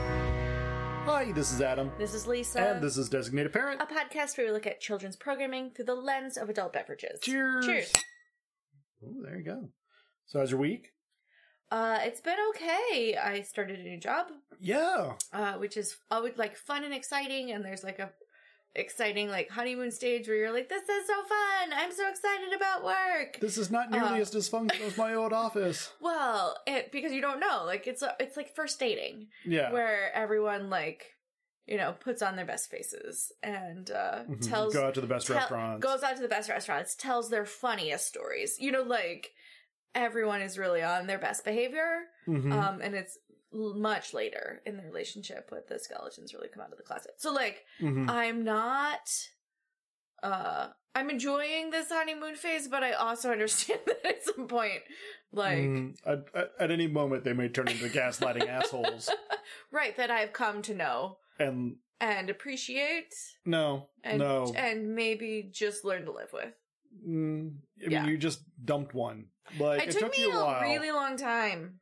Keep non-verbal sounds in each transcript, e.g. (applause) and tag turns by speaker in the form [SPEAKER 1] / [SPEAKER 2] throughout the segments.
[SPEAKER 1] Hi, this is Adam.
[SPEAKER 2] This is Lisa.
[SPEAKER 1] And this is Designated Parent.
[SPEAKER 2] a podcast where we look at children's programming through the lens of adult beverages.
[SPEAKER 1] Cheers.
[SPEAKER 2] Cheers.
[SPEAKER 1] Ooh, there you go. So, how's your week?
[SPEAKER 2] Uh, it's been okay. I started a new job,
[SPEAKER 1] Yeah.
[SPEAKER 2] uh, which is always like fun and exciting, and there's like a exciting like honeymoon stage where you're like, "This is so fun! I'm so excited about work."
[SPEAKER 1] This is not nearly
[SPEAKER 2] Uh.
[SPEAKER 1] as dysfunctional as my old office.
[SPEAKER 2] Well, it, because you don't know, like it's it's like first dating
[SPEAKER 1] Yeah.
[SPEAKER 2] where everyone like you know puts on their best faces and uh,
[SPEAKER 1] Mhm.
[SPEAKER 2] tells
[SPEAKER 1] Go out to the best
[SPEAKER 2] tell-
[SPEAKER 1] restaurants.
[SPEAKER 2] goes out to the best restaurants, tells their funniest stories. You know, like everyone is really on their best behavior.
[SPEAKER 1] Mhm.
[SPEAKER 2] Um, and it's l- much later in the relationship with the skeletons really come out of the closet. So like,
[SPEAKER 1] Mhm.
[SPEAKER 2] I'm not, uh, I'm enjoying this honeymoon phase, but I also (laughs) understand that at some point, like,
[SPEAKER 1] Mhm. At- at, at any moment, they may turn into
[SPEAKER 2] (laughs)
[SPEAKER 1] gaslighting assholes.
[SPEAKER 2] right, that I've come to know
[SPEAKER 1] And
[SPEAKER 2] and appreciate
[SPEAKER 1] no,
[SPEAKER 2] and,
[SPEAKER 1] no.
[SPEAKER 2] and maybe just learn to live with.
[SPEAKER 1] Mm, I mean,
[SPEAKER 2] Yeah.
[SPEAKER 1] you just dumped one. Like it,
[SPEAKER 2] it took, me
[SPEAKER 1] you a while.
[SPEAKER 2] really long time.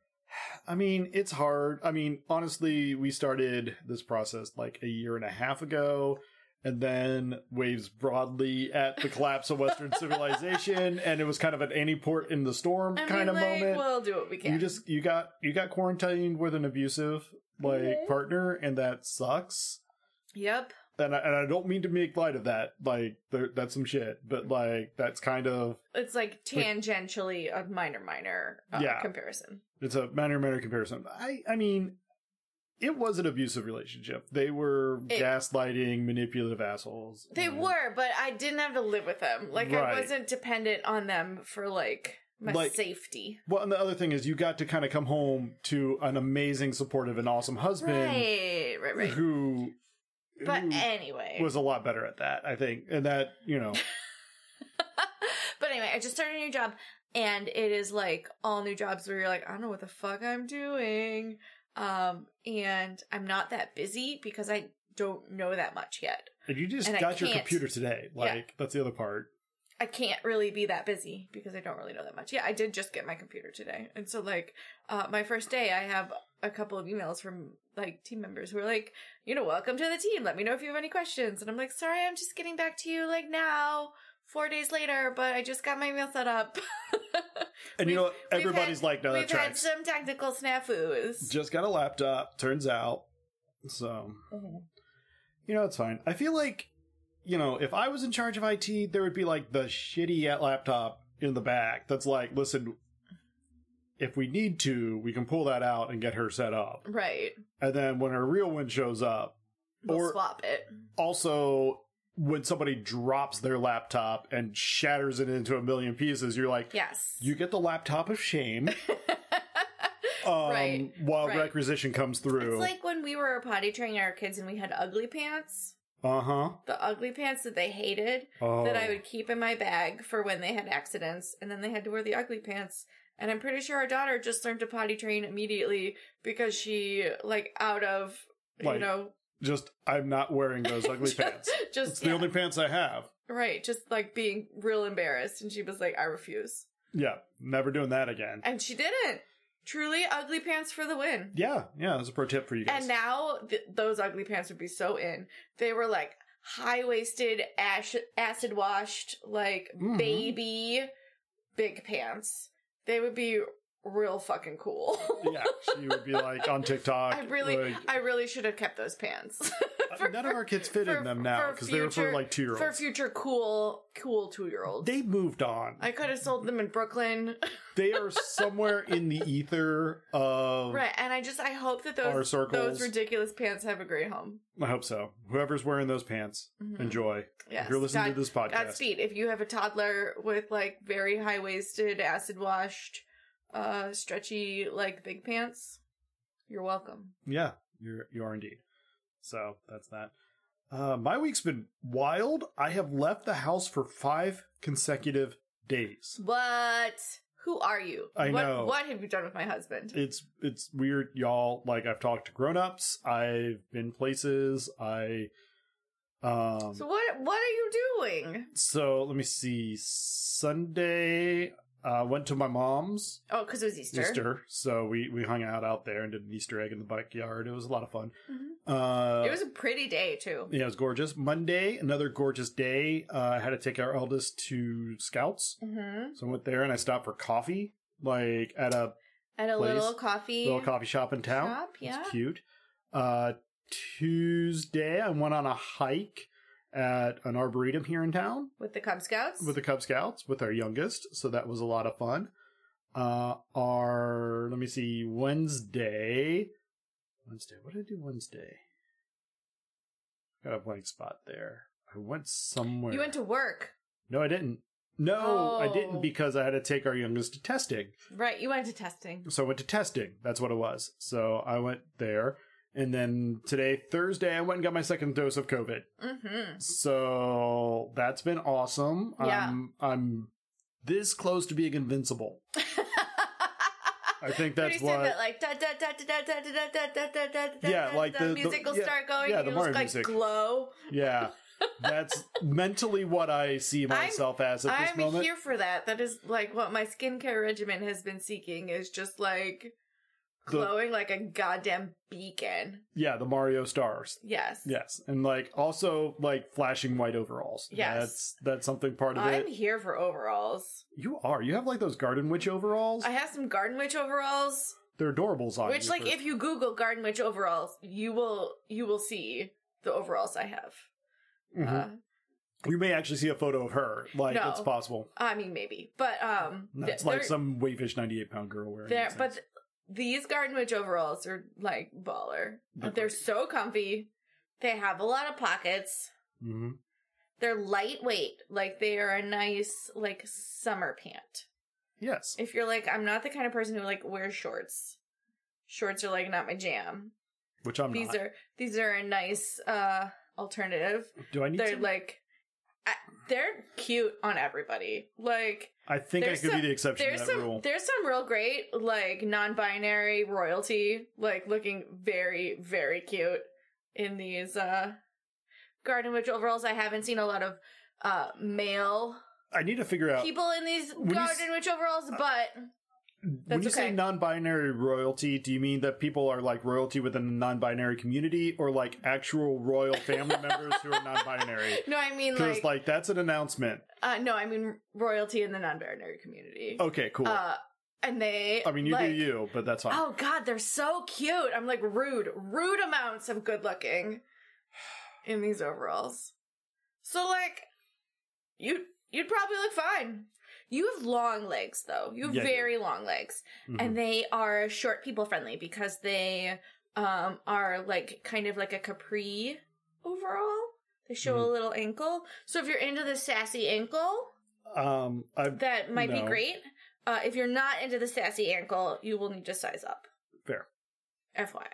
[SPEAKER 1] I mean, it's hard. I mean, honestly, we started this process like a year and a half ago, and then waves broadly at the collapse of
[SPEAKER 2] (laughs)
[SPEAKER 1] Western civilization, and it was kind of an any port in the storm
[SPEAKER 2] I
[SPEAKER 1] kind
[SPEAKER 2] mean,
[SPEAKER 1] of
[SPEAKER 2] like,
[SPEAKER 1] moment.
[SPEAKER 2] we'll do what we can.
[SPEAKER 1] You just you got you got quarantined with an abusive like
[SPEAKER 2] Mhm.
[SPEAKER 1] partner, and that sucks.
[SPEAKER 2] yep.
[SPEAKER 1] And I, and I don't mean to make light of that. Like there, that's some shit, but like that's kind of
[SPEAKER 2] It's like tangentially a minor, minor uh,
[SPEAKER 1] Yeah.
[SPEAKER 2] comparison.
[SPEAKER 1] It's a manner manner comparison. I I mean, it was an abusive relationship. They were
[SPEAKER 2] It-
[SPEAKER 1] gaslighting, manipulative assholes.
[SPEAKER 2] They
[SPEAKER 1] And-
[SPEAKER 2] were, but I didn't have to live with them. Like
[SPEAKER 1] Mm-hmm. Right.
[SPEAKER 2] I wasn't dependent on them for like my
[SPEAKER 1] Like-
[SPEAKER 2] safety.
[SPEAKER 1] Well, and the other thing is, you got to kind of come home to an amazing, supportive, and awesome husband
[SPEAKER 2] Right, right, right.
[SPEAKER 1] who,
[SPEAKER 2] But
[SPEAKER 1] who
[SPEAKER 2] anyway,
[SPEAKER 1] (laughs) was a lot better at that, I think. And that you
[SPEAKER 2] (laughs)
[SPEAKER 1] know,
[SPEAKER 2] but anyway, I just started a new job, and it is like all new jobs where you're like, I don't know what the fuck I'm doing, um, and I'm not that busy because I don't know that much yet.
[SPEAKER 1] and you just
[SPEAKER 2] And I
[SPEAKER 1] got your
[SPEAKER 2] can't.
[SPEAKER 1] computer today.
[SPEAKER 2] Yeah.
[SPEAKER 1] Like that's the other part.
[SPEAKER 2] I can't really be that busy because I don't really know that much. Yeah, I did just get my computer today. And so like uh my first day I have a couple of emails from like team members who are like, you know, welcome to the team. Let me know if you have any questions. And I'm like, sorry, I'm just getting back to you like now, four days later, but I just got my email set
[SPEAKER 1] (laughs)
[SPEAKER 2] up.
[SPEAKER 1] And you
[SPEAKER 2] We've-
[SPEAKER 1] know,
[SPEAKER 2] we've
[SPEAKER 1] everybody's
[SPEAKER 2] had-
[SPEAKER 1] like, no, that
[SPEAKER 2] We've had
[SPEAKER 1] tracks.
[SPEAKER 2] some technical snafus.
[SPEAKER 1] Just got a laptop. Turns out, so.
[SPEAKER 2] Mhm.
[SPEAKER 1] You know, it's fine. I feel like, you know, if I was in charge of IT, there would be like the shitty at laptop in the back that's like, listen, if we need to, we can pull that out and get her set up.
[SPEAKER 2] Right.
[SPEAKER 1] And then when her real one shows up,
[SPEAKER 2] We'll
[SPEAKER 1] Or-
[SPEAKER 2] swap it.
[SPEAKER 1] also when somebody drops their laptop and shatters it into a million pieces, you're like,
[SPEAKER 2] Yes. (laughs)
[SPEAKER 1] you get the laptop of shame. Um,
[SPEAKER 2] Right,
[SPEAKER 1] While
[SPEAKER 2] right.
[SPEAKER 1] requisition comes through.
[SPEAKER 2] it's like when we were potty training our kids and we had ugly pants.
[SPEAKER 1] uh huh.
[SPEAKER 2] The ugly pants that they hated.
[SPEAKER 1] Oh.
[SPEAKER 2] that I would keep in my bag for when they had accidents, and then they had to wear the ugly pants. And I'm pretty sure our daughter just learned to potty train immediately because she, like, out of
[SPEAKER 1] Like,
[SPEAKER 2] you know,
[SPEAKER 1] Just, I'm not wearing those ugly
[SPEAKER 2] (laughs) just,
[SPEAKER 1] pants.
[SPEAKER 2] just
[SPEAKER 1] It's the
[SPEAKER 2] yeah,
[SPEAKER 1] only pants I have.
[SPEAKER 2] right, just like being real embarrassed, and she was like, "I refuse,"
[SPEAKER 1] Yeah, never doing that again.
[SPEAKER 2] and she didn't. Truly, ugly pants for the win.
[SPEAKER 1] Yeah, yeah, that's a pro tip for you guys.
[SPEAKER 2] And now th- those ugly pants would be so in. They were like high waisted, ash- acid washed, like
[SPEAKER 1] Mhm.
[SPEAKER 2] baby big pants. They would be real fucking cool. (laughs)
[SPEAKER 1] yeah, she would be like on TikTok.
[SPEAKER 2] I really,
[SPEAKER 1] like,
[SPEAKER 2] I really should have kept those pants (laughs) for-
[SPEAKER 1] none of our kids fit in
[SPEAKER 2] for-
[SPEAKER 1] them now
[SPEAKER 2] for
[SPEAKER 1] because they were for
[SPEAKER 2] future-
[SPEAKER 1] like two year
[SPEAKER 2] for
[SPEAKER 1] olds.
[SPEAKER 2] future cool, cool two year olds.
[SPEAKER 1] They moved on.
[SPEAKER 2] I could have sold them in Brooklyn,
[SPEAKER 1] they are somewhere in the ether of.
[SPEAKER 2] right? And I just, I hope that
[SPEAKER 1] Our
[SPEAKER 2] those
[SPEAKER 1] circles.
[SPEAKER 2] those ridiculous pants have a great home.
[SPEAKER 1] I hope so. Whoever's wearing those pants,
[SPEAKER 2] Mhm.
[SPEAKER 1] enjoy.
[SPEAKER 2] Yes,
[SPEAKER 1] If you're listening
[SPEAKER 2] God-
[SPEAKER 1] to this podcast,
[SPEAKER 2] Godspeed. If you have a toddler with like very high waisted, acid washed, uh, stretchy like big pants, you're welcome.
[SPEAKER 1] yeah, you're you are indeed. So that's that. Uh, my week's been wild. I have left the house for five consecutive days.
[SPEAKER 2] What? Who are you?
[SPEAKER 1] I
[SPEAKER 2] what,
[SPEAKER 1] know.
[SPEAKER 2] What have you done with my husband?
[SPEAKER 1] It's it's weird, y'all. Like I've talked to grown-ups. I've been places. I um
[SPEAKER 2] So what? What are you doing?
[SPEAKER 1] so let me see. Sunday uh went to my mom's
[SPEAKER 2] Oh, because it was Easter.
[SPEAKER 1] Easter. So we we hung out out there and did an Easter egg in the backyard. It was a lot of fun.
[SPEAKER 2] Mhm.
[SPEAKER 1] Uh,
[SPEAKER 2] it was a pretty day too.
[SPEAKER 1] yeah, it was gorgeous. Monday, another gorgeous day. Uh, I had to take our eldest to Scouts,
[SPEAKER 2] Mm-hmm.
[SPEAKER 1] so I went there and I stopped for coffee, like at a
[SPEAKER 2] And a
[SPEAKER 1] Place.
[SPEAKER 2] little coffee.
[SPEAKER 1] little coffee shop in town.
[SPEAKER 2] Shop, yeah.
[SPEAKER 1] It's cute. Uh, Tuesday, I went on a hike at an arboretum here in town
[SPEAKER 2] with the Cub Scouts.
[SPEAKER 1] with the Cub Scouts with our youngest, so that was a lot of fun. Uh, our let me see, Wednesday, Wednesday. What did I do Wednesday? Got a blank spot there. I went somewhere.
[SPEAKER 2] you went to work,
[SPEAKER 1] No, I didn't. No, I
[SPEAKER 2] Oh.
[SPEAKER 1] didn't because I had to take our youngest to testing.
[SPEAKER 2] right? You went to testing.
[SPEAKER 1] So I went to testing. That's what it was. So I went there. And then today, Thursday, I went and got my second dose of COVID.
[SPEAKER 2] Mm-hmm. (laughs)
[SPEAKER 1] So that's been awesome.
[SPEAKER 2] Yeah.
[SPEAKER 1] I'm, I'm this close to being invincible. I think that's
[SPEAKER 2] (laughs) Pretty soon
[SPEAKER 1] what.
[SPEAKER 2] that, like da da da da da da da da da da da da
[SPEAKER 1] Yeah,
[SPEAKER 2] da,
[SPEAKER 1] like the- the-
[SPEAKER 2] music will
[SPEAKER 1] yeah,
[SPEAKER 2] start going.
[SPEAKER 1] yeah,
[SPEAKER 2] and
[SPEAKER 1] the
[SPEAKER 2] you'll just,
[SPEAKER 1] Mario
[SPEAKER 2] like
[SPEAKER 1] music.
[SPEAKER 2] glow.
[SPEAKER 1] (laughs) yeah. That's mentally what I
[SPEAKER 2] (laughs)
[SPEAKER 1] see myself as at this
[SPEAKER 2] I'm
[SPEAKER 1] moment.
[SPEAKER 2] here for that. That is like what my skincare regimen has been seeking is just like
[SPEAKER 1] The-
[SPEAKER 2] glowing like a goddamn beacon.
[SPEAKER 1] Yeah, the Mario stars.
[SPEAKER 2] Yes.
[SPEAKER 1] Yes. And like also like flashing white overalls.
[SPEAKER 2] Yes.
[SPEAKER 1] That's that's something part of it.
[SPEAKER 2] I'm here for overalls.
[SPEAKER 1] You are. You have like those garden witch overalls.
[SPEAKER 2] I have some garden witch overalls,
[SPEAKER 1] They're adorables on
[SPEAKER 2] which
[SPEAKER 1] you
[SPEAKER 2] like
[SPEAKER 1] for-
[SPEAKER 2] if you Google garden witch overalls, you will you will see the overalls I have.
[SPEAKER 1] Mhm.
[SPEAKER 2] Uh,
[SPEAKER 1] you may actually see a photo of her. Like
[SPEAKER 2] No.
[SPEAKER 1] it's possible.
[SPEAKER 2] I mean maybe, but um, th-
[SPEAKER 1] That's like
[SPEAKER 2] they're-
[SPEAKER 1] some wayfish ninety-eight pound girl wearing.
[SPEAKER 2] They're,
[SPEAKER 1] these
[SPEAKER 2] but
[SPEAKER 1] things.
[SPEAKER 2] th- these garden witch overalls are like baller.
[SPEAKER 1] They're
[SPEAKER 2] They're, they're
[SPEAKER 1] great.
[SPEAKER 2] so comfy. They have a lot of pockets.
[SPEAKER 1] Mhm.
[SPEAKER 2] They're lightweight. Like they are a nice like summer pant.
[SPEAKER 1] yes,
[SPEAKER 2] If you're like, I'm not the kind of person who like wears shorts. Shorts are like not my jam.
[SPEAKER 1] which I'm
[SPEAKER 2] these
[SPEAKER 1] not.
[SPEAKER 2] are these are a nice uh alternative.
[SPEAKER 1] Do I need?
[SPEAKER 2] They're
[SPEAKER 1] to?
[SPEAKER 2] like. I, they're cute on everybody. Like
[SPEAKER 1] I think I
[SPEAKER 2] there's
[SPEAKER 1] could
[SPEAKER 2] some-
[SPEAKER 1] be the exception to
[SPEAKER 2] there's
[SPEAKER 1] that
[SPEAKER 2] some
[SPEAKER 1] rule.
[SPEAKER 2] there's some real great like non-binary royalty like looking very very cute in these uh garden witch overalls i haven't seen a lot of uh male
[SPEAKER 1] I need to figure out
[SPEAKER 2] people in these
[SPEAKER 1] When you
[SPEAKER 2] garden
[SPEAKER 1] s- Uh,
[SPEAKER 2] witch overalls but
[SPEAKER 1] when
[SPEAKER 2] that's
[SPEAKER 1] you say
[SPEAKER 2] okay.
[SPEAKER 1] non-binary royalty. Do you mean that people are like royalty within the non-binary community, or like actual royal family
[SPEAKER 2] (laughs)
[SPEAKER 1] members who are non-binary?
[SPEAKER 2] no i mean
[SPEAKER 1] Because
[SPEAKER 2] like,
[SPEAKER 1] like that's an announcement.
[SPEAKER 2] uh no i mean royalty in the non-binary community
[SPEAKER 1] Okay, Oh, cool.
[SPEAKER 2] uh and they
[SPEAKER 1] I mean, you
[SPEAKER 2] like-
[SPEAKER 1] do you, but that's fine.
[SPEAKER 2] Oh god, they're so cute. I'm like rude, rude amounts of good looking (sighs) in these overalls. So like you you'd probably look fine. You have long legs though. You have
[SPEAKER 1] Yeah, I do.
[SPEAKER 2] very long legs.
[SPEAKER 1] Mhm.
[SPEAKER 2] And they are short people friendly because they um are like kind of like a capri overall. They show
[SPEAKER 1] Mm-hmm.
[SPEAKER 2] a little ankle. So if you're into the sassy ankle,
[SPEAKER 1] Um, I
[SPEAKER 2] that might
[SPEAKER 1] No.
[SPEAKER 2] be great. Uh, if you're not into the sassy ankle, you will need to size up.
[SPEAKER 1] Fair.
[SPEAKER 2] FYI.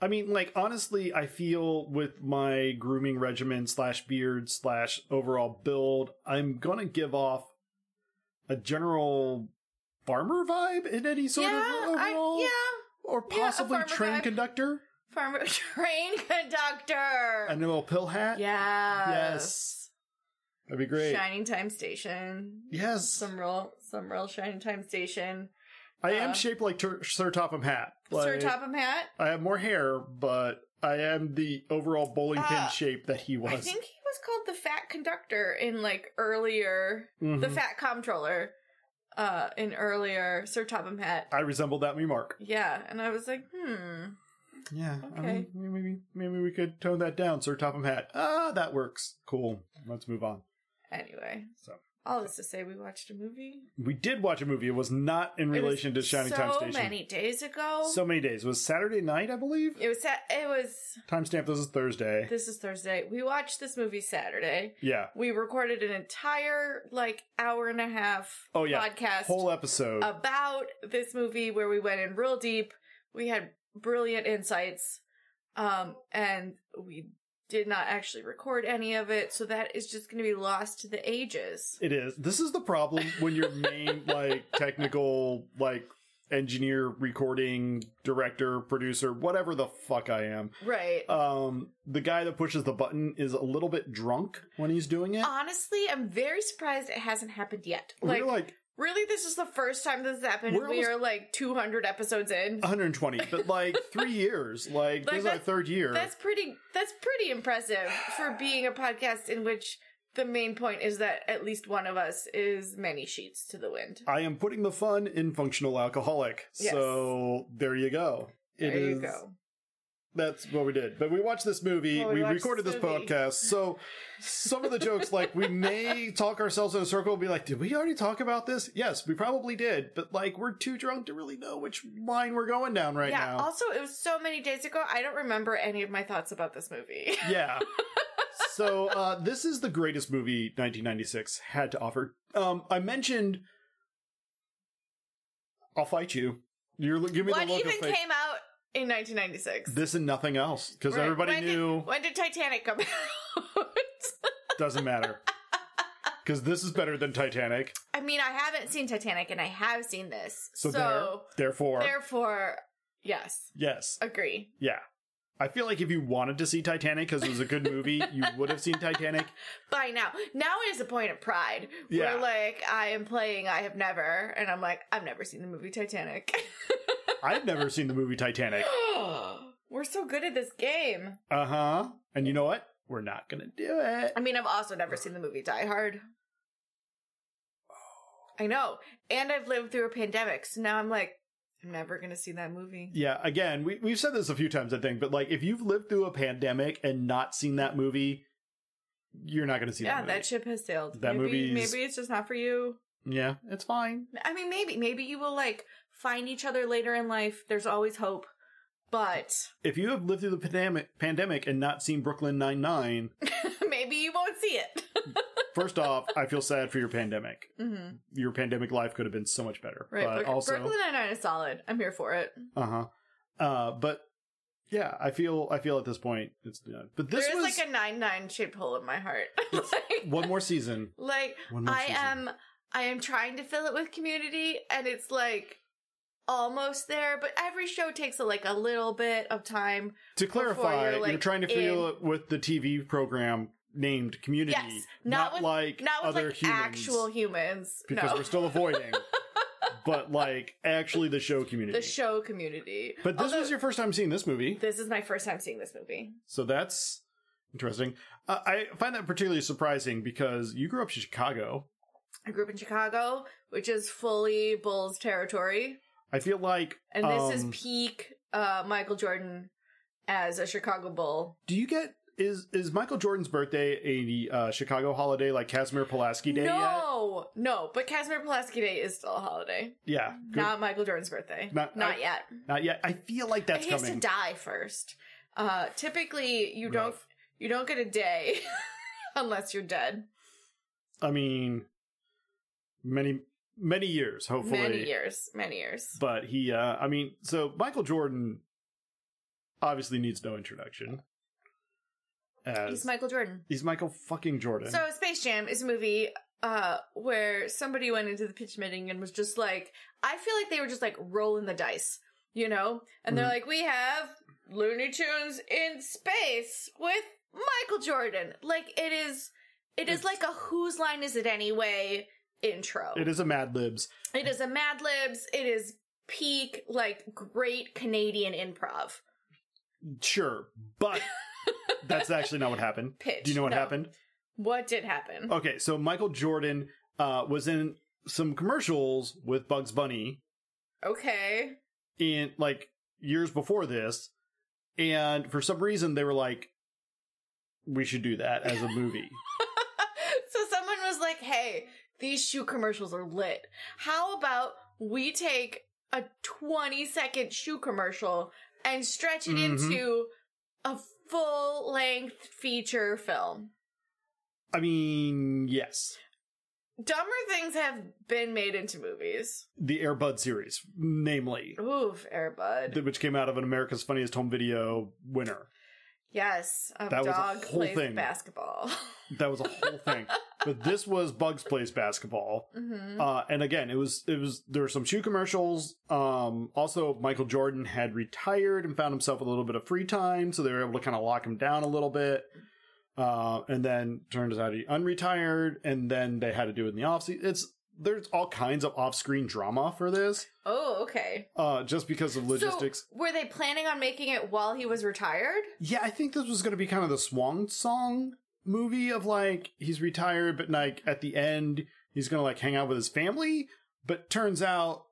[SPEAKER 1] I mean, like honestly, I feel with my grooming regimen slash beard slash overall build, I'm gonna give off a general farmer vibe in any sort
[SPEAKER 2] yeah,
[SPEAKER 1] of overall,
[SPEAKER 2] I, yeah.
[SPEAKER 1] or
[SPEAKER 2] yeah, a
[SPEAKER 1] possibly
[SPEAKER 2] farmer
[SPEAKER 1] train
[SPEAKER 2] vibe.
[SPEAKER 1] conductor
[SPEAKER 2] Farmer (laughs) train conductor.
[SPEAKER 1] and a little pill hat.
[SPEAKER 2] yes.
[SPEAKER 1] Yes. that'd be great.
[SPEAKER 2] Shining time station.
[SPEAKER 1] Yes,
[SPEAKER 2] Some real, some real shining time station.
[SPEAKER 1] I am
[SPEAKER 2] uh,
[SPEAKER 1] shaped like Tur- Sir Topham Hat. Like,
[SPEAKER 2] Sir Topham hat.
[SPEAKER 1] I have more hair, but I am the overall bowling pin
[SPEAKER 2] Uh,
[SPEAKER 1] shape that he was.
[SPEAKER 2] I think he was called the fat conductor in like earlier, the
[SPEAKER 1] Mhm.
[SPEAKER 2] fat comptroller, uh, in earlier Sir Topham hat.
[SPEAKER 1] I resembled that remark.
[SPEAKER 2] Yeah, and I was like, hmm.
[SPEAKER 1] Yeah. I
[SPEAKER 2] Okay.
[SPEAKER 1] mean, maybe maybe we could tone that down, Sir Topham Hat. Ah, that works. Cool. Let's move on.
[SPEAKER 2] Anyway,
[SPEAKER 1] So
[SPEAKER 2] all this to say, we watched a movie.
[SPEAKER 1] we did watch a movie. It was not in
[SPEAKER 2] It was
[SPEAKER 1] relation to Shining
[SPEAKER 2] so
[SPEAKER 1] Time Station.
[SPEAKER 2] many days ago.
[SPEAKER 1] So many days. It was Saturday night, I believe.
[SPEAKER 2] it was. Sa- It was.
[SPEAKER 1] Timestamp this is Thursday.
[SPEAKER 2] This is Thursday. We watched this movie Saturday.
[SPEAKER 1] yeah.
[SPEAKER 2] We recorded an entire like hour and a half.
[SPEAKER 1] Oh, yeah.
[SPEAKER 2] podcast
[SPEAKER 1] Whole episode.
[SPEAKER 2] about this movie where we went in real deep. We had brilliant insights, um, and we did not actually record any of it, so that is just going to be lost to the ages.
[SPEAKER 1] It is. This is the problem when your
[SPEAKER 2] (laughs)
[SPEAKER 1] main like technical like engineer, recording director, producer, whatever the fuck I am.
[SPEAKER 2] Right.
[SPEAKER 1] Um, the guy that pushes the button is a little bit drunk when he's doing it.
[SPEAKER 2] Honestly, I'm very surprised it hasn't happened yet. Uh, Like,
[SPEAKER 1] We're like
[SPEAKER 2] really, this is the first time this has happened.
[SPEAKER 1] We're
[SPEAKER 2] we
[SPEAKER 1] almost-
[SPEAKER 2] are like 200 episodes in.
[SPEAKER 1] 120, but
[SPEAKER 2] (laughs)
[SPEAKER 1] like three years. Like,
[SPEAKER 2] Like,
[SPEAKER 1] this is our
[SPEAKER 2] that's-
[SPEAKER 1] third year.
[SPEAKER 2] That's pretty. That's pretty impressive for being a podcast in which the main point is that at least one of us is many sheets to the wind.
[SPEAKER 1] I am putting the fun in functional alcoholic.
[SPEAKER 2] Yes.
[SPEAKER 1] So there you go. It
[SPEAKER 2] There you
[SPEAKER 1] is-
[SPEAKER 2] go.
[SPEAKER 1] That's what we did. But we watched this movie.
[SPEAKER 2] Well, we
[SPEAKER 1] we
[SPEAKER 2] watched
[SPEAKER 1] recorded this,
[SPEAKER 2] this movie.
[SPEAKER 1] podcast. So some of the jokes, like we may talk ourselves in a circle and be like, did we already talk about this? Yes, we probably did. But like, we're too drunk to really know which line we're going down right
[SPEAKER 2] yeah.
[SPEAKER 1] now.
[SPEAKER 2] Also, it was so many days ago. I don't remember any of my thoughts about this movie.
[SPEAKER 1] yeah. so uh, this is the greatest movie 1996 had to offer. Um, I mentioned, I'll fight you. You're give
[SPEAKER 2] (laughs)
[SPEAKER 1] me
[SPEAKER 2] What
[SPEAKER 1] the look
[SPEAKER 2] even
[SPEAKER 1] of face.
[SPEAKER 2] came out in 1996?
[SPEAKER 1] This and nothing else, because
[SPEAKER 2] Right.
[SPEAKER 1] everybody
[SPEAKER 2] when
[SPEAKER 1] knew
[SPEAKER 2] (laughs) Did, when did Titanic come out?
[SPEAKER 1] doesn't matter. Because this is better than Titanic.
[SPEAKER 2] I mean, I haven't seen Titanic, and I have seen this,
[SPEAKER 1] So,
[SPEAKER 2] so,
[SPEAKER 1] there, therefore,
[SPEAKER 2] therefore, yes,
[SPEAKER 1] yes,
[SPEAKER 2] agree.
[SPEAKER 1] yeah. I feel like if you wanted to see Titanic because it was a good movie, you would have seen Titanic.
[SPEAKER 2] by now. Now it is a point of pride.
[SPEAKER 1] Yeah.
[SPEAKER 2] Where like I am playing I have never and I'm like, I've never seen the movie Titanic.
[SPEAKER 1] I've never seen the movie Titanic.
[SPEAKER 2] (gasps) We're so good at this game.
[SPEAKER 1] Uh huh. And you know what? We're not gonna do it.
[SPEAKER 2] I mean, I've also never seen the movie Die Hard.
[SPEAKER 1] Oh.
[SPEAKER 2] I know. And I've lived through a pandemic, so now I'm like, I'm never gonna see that movie.
[SPEAKER 1] Yeah, again, we, we've said this a few times, I think, but like if you've lived through a pandemic and not seen that movie, you're not going to see
[SPEAKER 2] Yeah,
[SPEAKER 1] that
[SPEAKER 2] that,
[SPEAKER 1] movie.
[SPEAKER 2] ship has sailed.
[SPEAKER 1] That
[SPEAKER 2] maybe,
[SPEAKER 1] movie's-
[SPEAKER 2] maybe it's just not for you.
[SPEAKER 1] yeah, it's fine.
[SPEAKER 2] I mean, maybe, maybe you will like find each other later in life. There's always hope, but (laughs)
[SPEAKER 1] If you have lived through the pandemic, pandemic and not seen Brooklyn Nine-Nine,
[SPEAKER 2] maybe you won't see it. (laughs)
[SPEAKER 1] first off, I feel sad for your pandemic.
[SPEAKER 2] Mm-hmm.
[SPEAKER 1] Your pandemic life could have been so much better.
[SPEAKER 2] Right.
[SPEAKER 1] but
[SPEAKER 2] Brook-
[SPEAKER 1] also,
[SPEAKER 2] Brooklyn Nine Nine is solid. I'm here for it.
[SPEAKER 1] uh-huh. Uh, but yeah, I feel, I feel at this point, it's, yeah. but this
[SPEAKER 2] there is
[SPEAKER 1] was
[SPEAKER 2] like a nine nine shaped hole in my heart. (laughs) like,
[SPEAKER 1] one more season.
[SPEAKER 2] like
[SPEAKER 1] One more
[SPEAKER 2] I
[SPEAKER 1] season.
[SPEAKER 2] am, I am trying to fill it with community, and it's like almost there. But every show takes a, like a little bit of time.
[SPEAKER 1] To
[SPEAKER 2] Before you're,
[SPEAKER 1] clarify, you're,
[SPEAKER 2] like,
[SPEAKER 1] trying to feel it with the TV program named Community,
[SPEAKER 2] Yes, not with-
[SPEAKER 1] like
[SPEAKER 2] Not with
[SPEAKER 1] other
[SPEAKER 2] like
[SPEAKER 1] humans,
[SPEAKER 2] actual humans.
[SPEAKER 1] because
[SPEAKER 2] (laughs) no,
[SPEAKER 1] we're still avoiding, but like actually the show Community.
[SPEAKER 2] the show community.
[SPEAKER 1] But this
[SPEAKER 2] Although,
[SPEAKER 1] was your first time seeing this movie,
[SPEAKER 2] This is my first time seeing this movie.
[SPEAKER 1] so that's interesting. Uh, I find that particularly surprising because you grew up in Chicago.
[SPEAKER 2] I grew up in Chicago, which is fully Bulls territory.
[SPEAKER 1] I feel like,
[SPEAKER 2] And this is
[SPEAKER 1] um,
[SPEAKER 2] peak uh, Michael Jordan as a Chicago Bull.
[SPEAKER 1] do you get? Is is Michael Jordan's birthday a uh, Chicago holiday like Casimir Pulaski Day
[SPEAKER 2] no, no, but Casimir Pulaski Day is still a holiday.
[SPEAKER 1] yet? Yeah, good-
[SPEAKER 2] Not Michael Jordan's birthday.
[SPEAKER 1] Not-
[SPEAKER 2] Not,
[SPEAKER 1] I-
[SPEAKER 2] yet.
[SPEAKER 1] not yet. I feel like that's
[SPEAKER 2] he
[SPEAKER 1] coming.
[SPEAKER 2] has to die first. Uh, typically, you don't
[SPEAKER 1] Rough.
[SPEAKER 2] you don't get a day (laughs) unless you're dead.
[SPEAKER 1] I mean, many many years, hopefully.
[SPEAKER 2] Many years, many years.
[SPEAKER 1] But he, uh, I mean, so Michael Jordan obviously needs no introduction. As
[SPEAKER 2] He's Michael Jordan.
[SPEAKER 1] he's Michael fucking Jordan.
[SPEAKER 2] So Space Jam is a movie uh where somebody went into the pitch meeting and was just like I feel like they were just like rolling the dice, you know? And they're
[SPEAKER 1] Mhm.
[SPEAKER 2] like, We have Looney Tunes in space with Michael Jordan. Like it is it is
[SPEAKER 1] It's-
[SPEAKER 2] like a whose line is it anyway intro.
[SPEAKER 1] it is a Mad Libs.
[SPEAKER 2] it is a Mad Libs, it is peak, like great Canadian improv.
[SPEAKER 1] Sure,
[SPEAKER 2] (laughs)
[SPEAKER 1] but that's actually not what happened.
[SPEAKER 2] Pitch.
[SPEAKER 1] Do you know what
[SPEAKER 2] No.
[SPEAKER 1] happened? Oh.
[SPEAKER 2] What did happen?
[SPEAKER 1] Okay, so Michael Jordan uh, was in some commercials with Bugs Bunny
[SPEAKER 2] Okay.
[SPEAKER 1] in like years before this, and for some reason they were like, "We should do that as a movie."
[SPEAKER 2] (laughs) so someone was like, hey, these shoe commercials are lit. How about we take a 20 second shoe commercial and stretch it
[SPEAKER 1] Mhm.
[SPEAKER 2] into a full length feature film?
[SPEAKER 1] I mean, yes,
[SPEAKER 2] Dumber things have been made into movies.
[SPEAKER 1] the Airbud series, namely,
[SPEAKER 2] (laughs) Oof, Airbud.
[SPEAKER 1] th- which came out of an America's Funniest Home Video winner.
[SPEAKER 2] Yes, a
[SPEAKER 1] That was a
[SPEAKER 2] dog
[SPEAKER 1] whole
[SPEAKER 2] plays
[SPEAKER 1] thing.
[SPEAKER 2] basketball. (laughs)
[SPEAKER 1] That was a whole thing. But this was Bugs Plays Basketball.
[SPEAKER 2] hmm
[SPEAKER 1] Uh, and again, it was it was there were some shoe commercials. Um, also, Michael Jordan had retired and found himself a little bit of free time, so they were able to kind of lock him down a little bit. Uh, and then turns out he unretired, and then they had to do it in the off season. It's there's all kinds of off screen drama for this,
[SPEAKER 2] oh, okay.
[SPEAKER 1] uh, just because of logistics.
[SPEAKER 2] So, were they planning on making it while he was retired?
[SPEAKER 1] yeah, I think this was going to be kind of the swan song movie of like he's retired, but like at the end he's going to like hang out with his family. But turns out,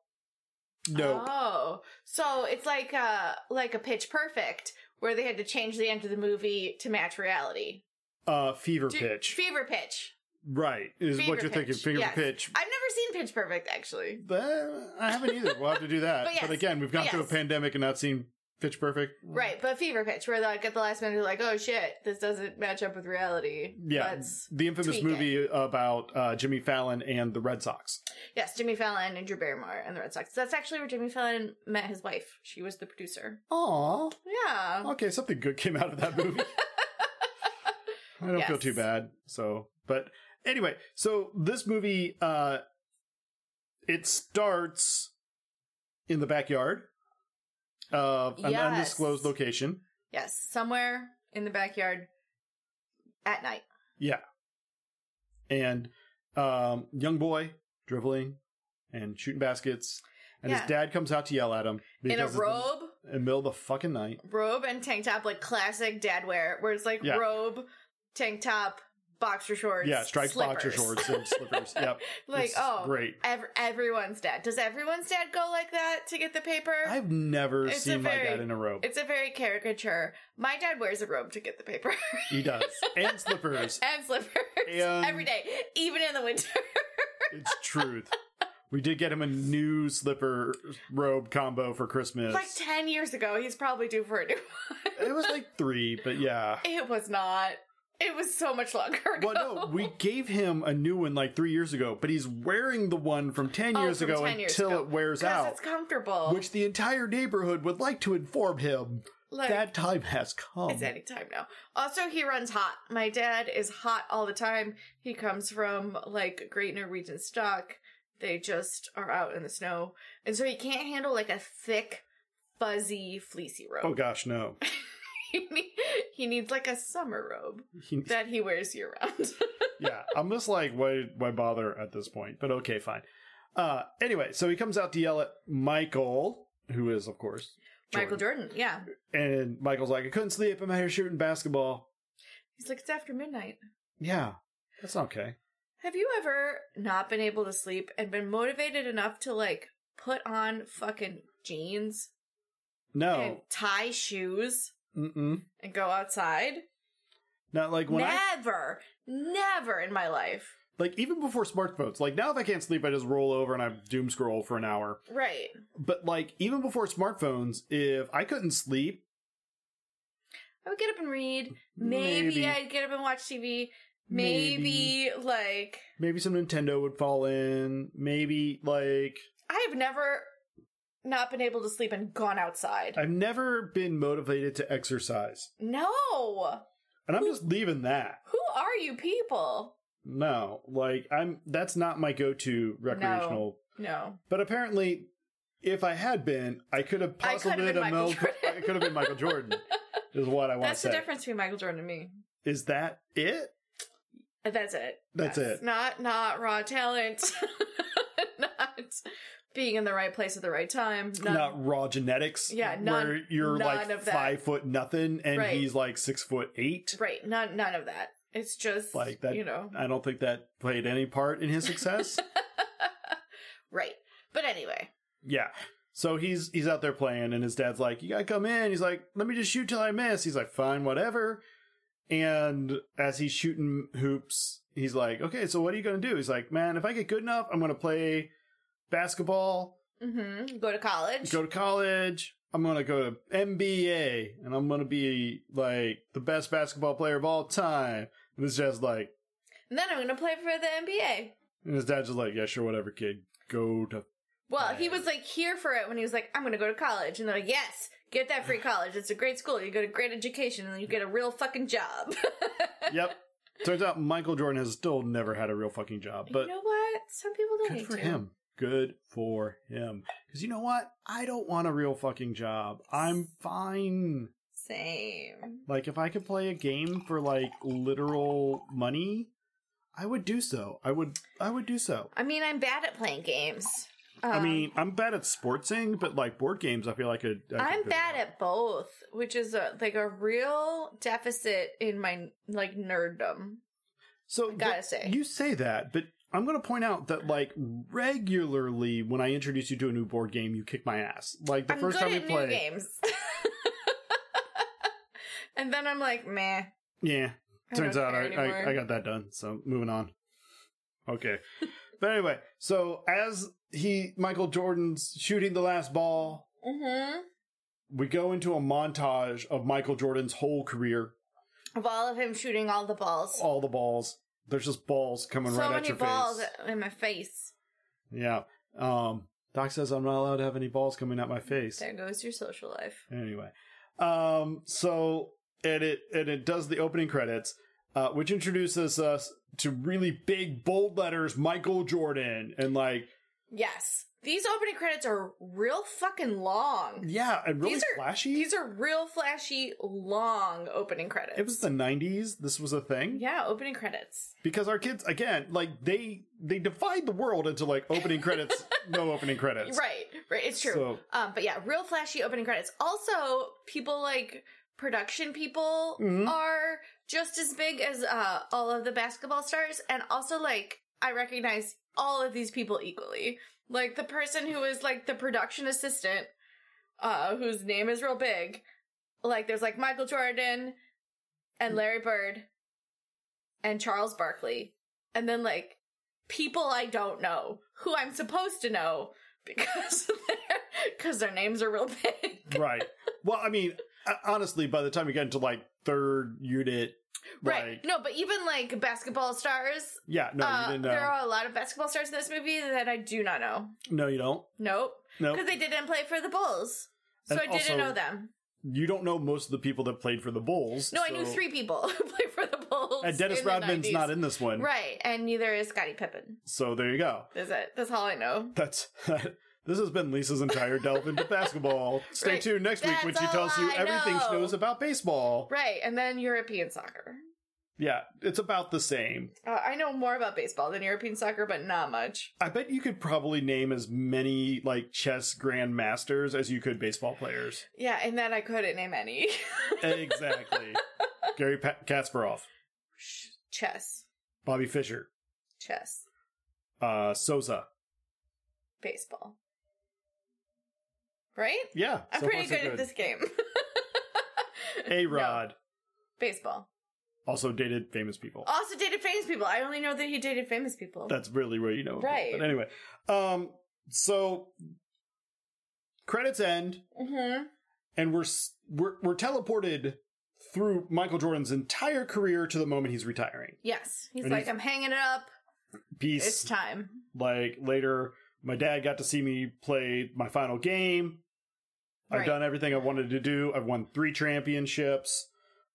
[SPEAKER 1] no.
[SPEAKER 2] Oh, so it's like uh like a Pitch Perfect where they had to change the end of the movie to match reality.
[SPEAKER 1] Uh, fever
[SPEAKER 2] Do-
[SPEAKER 1] pitch.
[SPEAKER 2] Fever Pitch.
[SPEAKER 1] right, is
[SPEAKER 2] Fever
[SPEAKER 1] what you're thinking.
[SPEAKER 2] Pitch,
[SPEAKER 1] Fever
[SPEAKER 2] yes.
[SPEAKER 1] pitch.
[SPEAKER 2] I've never seen Pitch Perfect actually.
[SPEAKER 1] That- I haven't either. We'll have to do that.
[SPEAKER 2] (laughs) But yes,
[SPEAKER 1] again, we've gone
[SPEAKER 2] but
[SPEAKER 1] through a
[SPEAKER 2] yes.
[SPEAKER 1] pandemic and not seen Pitch Perfect.
[SPEAKER 2] Right, but Fever Pitch where like at the last minute they're like, oh shit, this doesn't match up with reality.
[SPEAKER 1] Yeah,
[SPEAKER 2] Let's-
[SPEAKER 1] the infamous
[SPEAKER 2] tweak
[SPEAKER 1] movie about uh, Jimmy Fallon and the Red Sox.
[SPEAKER 2] yes, Jimmy Fallon and Drew Barrymore and the Red Sox. That's actually where Jimmy Fallon met his wife. She was the producer.
[SPEAKER 1] Aw,
[SPEAKER 2] Yeah.
[SPEAKER 1] okay, something good came out of that
[SPEAKER 2] (laughs)
[SPEAKER 1] movie. I don't feel
[SPEAKER 2] Yes.
[SPEAKER 1] too bad. So, but anyway, so this movie, uh, it starts in the backyard of an
[SPEAKER 2] Yes.
[SPEAKER 1] undisclosed location.
[SPEAKER 2] Yes, somewhere in the backyard at night.
[SPEAKER 1] and um, young boy dribbling and shooting baskets, and
[SPEAKER 2] Yeah.
[SPEAKER 1] his dad comes out to yell at him
[SPEAKER 2] In a
[SPEAKER 1] it's the-
[SPEAKER 2] robe.
[SPEAKER 1] in the middle of the fucking night.
[SPEAKER 2] robe and tank top, like classic dad wear, where it's like
[SPEAKER 1] Yeah.
[SPEAKER 2] robe, tank top, boxer shorts.
[SPEAKER 1] yeah, striped boxer
[SPEAKER 2] slippers. (laughs)
[SPEAKER 1] shorts and slippers. Yep,
[SPEAKER 2] Like,
[SPEAKER 1] It's
[SPEAKER 2] oh,
[SPEAKER 1] great.
[SPEAKER 2] ev- everyone's dad. Does everyone's dad go like that to get the paper?
[SPEAKER 1] I've never
[SPEAKER 2] It's a
[SPEAKER 1] seen my dad
[SPEAKER 2] very-
[SPEAKER 1] in a robe.
[SPEAKER 2] it's a very caricature. My dad wears a robe to get the paper (laughs)
[SPEAKER 1] He does, and slippers.
[SPEAKER 2] and slippers
[SPEAKER 1] And-
[SPEAKER 2] every day, even in the winter. (laughs)
[SPEAKER 1] it's truth. We did get him a new slipper robe combo for Christmas.
[SPEAKER 2] Like (laughs) 10 years ago, he's probably due for a new one.
[SPEAKER 1] it was like three, but yeah.
[SPEAKER 2] It was not. It was so much longer ago.
[SPEAKER 1] Well, no, we gave him a new one like three years ago, but he's wearing the one from ten
[SPEAKER 2] Oh,
[SPEAKER 1] years
[SPEAKER 2] from
[SPEAKER 1] ago
[SPEAKER 2] 10 years
[SPEAKER 1] until
[SPEAKER 2] ago.
[SPEAKER 1] it wears
[SPEAKER 2] because
[SPEAKER 1] out.
[SPEAKER 2] it's comfortable.
[SPEAKER 1] which the entire neighborhood would like to inform him
[SPEAKER 2] like,
[SPEAKER 1] that time has come.
[SPEAKER 2] It's any time now. Also, he runs hot. My dad is hot all the time. He comes from like Great Norwegian Stock. They just are out in the snow, and so he can't handle like a thick, fuzzy, fleecy
[SPEAKER 1] Oh
[SPEAKER 2] robe.
[SPEAKER 1] gosh, no.
[SPEAKER 2] (laughs) he, need- he needs like a summer robe
[SPEAKER 1] He-
[SPEAKER 2] that he wears year round.
[SPEAKER 1] yeah, I'm just like, why, why bother at this point? But okay, fine. Uh, anyway, so he comes out to yell at Michael, who is of course
[SPEAKER 2] (laughs) Michael Jordan, yeah.
[SPEAKER 1] and Michael's like, I couldn't sleep. I'm out here shooting basketball.
[SPEAKER 2] He's like, it's after midnight.
[SPEAKER 1] Yeah, that's okay.
[SPEAKER 2] Have you ever not been able to sleep and been motivated enough to like put on fucking jeans and
[SPEAKER 1] No,
[SPEAKER 2] tie shoes
[SPEAKER 1] mm-mm.
[SPEAKER 2] and go outside?
[SPEAKER 1] not like when I
[SPEAKER 2] never, never in my life.
[SPEAKER 1] like even before smartphones. Like now, if I can't sleep, I just roll over and I doom scroll for an hour.
[SPEAKER 2] Right.
[SPEAKER 1] But like even before smartphones, if I couldn't sleep,
[SPEAKER 2] I would get up and read. Maybe,
[SPEAKER 1] Maybe.
[SPEAKER 2] I'd get up and watch TV. Maybe, like
[SPEAKER 1] maybe some Nintendo would fall in. Maybe like
[SPEAKER 2] I have never not been able to sleep and gone outside.
[SPEAKER 1] I've never been motivated to exercise,
[SPEAKER 2] no.
[SPEAKER 1] and I'm just leaving that.
[SPEAKER 2] Who are you people?
[SPEAKER 1] No, like I'm that's not my go-to recreational.
[SPEAKER 2] No.
[SPEAKER 1] But apparently, if I had been, I could have
[SPEAKER 2] I could have
[SPEAKER 1] possibly
[SPEAKER 2] been Michael
[SPEAKER 1] Mel- (laughs)
[SPEAKER 2] Jordan.
[SPEAKER 1] I could have been Michael Jordan. Is what I want to
[SPEAKER 2] That's
[SPEAKER 1] say.
[SPEAKER 2] the difference between Michael Jordan and me. Uh,
[SPEAKER 1] Is that it?
[SPEAKER 2] That's it.
[SPEAKER 1] That's it.
[SPEAKER 2] Not not raw talent. (laughs) not being in the right place at the right time. Not,
[SPEAKER 1] Not raw genetics.
[SPEAKER 2] Yeah, none-
[SPEAKER 1] where you're
[SPEAKER 2] none
[SPEAKER 1] like
[SPEAKER 2] of that.
[SPEAKER 1] five foot nothing, and
[SPEAKER 2] Right.
[SPEAKER 1] he's like six foot eight.
[SPEAKER 2] right. Not none of that. It's just
[SPEAKER 1] Like that-
[SPEAKER 2] You know.
[SPEAKER 1] I don't think that played any part in his success.
[SPEAKER 2] right. But anyway,
[SPEAKER 1] yeah. So he's he's out there playing, and his dad's like, "You gotta come in." He's like, "Let me just shoot till I miss." He's like, "Fine, whatever." And as he's shooting hoops, he's like, "Okay, so what are you gonna do?" He's like, "Man, if I get good enough, I'm gonna play basketball,
[SPEAKER 2] hmm go to college.
[SPEAKER 1] go to college, I'm gonna go to MBA, and I'm gonna be like the best basketball player of all time." And his dad's like,
[SPEAKER 2] and then I'm going to play for the NBA.
[SPEAKER 1] and his dad's just like, "Yeah, sure, whatever, kid. Go to
[SPEAKER 2] Well, he
[SPEAKER 3] Right.
[SPEAKER 2] was like here for it when he was like, I'm going to go to college. And they're like, yes, get that free college. It's a great school. You get a great education and you get a real fucking job. (laughs)
[SPEAKER 1] Yep. Turns out Michael Jordan has still never had a real fucking job, but
[SPEAKER 2] you know what? Some people don't
[SPEAKER 1] good
[SPEAKER 2] need
[SPEAKER 1] for
[SPEAKER 2] to.
[SPEAKER 1] him. Good for him. Because you know what? I don't want a real fucking job. I'm fine.
[SPEAKER 2] Same.
[SPEAKER 1] Like, if I could play a game for like literal money, I would do so. I would. I would do so.
[SPEAKER 2] I mean, I'm bad at playing games.
[SPEAKER 1] I
[SPEAKER 2] Um,
[SPEAKER 1] mean, I'm bad at sportsing, but like board games, I feel like I could. I could
[SPEAKER 2] I'm
[SPEAKER 1] figure
[SPEAKER 2] bad
[SPEAKER 1] out.
[SPEAKER 2] at both, which is a, like a real deficit in my like nerddom.
[SPEAKER 1] So
[SPEAKER 2] gotta
[SPEAKER 1] th-
[SPEAKER 2] say.
[SPEAKER 1] you say that, but I'm going to point out that like regularly when I introduce you to a new board game, you kick my ass. Like the
[SPEAKER 2] I'm
[SPEAKER 1] first
[SPEAKER 2] good
[SPEAKER 1] time we
[SPEAKER 2] at new
[SPEAKER 1] play,
[SPEAKER 2] games. (laughs) and then I'm like, meh.
[SPEAKER 1] yeah.
[SPEAKER 2] I
[SPEAKER 1] Turns
[SPEAKER 2] don't
[SPEAKER 1] out
[SPEAKER 2] care
[SPEAKER 1] I,
[SPEAKER 2] anymore.
[SPEAKER 1] I I got that done. So moving on. Okay, (laughs) but anyway, so as he Michael Jordan's shooting the last ball,
[SPEAKER 2] Mhm.
[SPEAKER 1] we go into a montage of Michael Jordan's whole career,
[SPEAKER 2] Of all of him shooting all the balls.
[SPEAKER 1] all the balls. There's just balls coming
[SPEAKER 2] so
[SPEAKER 1] right at
[SPEAKER 2] many
[SPEAKER 1] your
[SPEAKER 2] balls
[SPEAKER 1] face.
[SPEAKER 2] in my face.
[SPEAKER 1] Yeah. Um, Doc says I'm not allowed to have any balls coming at my face.
[SPEAKER 2] There goes your social life.
[SPEAKER 1] Anyway, um, so and it and it does the opening credits, uh, which introduces us to really big bold letters, Michael Jordan, and like
[SPEAKER 2] Yes. These opening credits are real fucking long.
[SPEAKER 1] yeah, and really
[SPEAKER 2] These are-
[SPEAKER 1] flashy.
[SPEAKER 2] These are real flashy, long opening credits.
[SPEAKER 1] it was the '90s. This was a thing
[SPEAKER 2] yeah, opening credits.
[SPEAKER 1] because our kids, again, like they they divide the world into like opening
[SPEAKER 2] (laughs)
[SPEAKER 1] credits, no opening credits,
[SPEAKER 2] Right, right. It's true.
[SPEAKER 1] So-
[SPEAKER 2] um, but yeah, real flashy opening credits. Also, people like production people
[SPEAKER 1] Mhm.
[SPEAKER 2] are just as big as uh, all of the basketball stars, and also like I recognize all of these people equally. Like the person who is like the production assistant, uh, whose name is real big. Like there's like Michael Jordan and Larry Bird and Charles Barkley, and then like people I don't know who I'm supposed to know because (laughs) because their names are real big.
[SPEAKER 1] right. Well, I mean, uh, honestly, by the time you get into like third unit,
[SPEAKER 2] Right.
[SPEAKER 1] like,
[SPEAKER 2] No, but even like basketball stars,
[SPEAKER 1] yeah, no, you
[SPEAKER 2] uh,
[SPEAKER 1] didn't know.
[SPEAKER 2] there are a lot of basketball stars in this movie that I do not know.
[SPEAKER 1] no, you don't.
[SPEAKER 2] Nope.
[SPEAKER 1] No,
[SPEAKER 2] Because they didn't play for the Bulls. So
[SPEAKER 1] And
[SPEAKER 2] I didn't
[SPEAKER 1] also-
[SPEAKER 2] know them.
[SPEAKER 1] you don't know most of the people that played for the Bulls.
[SPEAKER 2] No, I
[SPEAKER 1] so-
[SPEAKER 2] knew three people (laughs) who played for the Bulls.
[SPEAKER 1] And Dennis
[SPEAKER 2] in the
[SPEAKER 1] Rodman's
[SPEAKER 2] 90s.
[SPEAKER 1] not in this one,
[SPEAKER 2] Right, and neither is Scottie Pippen.
[SPEAKER 1] so there you go.
[SPEAKER 2] That's it. That's all I know.
[SPEAKER 1] That's (laughs) this has been Lisa's entire delve into basketball. Stay
[SPEAKER 2] Right.
[SPEAKER 1] tuned next week when she
[SPEAKER 2] That's
[SPEAKER 1] tells
[SPEAKER 2] all
[SPEAKER 1] you
[SPEAKER 2] I
[SPEAKER 1] everything she
[SPEAKER 2] know.
[SPEAKER 1] knows about baseball.
[SPEAKER 2] Right, and then European soccer.
[SPEAKER 1] Yeah, it's about the same.
[SPEAKER 2] Uh, I know more about baseball than European soccer, but not much.
[SPEAKER 1] I bet you could probably name as many like chess grandmasters as you could baseball players.
[SPEAKER 2] (laughs) Yeah, and then I couldn't name any. (laughs)
[SPEAKER 1] exactly. Gary pa- Kasparov,
[SPEAKER 2] Chess.
[SPEAKER 1] Bobby Fischer,
[SPEAKER 2] Chess.
[SPEAKER 1] uh, Sosa.
[SPEAKER 2] Baseball. Right?
[SPEAKER 1] Yeah,
[SPEAKER 2] I'm
[SPEAKER 1] so
[SPEAKER 2] pretty
[SPEAKER 1] far, so
[SPEAKER 2] good, at this game. (laughs)
[SPEAKER 1] A Rod
[SPEAKER 2] Baseball.
[SPEAKER 1] also dated famous people.
[SPEAKER 2] Also dated famous people. I only know that he dated famous people.
[SPEAKER 1] That's really where you know. it.
[SPEAKER 2] Right.
[SPEAKER 1] But anyway, um, so credits end,
[SPEAKER 2] hmm
[SPEAKER 1] and we're s- we're we're teleported through Michael Jordan's entire career to the moment he's retiring.
[SPEAKER 2] Yes. He's
[SPEAKER 1] And
[SPEAKER 2] like,
[SPEAKER 1] he's-
[SPEAKER 2] I'm hanging it up. It's
[SPEAKER 1] Peace.
[SPEAKER 2] time.
[SPEAKER 1] Like later, my dad got to see me play my final game. I've
[SPEAKER 2] Right.
[SPEAKER 1] done everything I wanted to do. I've won three championships.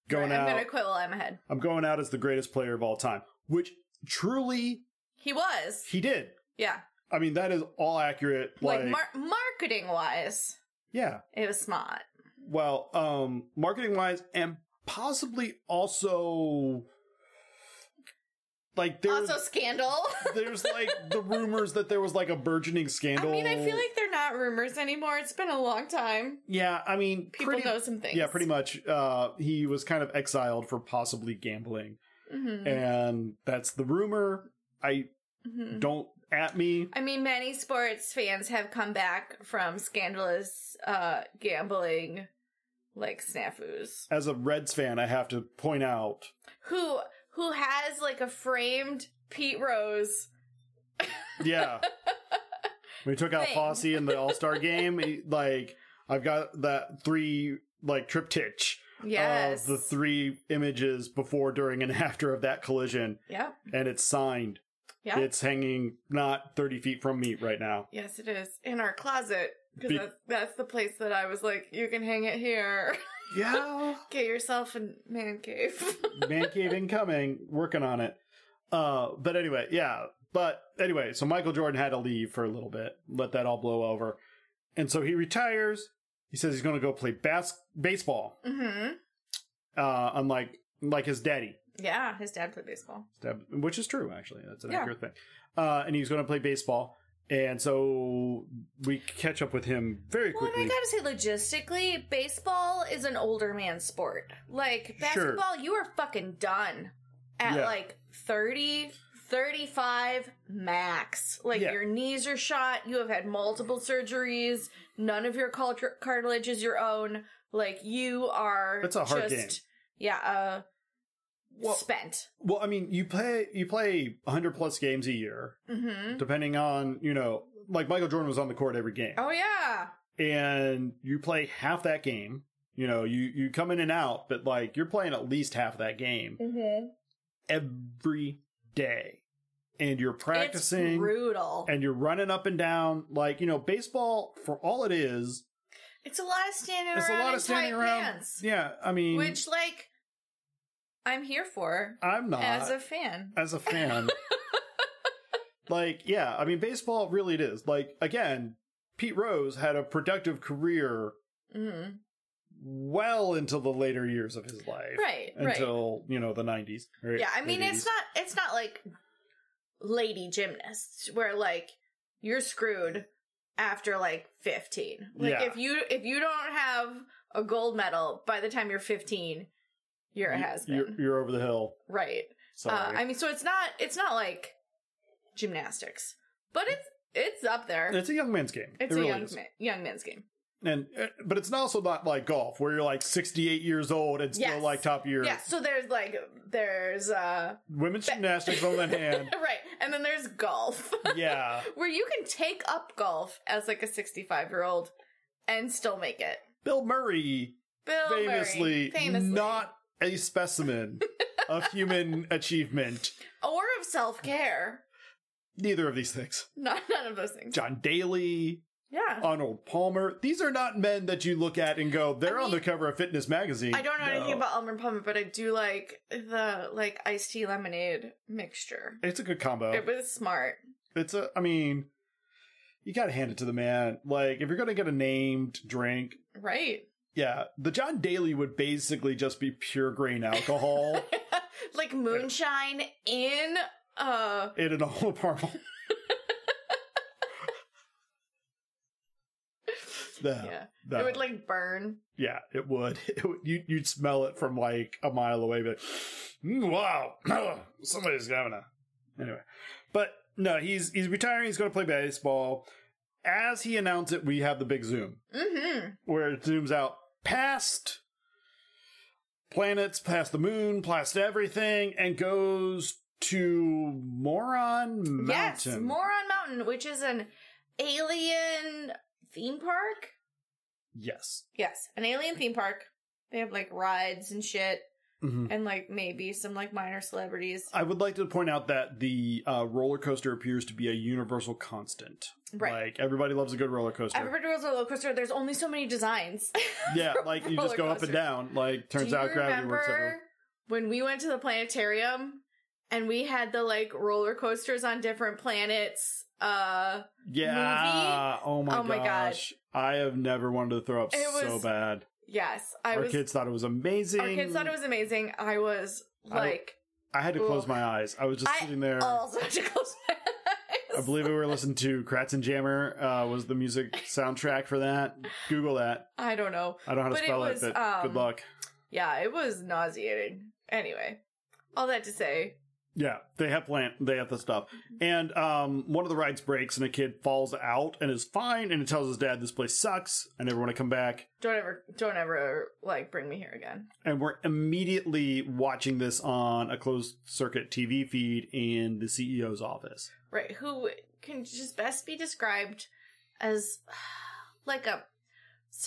[SPEAKER 1] Going
[SPEAKER 2] Right, I'm
[SPEAKER 1] out,
[SPEAKER 2] gonna quit while I'm ahead.
[SPEAKER 1] I'm going out as the greatest player of all time, which truly
[SPEAKER 2] He was.
[SPEAKER 1] he did.
[SPEAKER 2] Yeah.
[SPEAKER 1] I mean, that is all accurate.
[SPEAKER 2] Like, mar- marketing wise,
[SPEAKER 1] yeah.
[SPEAKER 2] it was smart.
[SPEAKER 1] well um marketing wise and possibly also like there's
[SPEAKER 2] also scandal.
[SPEAKER 1] there's like the rumors that there was like a burgeoning
[SPEAKER 2] I
[SPEAKER 1] scandal
[SPEAKER 2] mean, I feel like they're not rumors anymore. It's been a long time.
[SPEAKER 1] yeah i mean
[SPEAKER 2] People
[SPEAKER 1] pretty,
[SPEAKER 2] know some things.
[SPEAKER 1] yeah pretty much uh he was kind of exiled for possibly gambling
[SPEAKER 2] hmm
[SPEAKER 1] eh. and that's the rumor i
[SPEAKER 2] hmm
[SPEAKER 1] don't at me
[SPEAKER 2] I mean, many sports fans have come back from scandalous uh, gambling, like snafus.
[SPEAKER 1] as a reds fan i have to point out
[SPEAKER 2] Who who has like a framed Pete Rose?
[SPEAKER 1] Yeah.
[SPEAKER 2] (laughs)
[SPEAKER 1] we took out
[SPEAKER 2] Thing.
[SPEAKER 1] Fosse in the All
[SPEAKER 2] (laughs)
[SPEAKER 1] Star game. he- Like, I've got that three, like, triptych
[SPEAKER 2] Yes.
[SPEAKER 1] of Oh, the (laughs) three images before, during, and after of that collision,
[SPEAKER 2] Yep.
[SPEAKER 1] and it's signed.
[SPEAKER 2] Yeah.
[SPEAKER 1] It's hanging not 30 feet from me right now.
[SPEAKER 2] Yes, it is in our closet because
[SPEAKER 1] Be-
[SPEAKER 2] that's, that's the place that I was like, you can hang it here. (laughs)
[SPEAKER 1] Yeah.
[SPEAKER 2] Get yourself a man cave.
[SPEAKER 1] (laughs)
[SPEAKER 2] (laughs)
[SPEAKER 1] Man cave incoming, working on it. Uh, but anyway, yeah. But anyway, so Michael Jordan had to leave for a little bit, let that all blow over. And so he retires. He says he's going to go play bas- baseball,
[SPEAKER 2] hmm
[SPEAKER 1] uh, unlike like his daddy,
[SPEAKER 2] Yeah, his dad played baseball.
[SPEAKER 1] That- which is true, actually. That's an
[SPEAKER 2] Yeah.
[SPEAKER 1] accurate thing. Uh, and he's going to play baseball. And so we catch up with him very
[SPEAKER 2] Well,
[SPEAKER 1] quickly.
[SPEAKER 2] and I gotta say, logistically, baseball is an older man's sport. Like,
[SPEAKER 1] Sure.
[SPEAKER 2] basketball, you are fucking done at
[SPEAKER 1] Yeah.
[SPEAKER 2] like 30, 35 max. Like,
[SPEAKER 1] Yeah.
[SPEAKER 2] your knees are shot, you have had multiple surgeries, none of your culture, cartilage is your own. Like, you are.
[SPEAKER 1] That's a hard game.
[SPEAKER 2] Yeah, uh,
[SPEAKER 1] Well-
[SPEAKER 2] spent.
[SPEAKER 1] Well, I mean, you play you play 100 plus games a year,
[SPEAKER 2] hmm
[SPEAKER 1] depending on you know, like Michael Jordan was on the court every game,
[SPEAKER 2] Oh, yeah.
[SPEAKER 1] and you play half that game. You know, you you come in and out, but like you're playing at least half that game
[SPEAKER 2] Mm-hmm.
[SPEAKER 1] every day, and you're
[SPEAKER 2] It's
[SPEAKER 1] practicing
[SPEAKER 2] brutal.
[SPEAKER 1] and you're running up and down. Like you know, baseball for all it is,
[SPEAKER 2] It's a lot of standing
[SPEAKER 1] it's
[SPEAKER 2] around.
[SPEAKER 1] a lot
[SPEAKER 2] in
[SPEAKER 1] of standing
[SPEAKER 2] tight
[SPEAKER 1] around.
[SPEAKER 2] Pants.
[SPEAKER 1] Yeah, I mean,
[SPEAKER 2] which like I'm here for
[SPEAKER 1] I'm not
[SPEAKER 2] as a fan.
[SPEAKER 1] as a
[SPEAKER 2] (laughs)
[SPEAKER 1] fan. like, yeah, I mean, baseball really it is. Like, again, Pete Rose had a productive career
[SPEAKER 2] Mhm.
[SPEAKER 1] well into the later years of his life.
[SPEAKER 2] Right, right.
[SPEAKER 1] Until, you know, the 90s. or
[SPEAKER 2] Yeah, I mean
[SPEAKER 1] late
[SPEAKER 2] it's
[SPEAKER 1] 80s.
[SPEAKER 2] not it's not like lady gymnasts where like you're screwed after like 15. Like
[SPEAKER 1] Yeah.
[SPEAKER 2] if you if you don't have a gold medal by the time you're 15, you're a
[SPEAKER 1] You-
[SPEAKER 2] has
[SPEAKER 1] You're,
[SPEAKER 2] been.
[SPEAKER 1] you're over the hill.
[SPEAKER 2] Right.
[SPEAKER 1] Sorry.
[SPEAKER 2] Uh, I mean so it's not it's not like gymnastics, but it's it's up there. It's,
[SPEAKER 1] it's a young man's game. it
[SPEAKER 2] a
[SPEAKER 1] really
[SPEAKER 2] young
[SPEAKER 1] is.
[SPEAKER 2] man, young man's game.
[SPEAKER 1] and uh, but it's also not like golf where you're like 68 years old and still
[SPEAKER 2] Yes.
[SPEAKER 1] like top of your
[SPEAKER 2] Yeah, so there's like there's uh (laughs)
[SPEAKER 1] women's gymnastics on one hand.
[SPEAKER 2] Right. And then there's golf, (laughs)
[SPEAKER 1] Yeah,
[SPEAKER 2] where you can take up golf as like a 65 year old and still make it.
[SPEAKER 1] Bill Murray
[SPEAKER 2] Bill Murray,
[SPEAKER 1] famously,
[SPEAKER 2] famously,
[SPEAKER 1] not a specimen of
[SPEAKER 2] (laughs)
[SPEAKER 1] human achievement.
[SPEAKER 2] or of self care.
[SPEAKER 1] Neither of these things.
[SPEAKER 2] Not none of those things.
[SPEAKER 1] John Daly,
[SPEAKER 2] Yeah.
[SPEAKER 1] Arnold Palmer, these are not men that you look at and go, they're
[SPEAKER 2] I
[SPEAKER 1] on the
[SPEAKER 2] mean,
[SPEAKER 1] cover of Fitness Magazine.
[SPEAKER 2] I don't know
[SPEAKER 1] No.
[SPEAKER 2] anything about Elmer Palmer, but I do like the like iced tea lemonade mixture.
[SPEAKER 1] It's a good combo.
[SPEAKER 2] It was smart.
[SPEAKER 1] It's a, I mean, you gotta hand it to the man. Like, if you're gonna get a named drink,
[SPEAKER 2] Right. (laughs)
[SPEAKER 1] yeah, the John Daly would basically just be pure grain
[SPEAKER 2] (laughs)
[SPEAKER 1] alcohol
[SPEAKER 2] like moonshine in uh
[SPEAKER 1] in an olive
[SPEAKER 2] (laughs)
[SPEAKER 1] caramel.
[SPEAKER 2] yeah.
[SPEAKER 1] yeah, no.
[SPEAKER 2] It would like burn.
[SPEAKER 1] Yeah, it would. (laughs) It would you, you'd smell it from like a mile away, but mm, wow, (clears throat) somebody's having a anyway. But no, he's he's retiring. He's going to play baseball. As he announced it, we have the big zoom
[SPEAKER 2] Mm-hmm.
[SPEAKER 1] where it zooms out past planets, past the moon, past everything, and goes to Moron Mountain.
[SPEAKER 2] Yes, Moron Mountain, which is an alien theme park.
[SPEAKER 1] Yes.
[SPEAKER 2] Yes, an alien theme park. They have like rides and shit,
[SPEAKER 1] Mhm.
[SPEAKER 2] and like maybe some like minor celebrities.
[SPEAKER 1] I would like to point out that the uh, roller coaster appears to be a universal constant.
[SPEAKER 2] Right.
[SPEAKER 1] Like everybody loves a good roller coaster.
[SPEAKER 2] Everybody rolls a roller coaster. There's only so many designs.
[SPEAKER 1] yeah, like you just go up and down. Like turns
[SPEAKER 2] Do you
[SPEAKER 1] out gravity
[SPEAKER 2] remember
[SPEAKER 1] works everywhere.
[SPEAKER 2] when we went to the planetarium and we had the like roller coasters on different planets? Uh,
[SPEAKER 1] Yeah. Oh my
[SPEAKER 2] Oh my
[SPEAKER 1] gosh. I have never wanted to throw up
[SPEAKER 2] It
[SPEAKER 1] so
[SPEAKER 2] was-
[SPEAKER 1] bad.
[SPEAKER 2] yes, I
[SPEAKER 1] our
[SPEAKER 2] was.
[SPEAKER 1] kids thought it was amazing.
[SPEAKER 2] our kids thought it was amazing. I was
[SPEAKER 1] I w-
[SPEAKER 2] like.
[SPEAKER 1] I had to close
[SPEAKER 2] Ugh.
[SPEAKER 1] my eyes. I was just
[SPEAKER 2] I
[SPEAKER 1] sitting there.
[SPEAKER 2] also had to (laughs) close my eyes.
[SPEAKER 1] I believe we were listening to Kratz and Jammer uh, was the
[SPEAKER 2] (laughs)
[SPEAKER 1] music soundtrack for that. Google that.
[SPEAKER 2] I don't know.
[SPEAKER 1] I don't know how to
[SPEAKER 2] But it
[SPEAKER 1] spell it,
[SPEAKER 2] was,
[SPEAKER 1] but
[SPEAKER 2] um,
[SPEAKER 1] good luck.
[SPEAKER 2] Yeah, it was nauseating. Anyway, all that to say,
[SPEAKER 1] Yeah, they have plant. They have the stuff.
[SPEAKER 2] Mm-hmm.
[SPEAKER 1] And um, one of the rides breaks, and a kid falls out and is fine, and it tells his dad this place sucks. I never want to come back.
[SPEAKER 2] don't ever, don't ever like bring me here again.
[SPEAKER 1] And we're immediately watching this on a closed circuit TV feed in the CEO's office.
[SPEAKER 2] Right? Who can just best be described as (sighs) like a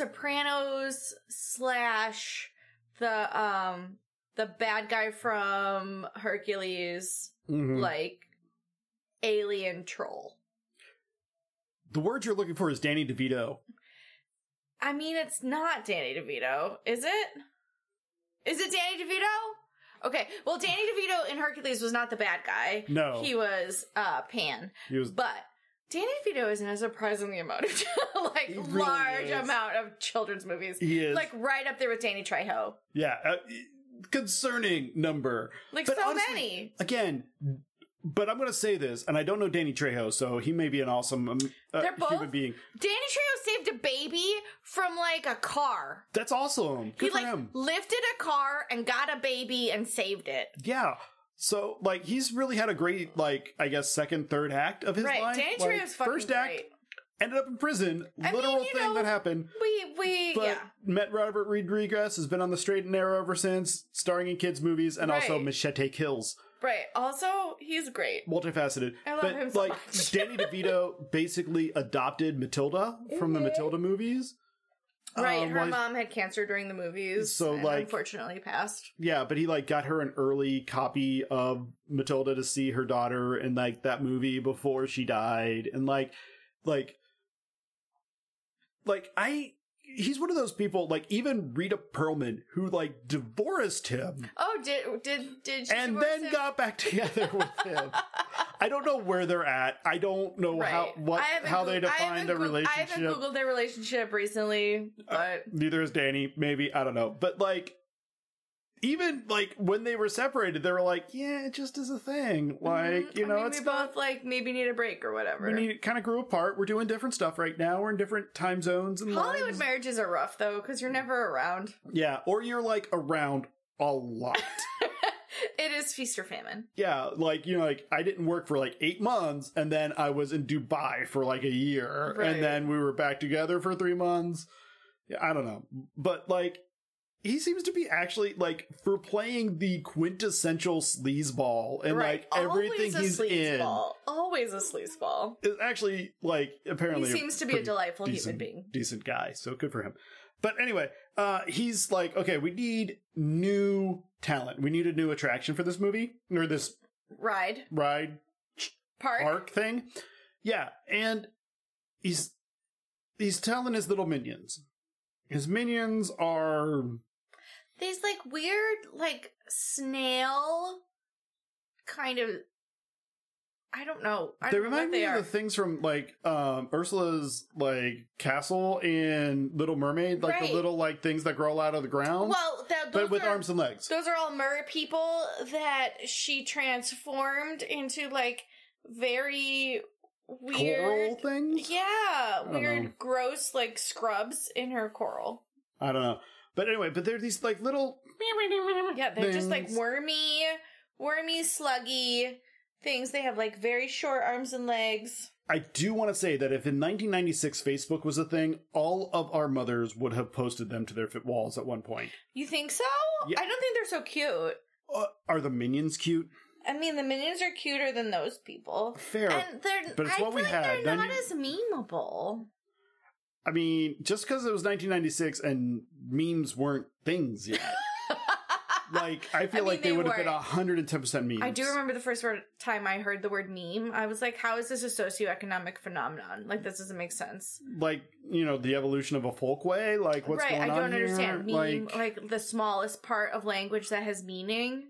[SPEAKER 2] Sopranos slash the um the bad guy from Hercules
[SPEAKER 1] Mm-hmm.
[SPEAKER 2] like alien troll.
[SPEAKER 1] The word you're looking for is Danny DeVito.
[SPEAKER 2] I mean, it's not Danny DeVito, is it? Is it Danny DeVito? Okay, well, Danny DeVito in Hercules was not the bad guy.
[SPEAKER 1] No.
[SPEAKER 2] He was uh, Pan.
[SPEAKER 1] He was
[SPEAKER 2] But Danny DeVito is in a surprisingly amount of, (laughs) like,
[SPEAKER 1] He really
[SPEAKER 2] large
[SPEAKER 1] is.
[SPEAKER 2] amount of children's movies.
[SPEAKER 1] he is
[SPEAKER 2] Like, right up there with Danny Trejo.
[SPEAKER 1] yeah, uh, concerning number.
[SPEAKER 2] Like,
[SPEAKER 1] But
[SPEAKER 2] so
[SPEAKER 1] honestly,
[SPEAKER 2] many.
[SPEAKER 1] Again, but I'm going to say this, and I don't know Danny Trejo, so he may be an awesome um, uh,
[SPEAKER 2] They're both-
[SPEAKER 1] human being.
[SPEAKER 2] Danny Trejo saved a baby from, like, a car.
[SPEAKER 1] That's awesome. Good
[SPEAKER 2] he,
[SPEAKER 1] for
[SPEAKER 2] like,
[SPEAKER 1] him.
[SPEAKER 2] lifted a car and got a baby and saved it.
[SPEAKER 1] Yeah. So like he's really had a great like I guess second third act of his
[SPEAKER 2] right.
[SPEAKER 1] life.
[SPEAKER 2] Danny
[SPEAKER 1] Like,
[SPEAKER 2] Trejo's fucking
[SPEAKER 1] first act
[SPEAKER 2] great.
[SPEAKER 1] ended up in prison.
[SPEAKER 2] I mean,
[SPEAKER 1] literal
[SPEAKER 2] you
[SPEAKER 1] thing
[SPEAKER 2] know,
[SPEAKER 1] that happened.
[SPEAKER 2] We, we,
[SPEAKER 1] But
[SPEAKER 2] yeah.
[SPEAKER 1] met Robert Rodriguez has been on the straight and narrow ever since, starring in kids movies and also
[SPEAKER 2] Right.
[SPEAKER 1] Machete Kills.
[SPEAKER 2] Right. Also, he's great.
[SPEAKER 1] Multifaceted.
[SPEAKER 2] I love
[SPEAKER 1] but
[SPEAKER 2] him so
[SPEAKER 1] like
[SPEAKER 2] much. (laughs)
[SPEAKER 1] Danny DeVito basically adopted Matilda from the
[SPEAKER 2] Mhm.
[SPEAKER 1] Matilda movies.
[SPEAKER 2] Right.
[SPEAKER 1] Um,
[SPEAKER 2] her
[SPEAKER 1] like-
[SPEAKER 2] mom had cancer during the movies.
[SPEAKER 1] So,
[SPEAKER 2] and
[SPEAKER 1] like-
[SPEAKER 2] unfortunately passed.
[SPEAKER 1] Yeah, but he like got her an early copy of Matilda to see her daughter in like that movie before she died, and like, like, like I. He's one of those people, like even Rita Perlman, who like divorced him
[SPEAKER 2] Oh, did did did she
[SPEAKER 1] and
[SPEAKER 2] divorce
[SPEAKER 1] then
[SPEAKER 2] him?
[SPEAKER 1] got back (laughs) together with him. I don't know where they're at. I don't know how
[SPEAKER 2] Right.
[SPEAKER 1] what
[SPEAKER 2] I haven't
[SPEAKER 1] how they
[SPEAKER 2] Goog- I
[SPEAKER 1] define
[SPEAKER 2] haven't
[SPEAKER 1] their
[SPEAKER 2] Goog- I haven't
[SPEAKER 1] relationship. Uh,
[SPEAKER 2] googled their relationship recently, but
[SPEAKER 1] Neither is Danny. Maybe I don't know, but like. Even like when they were separated, they were like, "Yeah, it just is a thing." Like
[SPEAKER 2] Mhm.
[SPEAKER 1] you
[SPEAKER 2] I
[SPEAKER 1] know,
[SPEAKER 2] mean,
[SPEAKER 1] it's
[SPEAKER 2] we
[SPEAKER 1] not.
[SPEAKER 2] both like maybe need a break or whatever.
[SPEAKER 1] We need, kind of grew apart. We're doing different stuff right now. We're in different time zones and
[SPEAKER 2] Hollywood
[SPEAKER 1] lives.
[SPEAKER 2] marriages are rough though, because
[SPEAKER 1] Mm.
[SPEAKER 2] you're never around. (laughs)
[SPEAKER 1] Yeah, or you're like around a lot.
[SPEAKER 2] It is feast or famine.
[SPEAKER 1] yeah, like you know, like I didn't work for like eight months, and then I was in Dubai for like a year,
[SPEAKER 2] Right.
[SPEAKER 1] and then we were back together for three months. Yeah, I don't know, but like. He seems to be actually like for playing the quintessential sleazeball and
[SPEAKER 2] right.
[SPEAKER 1] like everything
[SPEAKER 2] Always a
[SPEAKER 1] he's in
[SPEAKER 2] sleazeball. Always a sleazeball.
[SPEAKER 1] is actually like
[SPEAKER 2] He
[SPEAKER 1] apparently a
[SPEAKER 2] seems to be a
[SPEAKER 1] pretty
[SPEAKER 2] delightful human
[SPEAKER 1] decent-
[SPEAKER 2] being.
[SPEAKER 1] decent guy, so good for him. But anyway, uh, he's like, okay, we need new talent. We need a new attraction for this movie or this
[SPEAKER 2] Ride.
[SPEAKER 1] ride
[SPEAKER 2] Park.
[SPEAKER 1] arc thing. Yeah, and he's he's telling his little minions. His minions are
[SPEAKER 2] These like weird, like snail kind of. I don't know. I
[SPEAKER 1] they
[SPEAKER 2] don't know
[SPEAKER 1] remind
[SPEAKER 2] what they
[SPEAKER 1] me
[SPEAKER 2] are.
[SPEAKER 1] of the things from like um Ursula's like castle in Little Mermaid, like
[SPEAKER 2] Right.
[SPEAKER 1] the little like things that grow out of the ground.
[SPEAKER 2] well, that, those
[SPEAKER 1] but with
[SPEAKER 2] are,
[SPEAKER 1] arms and legs.
[SPEAKER 2] Those are all mer people that she transformed into like very
[SPEAKER 1] Coral
[SPEAKER 2] weird.
[SPEAKER 1] things?
[SPEAKER 2] Yeah,
[SPEAKER 1] don't know.
[SPEAKER 2] weird, gross, like scrubs in her coral.
[SPEAKER 1] I don't know. But anyway, but they're these like little
[SPEAKER 2] Yeah, they're just like
[SPEAKER 1] things.
[SPEAKER 2] wormy, wormy, sluggy things. They have like very short arms and legs.
[SPEAKER 1] I do want to say that if in 1996 Facebook was a thing, all of our mothers would have posted them to their fit walls at one point.
[SPEAKER 2] You think so?
[SPEAKER 1] Yeah.
[SPEAKER 2] I don't think they're so cute.
[SPEAKER 1] Uh, are the minions cute?
[SPEAKER 2] I mean, the minions are cuter than those people.
[SPEAKER 1] Fair.
[SPEAKER 2] And they're,
[SPEAKER 1] But it's
[SPEAKER 2] I
[SPEAKER 1] what
[SPEAKER 2] feel
[SPEAKER 1] we
[SPEAKER 2] like
[SPEAKER 1] had.
[SPEAKER 2] they're
[SPEAKER 1] Then
[SPEAKER 2] not as memeable.
[SPEAKER 1] I mean, just because it was 1996 and memes weren't things yet.
[SPEAKER 2] (laughs)
[SPEAKER 1] like, I feel
[SPEAKER 2] mean,
[SPEAKER 1] like they,
[SPEAKER 2] they
[SPEAKER 1] would have been
[SPEAKER 2] weren't.
[SPEAKER 1] 110% memes.
[SPEAKER 2] I do remember the first word, time I heard the word meme. I was like, how is this a socioeconomic phenomenon? Like, this doesn't make sense.
[SPEAKER 1] Like, you know, the evolution of a folkway. Like, what's
[SPEAKER 2] right,
[SPEAKER 1] going
[SPEAKER 2] I
[SPEAKER 1] on
[SPEAKER 2] don't
[SPEAKER 1] here?
[SPEAKER 2] understand. Meme,
[SPEAKER 1] Like,
[SPEAKER 2] like, the smallest part of language that has meaning.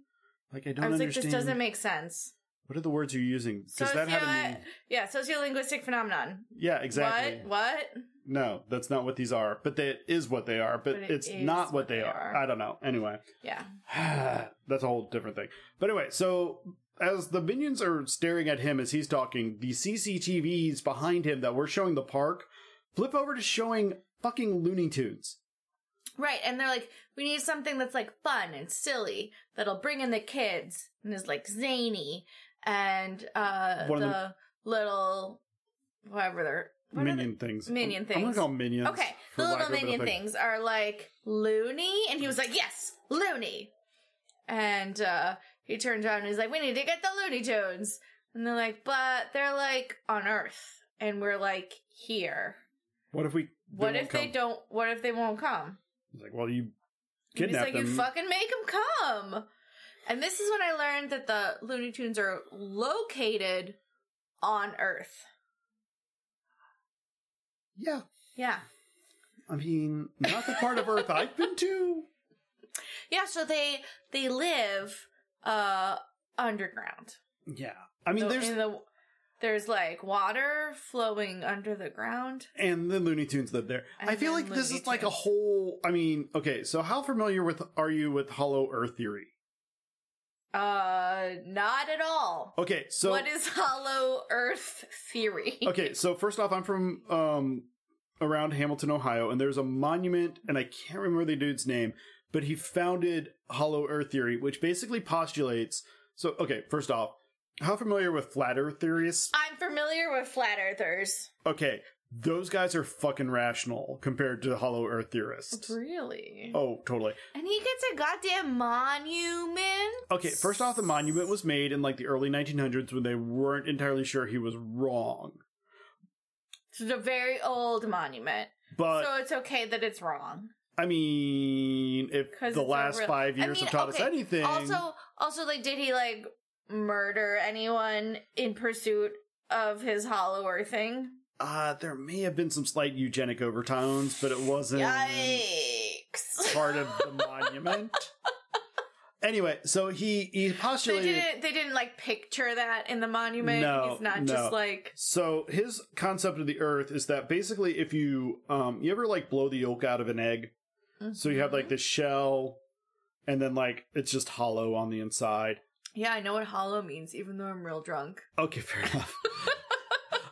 [SPEAKER 1] like, I don't
[SPEAKER 2] I was like,
[SPEAKER 1] understand.
[SPEAKER 2] this doesn't make sense.
[SPEAKER 1] what are the words you're using? Because that had a
[SPEAKER 2] Socio-
[SPEAKER 1] meaning.
[SPEAKER 2] yeah, sociolinguistic phenomenon.
[SPEAKER 1] Yeah, exactly.
[SPEAKER 2] What? What?
[SPEAKER 1] No, that's not what these are, but that is what they are, but,
[SPEAKER 2] But it
[SPEAKER 1] it's
[SPEAKER 2] is
[SPEAKER 1] not what they, are. I don't know. Anyway,
[SPEAKER 2] Yeah.
[SPEAKER 1] (sighs) that's a whole different thing. But anyway, so as the minions are staring at him as he's talking, the CCTVs behind him that were showing the park flip over to showing fucking Looney Tunes.
[SPEAKER 2] Right, and they're like, we need something that's like fun and silly that'll bring in the kids and is like zany and uh
[SPEAKER 1] One of
[SPEAKER 2] the little whatever they're what are
[SPEAKER 1] minion things. I'm,
[SPEAKER 2] Minion
[SPEAKER 1] I'm gonna
[SPEAKER 2] things.
[SPEAKER 1] call 'em
[SPEAKER 2] they-
[SPEAKER 1] minions.
[SPEAKER 2] Okay,
[SPEAKER 1] for
[SPEAKER 2] the
[SPEAKER 1] lack
[SPEAKER 2] little
[SPEAKER 1] of a better
[SPEAKER 2] minion
[SPEAKER 1] thing.
[SPEAKER 2] things are like loony, and he was like, yes, loony, and uh he turned around and he's like, we need to get the Looney Tunes, and they're like, but they're like on Earth, and we're like here.
[SPEAKER 1] What if we.
[SPEAKER 2] What if
[SPEAKER 1] won't
[SPEAKER 2] they
[SPEAKER 1] come?
[SPEAKER 2] don't? What if they won't come?
[SPEAKER 1] He's like, well, you
[SPEAKER 2] And
[SPEAKER 1] kidnap
[SPEAKER 2] He's like,
[SPEAKER 1] them.
[SPEAKER 2] you fucking make them come. And this is when I learned that the Looney Tunes are located on Earth.
[SPEAKER 1] Yeah.
[SPEAKER 2] Yeah.
[SPEAKER 1] I mean, not the part of
[SPEAKER 2] (laughs)
[SPEAKER 1] Earth I've been to.
[SPEAKER 2] Yeah, so they they live uh underground.
[SPEAKER 1] Yeah. I mean,
[SPEAKER 2] So
[SPEAKER 1] there's.
[SPEAKER 2] in the, there's like water flowing under the ground.
[SPEAKER 1] and then Looney Tunes lived there.
[SPEAKER 2] And
[SPEAKER 1] I feel
[SPEAKER 2] then
[SPEAKER 1] like this
[SPEAKER 2] Looney
[SPEAKER 1] is like a
[SPEAKER 2] Tunes.
[SPEAKER 1] whole. I mean, okay, so how familiar with are you with Hollow Earth theory?
[SPEAKER 2] Uh not at all.
[SPEAKER 1] Okay, so
[SPEAKER 2] what is hollow earth theory?
[SPEAKER 1] okay, so first off, I'm from um around Hamilton, Ohio, and there's a monument, and I can't remember the dude's name, but he founded Hollow Earth theory, which basically postulates. So okay, first off, how familiar with flat Earth theorists?
[SPEAKER 2] I'm familiar with flat earthers.
[SPEAKER 1] Okay, those guys are fucking rational compared to Hollow Earth theorists.
[SPEAKER 2] Really?
[SPEAKER 1] Oh, totally.
[SPEAKER 2] And he gets a goddamn monument.
[SPEAKER 1] Okay, first off, the monument was made in like the early 1900s when they weren't entirely sure he was wrong.
[SPEAKER 2] It's a very old monument.
[SPEAKER 1] But
[SPEAKER 2] so it's okay that it's wrong.
[SPEAKER 1] I mean, if
[SPEAKER 2] 'Cause
[SPEAKER 1] the
[SPEAKER 2] it's a
[SPEAKER 1] last
[SPEAKER 2] real-
[SPEAKER 1] five
[SPEAKER 2] I
[SPEAKER 1] years
[SPEAKER 2] mean,
[SPEAKER 1] have taught
[SPEAKER 2] okay,
[SPEAKER 1] us anything,
[SPEAKER 2] Also, also, like, did he like murder anyone in pursuit of his Hollow Earthing?
[SPEAKER 1] uh, there may have been some slight eugenic overtones, but it wasn't
[SPEAKER 2] Yikes!
[SPEAKER 1] part of the monument. Anyway, so he he
[SPEAKER 2] They
[SPEAKER 1] postulated.
[SPEAKER 2] didn't. They didn't like picture that in the monument.
[SPEAKER 1] No,
[SPEAKER 2] He's not
[SPEAKER 1] no.
[SPEAKER 2] just like.
[SPEAKER 1] So his concept of the Earth is that basically, if you um, you ever like blow the yolk out of an egg, so you have like this shell, and then like it's just hollow on the inside.
[SPEAKER 2] Yeah, I know what hollow means, even though I'm real drunk.
[SPEAKER 1] Okay, fair enough.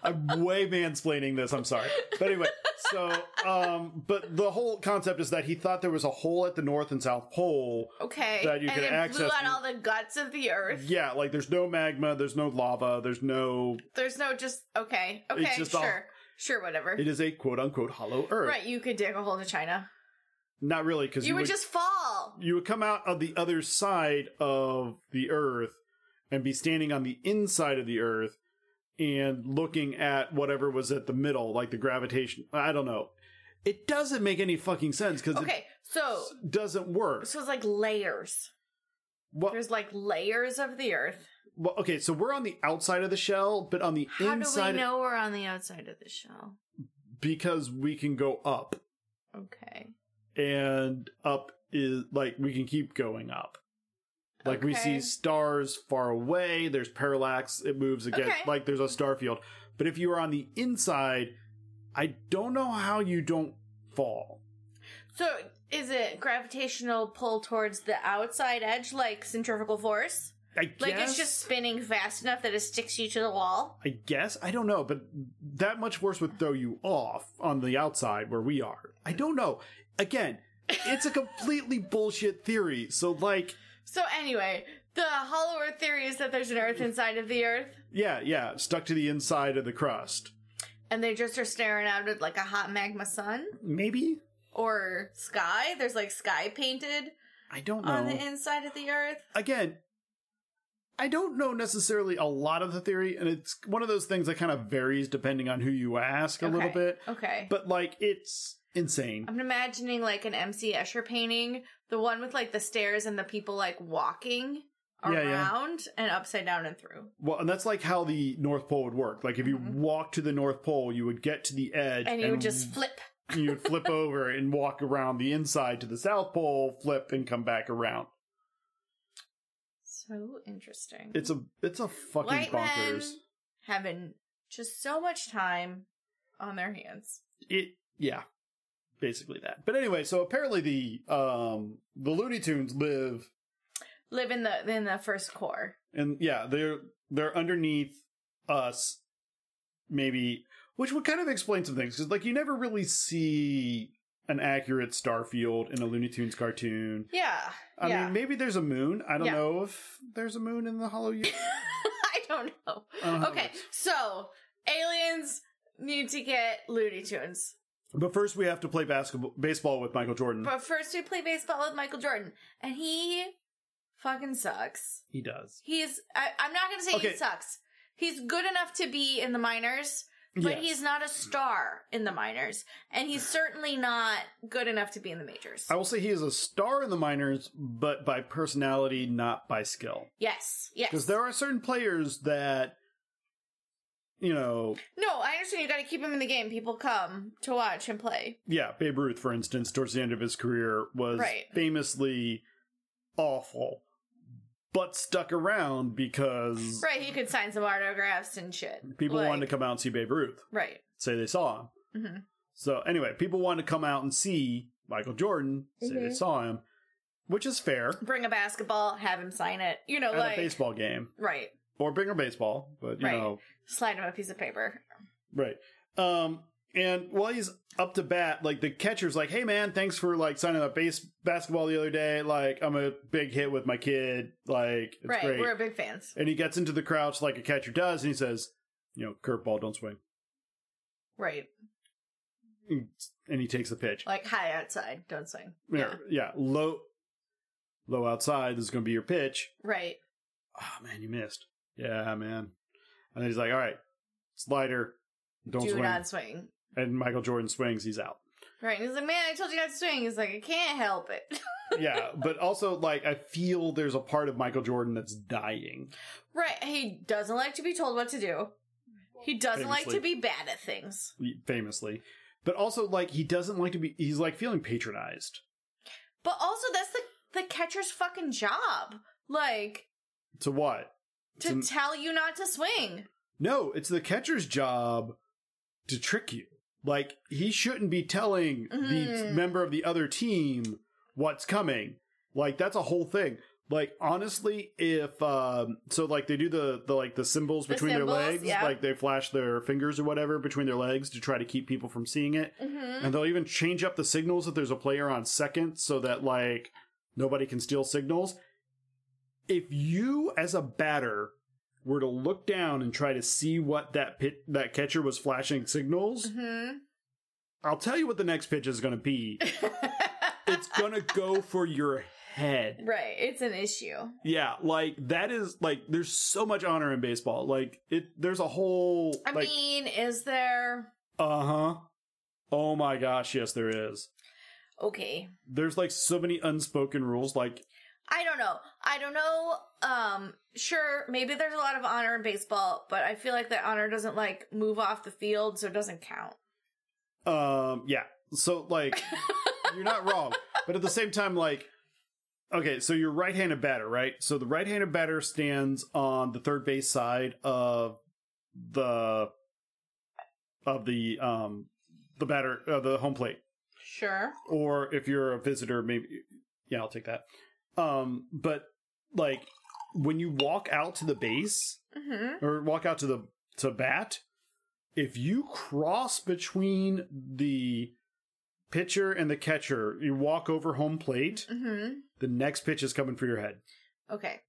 [SPEAKER 1] I'm way mansplaining this. I'm sorry, but anyway, so um, but the whole concept is that he thought there was a hole at the North and South Pole.
[SPEAKER 2] Okay,
[SPEAKER 1] That you
[SPEAKER 2] and
[SPEAKER 1] can
[SPEAKER 2] it blew
[SPEAKER 1] access
[SPEAKER 2] out
[SPEAKER 1] the-
[SPEAKER 2] all the guts of the earth.
[SPEAKER 1] Yeah, like there's no magma, there's no lava, there's no.
[SPEAKER 2] There's no just okay, okay,
[SPEAKER 1] just
[SPEAKER 2] sure,
[SPEAKER 1] all-
[SPEAKER 2] sure, whatever.
[SPEAKER 1] It is a quote unquote hollow Earth.
[SPEAKER 2] Right, you could dig a hole to China.
[SPEAKER 1] Not really, because
[SPEAKER 2] You, would just fall.
[SPEAKER 1] you would come out of the other side of the earth and be standing on the inside of the earth and looking at whatever was at the middle like the gravitation i don't know it doesn't make any fucking sense because
[SPEAKER 2] Okay, so
[SPEAKER 1] it doesn't work
[SPEAKER 2] so it's like layers.
[SPEAKER 1] well,
[SPEAKER 2] There's like layers of the earth.
[SPEAKER 1] well, okay so we're on the outside of the shell but on the
[SPEAKER 2] How
[SPEAKER 1] inside
[SPEAKER 2] do we know we're on the outside of the shell?
[SPEAKER 1] because we can go up
[SPEAKER 2] Okay.
[SPEAKER 1] and up is like we can keep going up like we
[SPEAKER 2] Okay.
[SPEAKER 1] see stars far away there's parallax it moves again
[SPEAKER 2] Okay.
[SPEAKER 1] like there's a star field but if you are on the inside i don't know how you don't fall
[SPEAKER 2] So is it gravitational pull towards the outside edge like centrifugal force?
[SPEAKER 1] i
[SPEAKER 2] Like
[SPEAKER 1] guess
[SPEAKER 2] it's just spinning fast enough that it sticks you to the wall?
[SPEAKER 1] i guess i don't know but that much force would throw you off on the outside where we are i don't know again it's a completely bullshit theory so like
[SPEAKER 2] So anyway, the hollow earth theory is that there's an earth inside of the earth
[SPEAKER 1] yeah yeah stuck to the inside of the crust
[SPEAKER 2] and they just are staring out at like a hot magma sun
[SPEAKER 1] maybe
[SPEAKER 2] or sky. There's like sky painted
[SPEAKER 1] i don't know
[SPEAKER 2] on the inside of the earth.
[SPEAKER 1] again, I don't know necessarily a lot of the theory, and it's one of those things that kind of varies depending on who you ask a little
[SPEAKER 2] Okay, Um,
[SPEAKER 1] bit.
[SPEAKER 2] Okay.
[SPEAKER 1] But like, it's insane.
[SPEAKER 2] I'm imagining like an MC Escher painting, the one with like the stairs and the people like walking
[SPEAKER 1] Yeah, yeah.
[SPEAKER 2] around and upside down and through.
[SPEAKER 1] Well, and that's like how the North Pole would work. Like, if you
[SPEAKER 2] Mhm.
[SPEAKER 1] walk to the North Pole, you would get to the edge,
[SPEAKER 2] And you would just flip.
[SPEAKER 1] you would
[SPEAKER 2] (laughs)
[SPEAKER 1] flip over and walk around the inside to the South Pole, flip, and come back around.
[SPEAKER 2] So interesting.
[SPEAKER 1] It's a it's a fucking
[SPEAKER 2] White
[SPEAKER 1] bonkers.
[SPEAKER 2] men having just so much time on their hands.
[SPEAKER 1] it yeah basically that but anyway so apparently the um the looney tunes live
[SPEAKER 2] Live in the in the first core.
[SPEAKER 1] and yeah they're they're underneath us maybe which would kind of explain some things because like you never really see an accurate star field in a looney tunes cartoon
[SPEAKER 2] Yeah.
[SPEAKER 1] i
[SPEAKER 2] yeah.
[SPEAKER 1] mean maybe there's a moon i don't
[SPEAKER 2] Yeah.
[SPEAKER 1] know if there's a moon in the hollow uh, year
[SPEAKER 2] (laughs) (laughs) I don't know.
[SPEAKER 1] I don't know how it
[SPEAKER 2] Okay,
[SPEAKER 1] works.
[SPEAKER 2] so aliens need to get Looney Tunes.
[SPEAKER 1] but first we have to play basketball baseball with michael jordan
[SPEAKER 2] But first, we play baseball with Michael Jordan, and he fucking sucks.
[SPEAKER 1] he does
[SPEAKER 2] He's I, I'm not gonna say he
[SPEAKER 1] Okay.
[SPEAKER 2] sucks. He's good enough to be in the minors,
[SPEAKER 1] Yes.
[SPEAKER 2] but he's not a star in the minors, and he's certainly not good enough to be in the majors.
[SPEAKER 1] i will say he is a star in the minors but by personality not by skill
[SPEAKER 2] yes, yes.
[SPEAKER 1] Because there are certain players that you know,
[SPEAKER 2] No, I understand you got to keep him in the game. People come to watch and play.
[SPEAKER 1] yeah, Babe Ruth, for instance, towards the end of his career was
[SPEAKER 2] Right.
[SPEAKER 1] famously awful, but stuck around because
[SPEAKER 2] Right, he could sign some autographs and shit.
[SPEAKER 1] Mm. people wanted to come out and see Babe Ruth,
[SPEAKER 2] Right.
[SPEAKER 1] say they saw him.
[SPEAKER 2] hmm
[SPEAKER 1] So anyway, people wanted to come out and see Michael Jordan, say they
[SPEAKER 2] Mhm.
[SPEAKER 1] saw him, which is fair
[SPEAKER 2] Bring a basketball, have him sign it. You know,
[SPEAKER 1] at
[SPEAKER 2] like
[SPEAKER 1] a baseball game
[SPEAKER 2] right.
[SPEAKER 1] or bigger baseball, but you
[SPEAKER 2] Right.
[SPEAKER 1] know,
[SPEAKER 2] Slide him a piece of paper.
[SPEAKER 1] right. Um, and while he's up to bat, like the catcher's like, "Hey man, thanks for like signing up base basketball the other day. Like I'm a big hit with my kid. Like it's
[SPEAKER 2] right.
[SPEAKER 1] great."
[SPEAKER 2] We're big fans.
[SPEAKER 1] and he gets into the crouch like a catcher does, and he says, "You know, curveball, don't swing."
[SPEAKER 2] Right.
[SPEAKER 1] And he takes the pitch.
[SPEAKER 2] Like high outside, don't swing.
[SPEAKER 1] yeah, yeah, low, low outside. This is going to be your pitch.
[SPEAKER 2] Right.
[SPEAKER 1] oh man, you missed. Yeah, man. And then he's like, all right, slider, don't
[SPEAKER 2] Do
[SPEAKER 1] swing.
[SPEAKER 2] not swing.
[SPEAKER 1] And Michael Jordan swings, he's out.
[SPEAKER 2] Right. And he's like, man, I told you not to swing. He's like, I can't help it. (laughs)
[SPEAKER 1] yeah, but also, like, I feel there's a part of Michael Jordan that's dying.
[SPEAKER 2] right. He doesn't like to be told what to do. He doesn't like
[SPEAKER 1] Famously.
[SPEAKER 2] to be bad at things.
[SPEAKER 1] Famously. But also, like, he doesn't like to be, he's like feeling patronized.
[SPEAKER 2] But also, that's the the catcher's fucking job. Like
[SPEAKER 1] To what?
[SPEAKER 2] to
[SPEAKER 1] To-
[SPEAKER 2] tell you not to swing.
[SPEAKER 1] No, it's the catcher's job to trick you. Like, he shouldn't be telling the
[SPEAKER 2] Mhm.
[SPEAKER 1] member of the other team what's coming. Like, that's a whole thing. Like, honestly, if, um, so like they do the, the like the symbols
[SPEAKER 2] The
[SPEAKER 1] between
[SPEAKER 2] symbols,
[SPEAKER 1] their legs,
[SPEAKER 2] yeah.
[SPEAKER 1] like they flash their fingers or whatever between their legs to try to keep people from seeing it.
[SPEAKER 2] Mm-hmm.
[SPEAKER 1] And they'll even change up the signals if there's a player on second so that like nobody can steal signals. If you as a batter were to look down and try to see what that pit that catcher was flashing signals, I'll tell you what the next pitch is going to
[SPEAKER 2] (laughs)
[SPEAKER 1] be.
[SPEAKER 2] Mm-hmm.
[SPEAKER 1] It's going to go for your head.
[SPEAKER 2] right. It's an issue.
[SPEAKER 1] Yeah, like that is like there's so much honor in baseball. Like it there's a whole
[SPEAKER 2] I
[SPEAKER 1] like
[SPEAKER 2] mean, is there
[SPEAKER 1] uh-huh. Oh my gosh, yes there is.
[SPEAKER 2] okay?
[SPEAKER 1] There's like so many unspoken rules like
[SPEAKER 2] I don't know. I don't know. Um, sure, maybe there's a lot of honor in baseball, but I feel like that honor doesn't like move off the field, so it doesn't count.
[SPEAKER 1] Um, yeah. So like, you're not wrong, but at the same time, like, okay, so you're right-handed batter, right? So the right-handed batter stands on the third base side of the of the um the batter of the home plate,
[SPEAKER 2] Sure.
[SPEAKER 1] or if you're a visitor, maybe yeah, I'll take that. Um, but like when you walk out to the base,
[SPEAKER 2] Mm-hmm.
[SPEAKER 1] or walk out to the to bat, if you cross between the pitcher and the catcher, you walk over home plate,
[SPEAKER 2] Mm-hmm.
[SPEAKER 1] the next pitch is coming for your head
[SPEAKER 2] Okay.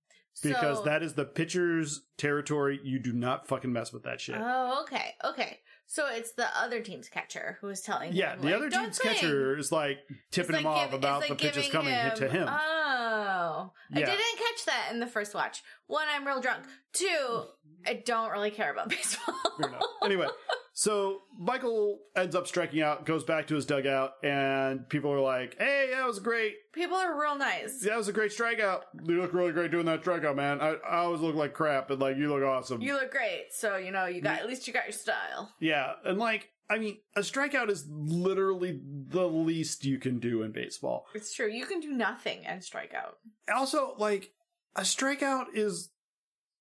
[SPEAKER 1] because
[SPEAKER 2] So-
[SPEAKER 1] that is the pitcher's territory. You do not fucking mess with that shit.
[SPEAKER 2] Oh, okay, okay. So it's the other team's catcher who is telling.
[SPEAKER 1] yeah,
[SPEAKER 2] him,
[SPEAKER 1] the
[SPEAKER 2] like,
[SPEAKER 1] other
[SPEAKER 2] "Don't
[SPEAKER 1] team's
[SPEAKER 2] swing."
[SPEAKER 1] catcher is like
[SPEAKER 2] It's
[SPEAKER 1] tipping him
[SPEAKER 2] like
[SPEAKER 1] off
[SPEAKER 2] give- it's
[SPEAKER 1] about
[SPEAKER 2] like
[SPEAKER 1] the pitches
[SPEAKER 2] giving uh,
[SPEAKER 1] coming to him.
[SPEAKER 2] Oh, I
[SPEAKER 1] Yeah.
[SPEAKER 2] didn't catch that in the first watch. One, I'm real drunk. Two, I don't really care about (laughs) baseball.
[SPEAKER 1] Fair enough. Anyway, so Michael ends up striking out, goes back to his dugout, and people are like, "Hey, that was great.
[SPEAKER 2] People are real nice.
[SPEAKER 1] That was a great strikeout. You look really great doing that strikeout, man. I, I always look like crap, and like you look awesome.
[SPEAKER 2] You look great, so you know you got at least you got your style.
[SPEAKER 1] yeah, and like I mean, a strikeout is literally the least you can do in baseball.
[SPEAKER 2] It's true. You can do nothing and strike out.
[SPEAKER 1] Also, like a strikeout is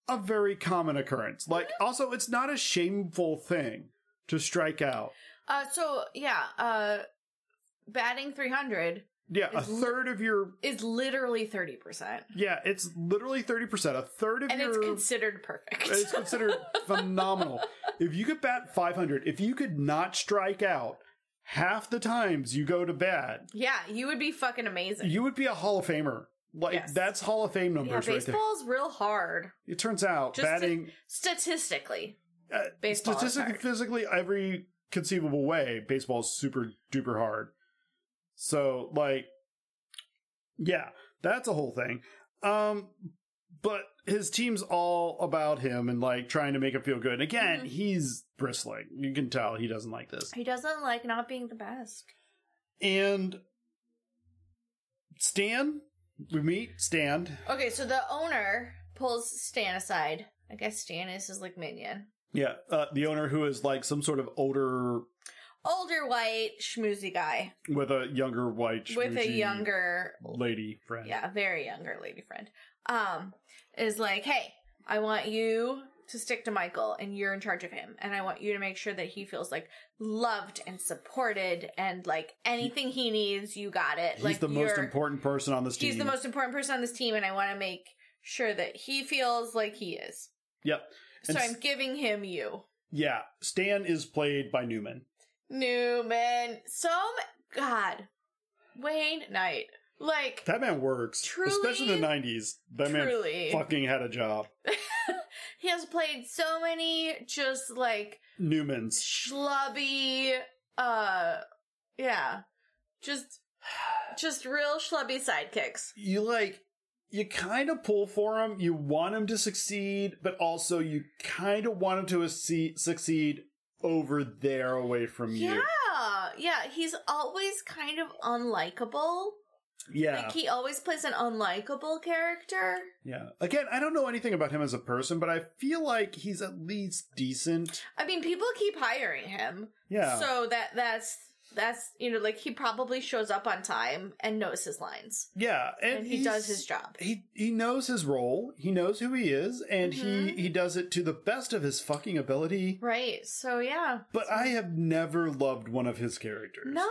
[SPEAKER 1] a very common occurrence. Like also, it's not a shameful thing to strike out.
[SPEAKER 2] Uh, so yeah, uh, batting 300
[SPEAKER 1] Yeah, a
[SPEAKER 2] It's li-
[SPEAKER 1] third of your
[SPEAKER 2] is literally 30 percent,
[SPEAKER 1] yeah, it's literally thirty percent. A third of
[SPEAKER 2] and
[SPEAKER 1] your
[SPEAKER 2] it's considered perfect.
[SPEAKER 1] It's
[SPEAKER 2] (laughs)
[SPEAKER 1] considered phenomenal. If you could bat 500, if you could not strike out half the times you go to bat,
[SPEAKER 2] yeah, you would be fucking amazing.
[SPEAKER 1] you would be a Hall of Famer. Like
[SPEAKER 2] Yes.
[SPEAKER 1] that's Hall of Fame
[SPEAKER 2] yeah,
[SPEAKER 1] numbers right there.
[SPEAKER 2] baseball's real hard
[SPEAKER 1] It turns out
[SPEAKER 2] Just to-
[SPEAKER 1] batting
[SPEAKER 2] statistically.
[SPEAKER 1] uh,
[SPEAKER 2] baseball is
[SPEAKER 1] statistically
[SPEAKER 2] hard.
[SPEAKER 1] physically every conceivable way, baseball is super duper hard. So like yeah, that's a whole thing. Um but his team's all about him and like trying to make him feel good. And again,
[SPEAKER 2] Mhm.
[SPEAKER 1] he's bristling. You can tell he doesn't like this.
[SPEAKER 2] He doesn't like not being the best.
[SPEAKER 1] And Stan, we meet Stan.
[SPEAKER 2] Okay, so the owner pulls Stan aside. I guess Stan is his like minion.
[SPEAKER 1] Yeah, uh, the owner who is like some sort of older
[SPEAKER 2] Older white schmoozy guy
[SPEAKER 1] with a younger white
[SPEAKER 2] with a
[SPEAKER 1] schmoozy
[SPEAKER 2] younger
[SPEAKER 1] lady friend.
[SPEAKER 2] yeah, very younger lady friend, um, is like, hey, I want you to stick to Michael and you're in charge of him. And I want you to make sure that he feels like loved and supported and like anything he needs, you got it.
[SPEAKER 1] he's
[SPEAKER 2] like
[SPEAKER 1] the most
[SPEAKER 2] you're-
[SPEAKER 1] important person on this team.
[SPEAKER 2] He's the most important person on this team and I want to make sure that he feels like he is.
[SPEAKER 1] Yep.
[SPEAKER 2] So
[SPEAKER 1] And s-
[SPEAKER 2] I'm giving him you.
[SPEAKER 1] Yeah, Stan is played by Newman.
[SPEAKER 2] Newman. Some God. Wayne Knight. Like
[SPEAKER 1] That man works,
[SPEAKER 2] Truly-
[SPEAKER 1] especially in the '90s. That
[SPEAKER 2] truly.
[SPEAKER 1] man fucking had a job.
[SPEAKER 2] he has played so many just like
[SPEAKER 1] Newman's.
[SPEAKER 2] schlubby uh yeah just just real schlubby sidekicks
[SPEAKER 1] You like, you kind of pull for him. You want him to succeed, but also you kind of want him to ac- succeed over there, away from
[SPEAKER 2] yeah
[SPEAKER 1] you.
[SPEAKER 2] yeah he's always kind of unlikable
[SPEAKER 1] Yeah.
[SPEAKER 2] like he always plays an unlikable character
[SPEAKER 1] Yeah. Again, I don't know anything about him as a person, but I feel like he's at least decent.
[SPEAKER 2] i mean people keep hiring him
[SPEAKER 1] Yeah.
[SPEAKER 2] so that that's that's you know like he probably shows up on time and knows his lines
[SPEAKER 1] yeah, and,
[SPEAKER 2] and, he does
[SPEAKER 1] he's-
[SPEAKER 2] his job
[SPEAKER 1] He he knows his role. He knows who he is, and
[SPEAKER 2] Mhm.
[SPEAKER 1] he he does it to the best of his fucking ability.
[SPEAKER 2] right so yeah
[SPEAKER 1] But I have never loved one of his characters.
[SPEAKER 2] no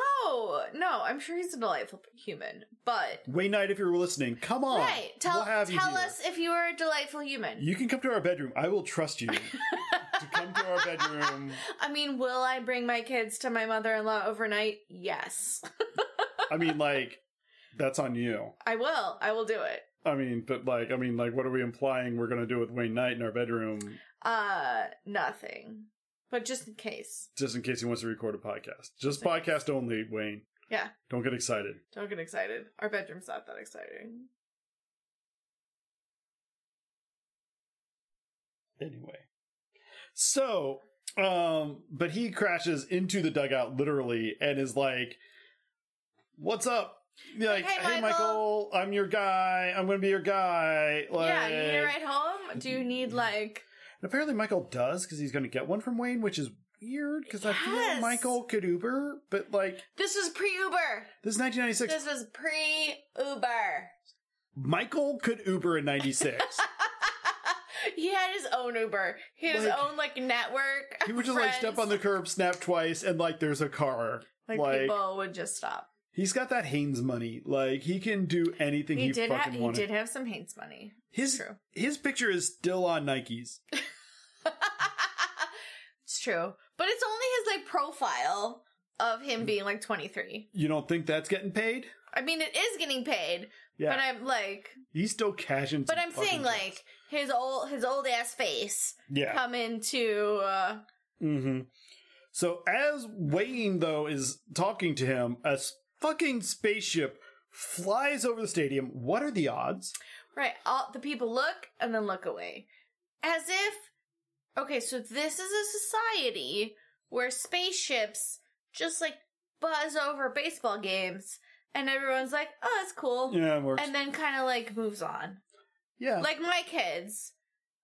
[SPEAKER 2] no i'm sure he's a delightful human but
[SPEAKER 1] Wayne Knight, if you're listening, come on.
[SPEAKER 2] Right. Tell
[SPEAKER 1] We'll have you
[SPEAKER 2] tell
[SPEAKER 1] here.
[SPEAKER 2] us if you are a delightful human.
[SPEAKER 1] You can come to our bedroom. I will trust you to
[SPEAKER 2] (laughs)
[SPEAKER 1] come to our bedroom.
[SPEAKER 2] I mean, will I bring my kids to my mother-in-law overnight? Yes.
[SPEAKER 1] I mean, like, that's on you.
[SPEAKER 2] I will. I will do it.
[SPEAKER 1] I mean, but like, I mean, like, what are we implying we're gonna do with Wayne Knight in our bedroom?
[SPEAKER 2] Uh nothing. But just in case.
[SPEAKER 1] just in case he wants to record a podcast. Just podcast only, Wayne.
[SPEAKER 2] Yeah.
[SPEAKER 1] Don't get excited.
[SPEAKER 2] Don't get excited. Our bedroom's not that exciting.
[SPEAKER 1] Anyway. So, um, but he crashes into the dugout literally and is like, What's up? Like,
[SPEAKER 2] "Hey,
[SPEAKER 1] hey, Michael, I'm your guy. I'm going to be your guy. Like, mm-hmm.
[SPEAKER 2] yeah, you need a ride home? Do you need like
[SPEAKER 1] and apparently Michael does because he's going to get one from Wayne, which is weird because I feel
[SPEAKER 2] Yes.
[SPEAKER 1] Michael could Uber, but like,
[SPEAKER 2] this was pre-Uber.
[SPEAKER 1] this is 1996.
[SPEAKER 2] This was pre-Uber.
[SPEAKER 1] Michael could Uber in
[SPEAKER 2] (laughs)
[SPEAKER 1] 96.
[SPEAKER 2] he had his own Uber. He had his
[SPEAKER 1] Like-
[SPEAKER 2] own like network.
[SPEAKER 1] He would just like step
[SPEAKER 2] friends.
[SPEAKER 1] on the curb, snap twice, and like there's a car. Like,
[SPEAKER 2] like, people would just stop.
[SPEAKER 1] he's got that Haynes money. Like he can do anything he,
[SPEAKER 2] He, did. Ha-
[SPEAKER 1] fucking
[SPEAKER 2] he
[SPEAKER 1] wanted.
[SPEAKER 2] did have some Haynes money.
[SPEAKER 1] his
[SPEAKER 2] True.
[SPEAKER 1] his picture is still on Nikes.
[SPEAKER 2] (laughs) it's true, but it's only his like profile of
[SPEAKER 1] Mm-hmm.
[SPEAKER 2] him being like 23.
[SPEAKER 1] You don't think that's getting paid?
[SPEAKER 2] I mean, it is getting paid,
[SPEAKER 1] Yeah,
[SPEAKER 2] but I'm like,
[SPEAKER 1] he's still cashing.
[SPEAKER 2] but
[SPEAKER 1] some
[SPEAKER 2] I'm
[SPEAKER 1] fucking
[SPEAKER 2] saying
[SPEAKER 1] checks.
[SPEAKER 2] like his old his old ass face
[SPEAKER 1] yeah.
[SPEAKER 2] come into uh,
[SPEAKER 1] hmm So as Wayne though is talking to him, a s- fucking spaceship flies over the stadium. What are the odds?
[SPEAKER 2] right. All the people look and then look away, as if okay. So this is a society where spaceships just like buzz over baseball games, and everyone's like, oh, that's cool.
[SPEAKER 1] Yeah, it works.
[SPEAKER 2] and then kind of like moves on.
[SPEAKER 1] yeah,
[SPEAKER 2] Like my kids,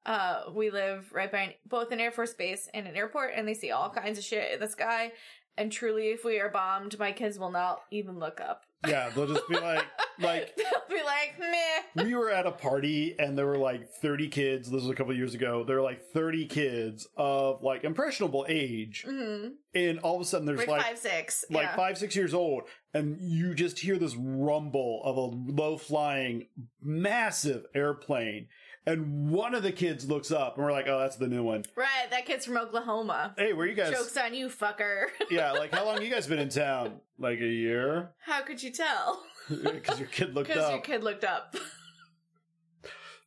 [SPEAKER 2] uh, we live right by an, both an Air Force base and an airport, and they see all kinds of shit in the sky. And truly, if we are bombed, my kids will not even look up. (laughs)
[SPEAKER 1] yeah. They'll just be like, like
[SPEAKER 2] They'll be like, meh.
[SPEAKER 1] we were at a party and there were like 30 kids this was a couple years ago there were like 30 kids of like impressionable age
[SPEAKER 2] Mm-hmm.
[SPEAKER 1] and all of a sudden there's
[SPEAKER 2] Like,
[SPEAKER 1] like
[SPEAKER 2] five, six.
[SPEAKER 1] like
[SPEAKER 2] yeah.
[SPEAKER 1] five six years old and you just hear this rumble of a low flying massive airplane and one of the kids looks up and we're like oh that's the new one
[SPEAKER 2] Right, that kid's from Oklahoma.
[SPEAKER 1] hey where you guys
[SPEAKER 2] Joke's on you, fucker. (laughs)
[SPEAKER 1] (laughs) yeah like how long you guys been in town like a year (laughs)
[SPEAKER 2] How could you tell? (laughs)
[SPEAKER 1] because your kid looked
[SPEAKER 2] Because your
[SPEAKER 1] up
[SPEAKER 2] kid looked up.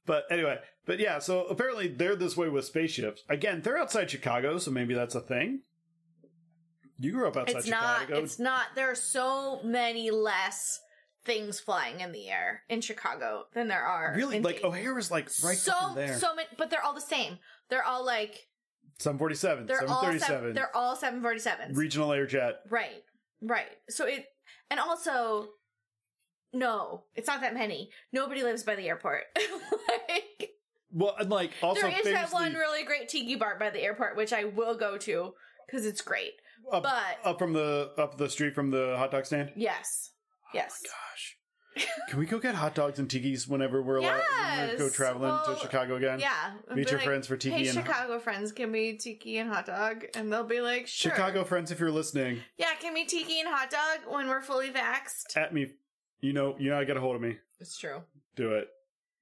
[SPEAKER 1] But anyway, but yeah, so apparently they're this way with spaceships. Again, they're outside Chicago, so maybe that's a thing. You grew up outside
[SPEAKER 2] (laughs) it's not.
[SPEAKER 1] Chicago.
[SPEAKER 2] It's not. There are so many less things flying in the air in Chicago than there are.
[SPEAKER 1] really
[SPEAKER 2] in
[SPEAKER 1] like
[SPEAKER 2] Dayton.
[SPEAKER 1] O'Hare is like right
[SPEAKER 2] so
[SPEAKER 1] fucking there.
[SPEAKER 2] so many, but they're all the same. They're all like
[SPEAKER 1] 747,
[SPEAKER 2] they're all seven,
[SPEAKER 1] 737,
[SPEAKER 2] they're all seven forty sevens.
[SPEAKER 1] regional air jet.
[SPEAKER 2] right, right. So it and also no, it's not that many. Nobody lives by the airport. (laughs) like
[SPEAKER 1] Well, and like also
[SPEAKER 2] there is that
[SPEAKER 1] famously-
[SPEAKER 2] one really great tiki bar by the airport, which I will go to because it's great.
[SPEAKER 1] up,
[SPEAKER 2] But
[SPEAKER 1] up from the up the street from the hot dog stand.
[SPEAKER 2] yes, yes. (laughs)
[SPEAKER 1] Gosh, can we go get hot dogs and tiki's whenever we're allowed? When we
[SPEAKER 2] Yes!
[SPEAKER 1] go traveling
[SPEAKER 2] Well,
[SPEAKER 1] to Chicago again.
[SPEAKER 2] Yeah.
[SPEAKER 1] Meet
[SPEAKER 2] Be
[SPEAKER 1] your
[SPEAKER 2] like,
[SPEAKER 1] friends for tiki
[SPEAKER 2] Hey,
[SPEAKER 1] and
[SPEAKER 2] Chicago friends, can we tiki and hot dog? And they'll be like, sure.
[SPEAKER 1] Chicago friends, if you're listening,
[SPEAKER 2] Yeah, can we tiki and hot dog when we're fully vaxxed?
[SPEAKER 1] at me. You know, you know, how to get a hold of me.
[SPEAKER 2] It's true.
[SPEAKER 1] Do it.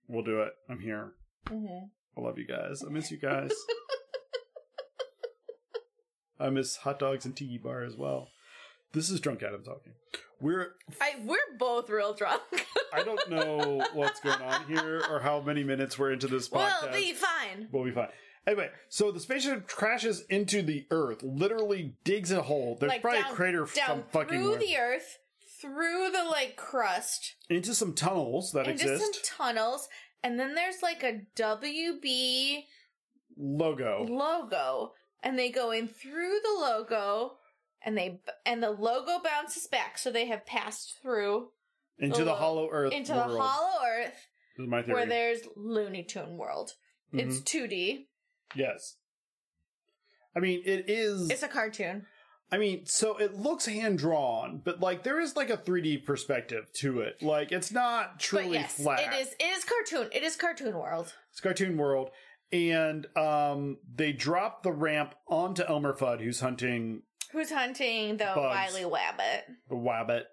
[SPEAKER 1] We'll do it. I'm here.
[SPEAKER 2] Mm-hmm.
[SPEAKER 1] I love you guys. I miss you
[SPEAKER 2] (laughs)
[SPEAKER 1] guys. I miss hot dogs and tiki bar as well. This is drunk Adam talking. We're
[SPEAKER 2] I we're both real
[SPEAKER 1] (laughs)
[SPEAKER 2] drunk.
[SPEAKER 1] I don't know what's going on here or how many minutes we're into this podcast.
[SPEAKER 2] we'll be fine.
[SPEAKER 1] We'll be fine. Anyway, so the spaceship crashes into the Earth, literally digs a hole. There's
[SPEAKER 2] Like,
[SPEAKER 1] probably
[SPEAKER 2] down-
[SPEAKER 1] a crater
[SPEAKER 2] Down
[SPEAKER 1] some fucking
[SPEAKER 2] through
[SPEAKER 1] where.
[SPEAKER 2] the earth, through the like crust,
[SPEAKER 1] into some tunnels that
[SPEAKER 2] into
[SPEAKER 1] exist.
[SPEAKER 2] some tunnels, and then there's like a WB
[SPEAKER 1] Logo.
[SPEAKER 2] logo, and they go in through the logo, and they and the logo bounces back, so they have passed through
[SPEAKER 1] Into the,
[SPEAKER 2] lo-
[SPEAKER 1] hollow Earth.
[SPEAKER 2] into
[SPEAKER 1] world.
[SPEAKER 2] the hollow earth
[SPEAKER 1] This is my theory.
[SPEAKER 2] where there's Looney Tune world.
[SPEAKER 1] Mhm.
[SPEAKER 2] It's 2D.
[SPEAKER 1] Yes. I mean, it is.
[SPEAKER 2] It's a cartoon.
[SPEAKER 1] I mean, so it looks hand drawn, but like there is like a 3D perspective to it. Like it's not truly
[SPEAKER 2] but yes,
[SPEAKER 1] flat.
[SPEAKER 2] it is. It is cartoon. It is cartoon world.
[SPEAKER 1] It's Cartoon World, and um, they drop the ramp onto Elmer Fudd, who's hunting
[SPEAKER 2] Who's hunting the
[SPEAKER 1] Bugs.
[SPEAKER 2] wily wabbit?
[SPEAKER 1] the Wabbit.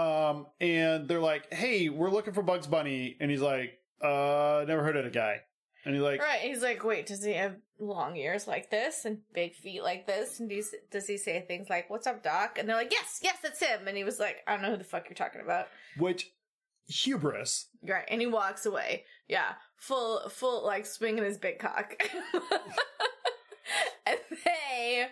[SPEAKER 1] Um, and they're like, "Hey, we're looking for Bugs Bunny," and he's like, "Uh, never heard of the guy." And he's like,
[SPEAKER 2] right. He's like, wait, does he have long ears like this and big feet like this? And does does he say things like, "What's up, Doc?" And they're like, "Yes, yes, that's him." And he was like, "I don't know who the fuck you're talking about."
[SPEAKER 1] "Which hubris?"
[SPEAKER 2] Right. And he walks away. Yeah, full full like swinging his big cock. (laughs) and they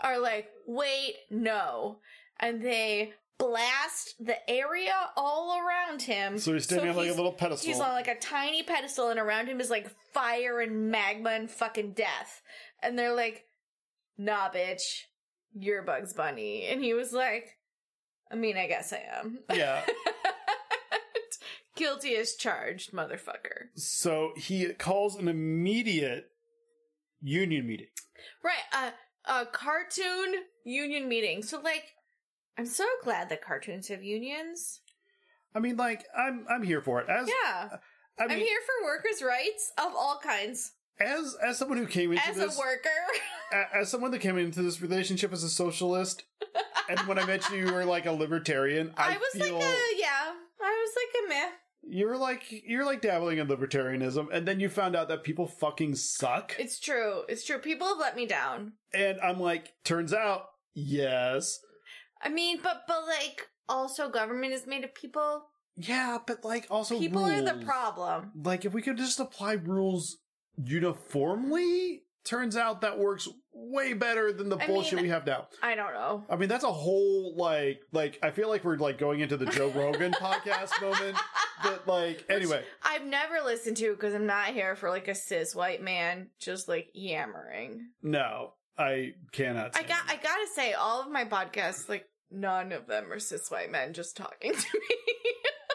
[SPEAKER 2] are like, "Wait, no!" And they blast the area all around him.
[SPEAKER 1] So he's standing on like a
[SPEAKER 2] Mm-hmm. he's-
[SPEAKER 1] little pedestal.
[SPEAKER 2] He's on like a tiny pedestal, and around him is like fire and magma and fucking death. And they're like, nah, bitch, you're Bugs Bunny. And he was like, I mean, I guess I am. (laughs)
[SPEAKER 1] yeah.
[SPEAKER 2] Guilty as charged, motherfucker.
[SPEAKER 1] So he calls an immediate union meeting.
[SPEAKER 2] Right, uh, a cartoon union meeting. So, like, I'm so glad that cartoons have unions.
[SPEAKER 1] I mean, like, I'm I'm here for it. As
[SPEAKER 2] Yeah.
[SPEAKER 1] I
[SPEAKER 2] I'm
[SPEAKER 1] mean,
[SPEAKER 2] here for workers' rights of all kinds.
[SPEAKER 1] as as someone who came into
[SPEAKER 2] As
[SPEAKER 1] this
[SPEAKER 2] a worker. (laughs)
[SPEAKER 1] a- as someone that came into this relationship as a socialist, and when I met you, you were like a libertarian. I,
[SPEAKER 2] I, was
[SPEAKER 1] feel
[SPEAKER 2] like a yeah. I was like a meh.
[SPEAKER 1] you're like you're like dabbling in libertarianism, and then you found out that people fucking suck.
[SPEAKER 2] It's true. It's true. People have let me down.
[SPEAKER 1] and I'm like, turns out, yes,
[SPEAKER 2] I mean, but but like also government is made of people.
[SPEAKER 1] yeah, but like also
[SPEAKER 2] people are the
[SPEAKER 1] rules.
[SPEAKER 2] problem.
[SPEAKER 1] Like if we could just apply rules uniformly, turns out that works way better than the
[SPEAKER 2] I
[SPEAKER 1] bullshit
[SPEAKER 2] mean-
[SPEAKER 1] we have now.
[SPEAKER 2] I don't know.
[SPEAKER 1] I mean, that's a whole like like I feel like we're like going into the Joe
[SPEAKER 2] (laughs)
[SPEAKER 1] Rogan podcast moment. But like anyway,
[SPEAKER 2] I've never listened to because I'm not here for like a cis white man just like yammering.
[SPEAKER 1] no, I cannot.
[SPEAKER 2] I
[SPEAKER 1] say
[SPEAKER 2] got
[SPEAKER 1] that.
[SPEAKER 2] I gotta say, all of my podcasts, like none of them are cis white men just talking to
[SPEAKER 1] (laughs)
[SPEAKER 2] me.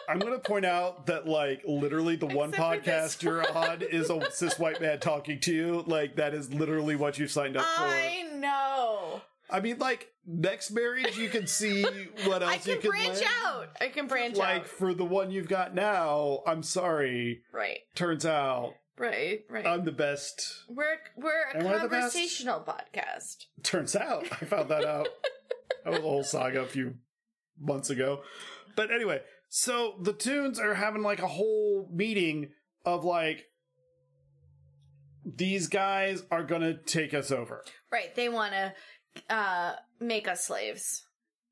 [SPEAKER 1] I'm gonna point out that like literally the one
[SPEAKER 2] Except for this (laughs)
[SPEAKER 1] podcast you're on is a cis white man talking to you. Like that is literally what you signed up
[SPEAKER 2] I know.
[SPEAKER 1] for. I mean, like next marriage, you can see what else
[SPEAKER 2] I can
[SPEAKER 1] you can
[SPEAKER 2] branch
[SPEAKER 1] learn.
[SPEAKER 2] out. I can branch
[SPEAKER 1] like
[SPEAKER 2] out.
[SPEAKER 1] for the one you've got now, I'm sorry.
[SPEAKER 2] Right.
[SPEAKER 1] Turns out
[SPEAKER 2] Right. Right.
[SPEAKER 1] I'm the best.
[SPEAKER 2] We're we're a
[SPEAKER 1] Am I Uh, the best?
[SPEAKER 2] conversational podcast.
[SPEAKER 1] Turns out I found that
[SPEAKER 2] (laughs)
[SPEAKER 1] out. that was a whole saga a few months ago. But anyway, so the tunes are having like a whole meeting of like these guys are gonna take us over.
[SPEAKER 2] Right. They want to uh, make us slaves.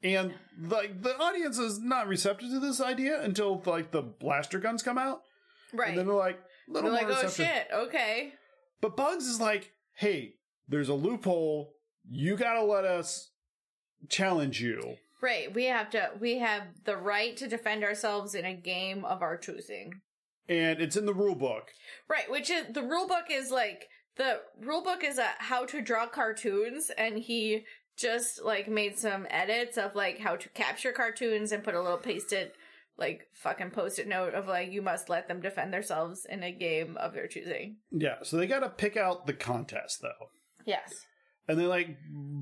[SPEAKER 1] And like the audience is not receptive to this idea until like the blaster guns come out.
[SPEAKER 2] Right.
[SPEAKER 1] And then they're like a little
[SPEAKER 2] They're like,
[SPEAKER 1] more
[SPEAKER 2] oh
[SPEAKER 1] receptive.
[SPEAKER 2] shit, okay.
[SPEAKER 1] But Bugs is like, hey, there's a loophole. You gotta let us challenge you.
[SPEAKER 2] Right. We have to. We have the right to defend ourselves in a game of our choosing.
[SPEAKER 1] And it's in the rule book.
[SPEAKER 2] Right. Which is the rule book is like the rule book is a how to draw cartoons, and he just like made some edits of like how to capture cartoons and put a little pasted like fucking post-it note of like you must let them defend themselves in a game of their choosing.
[SPEAKER 1] Yeah, so they got to pick out the contest though,
[SPEAKER 2] Yes.
[SPEAKER 1] and they like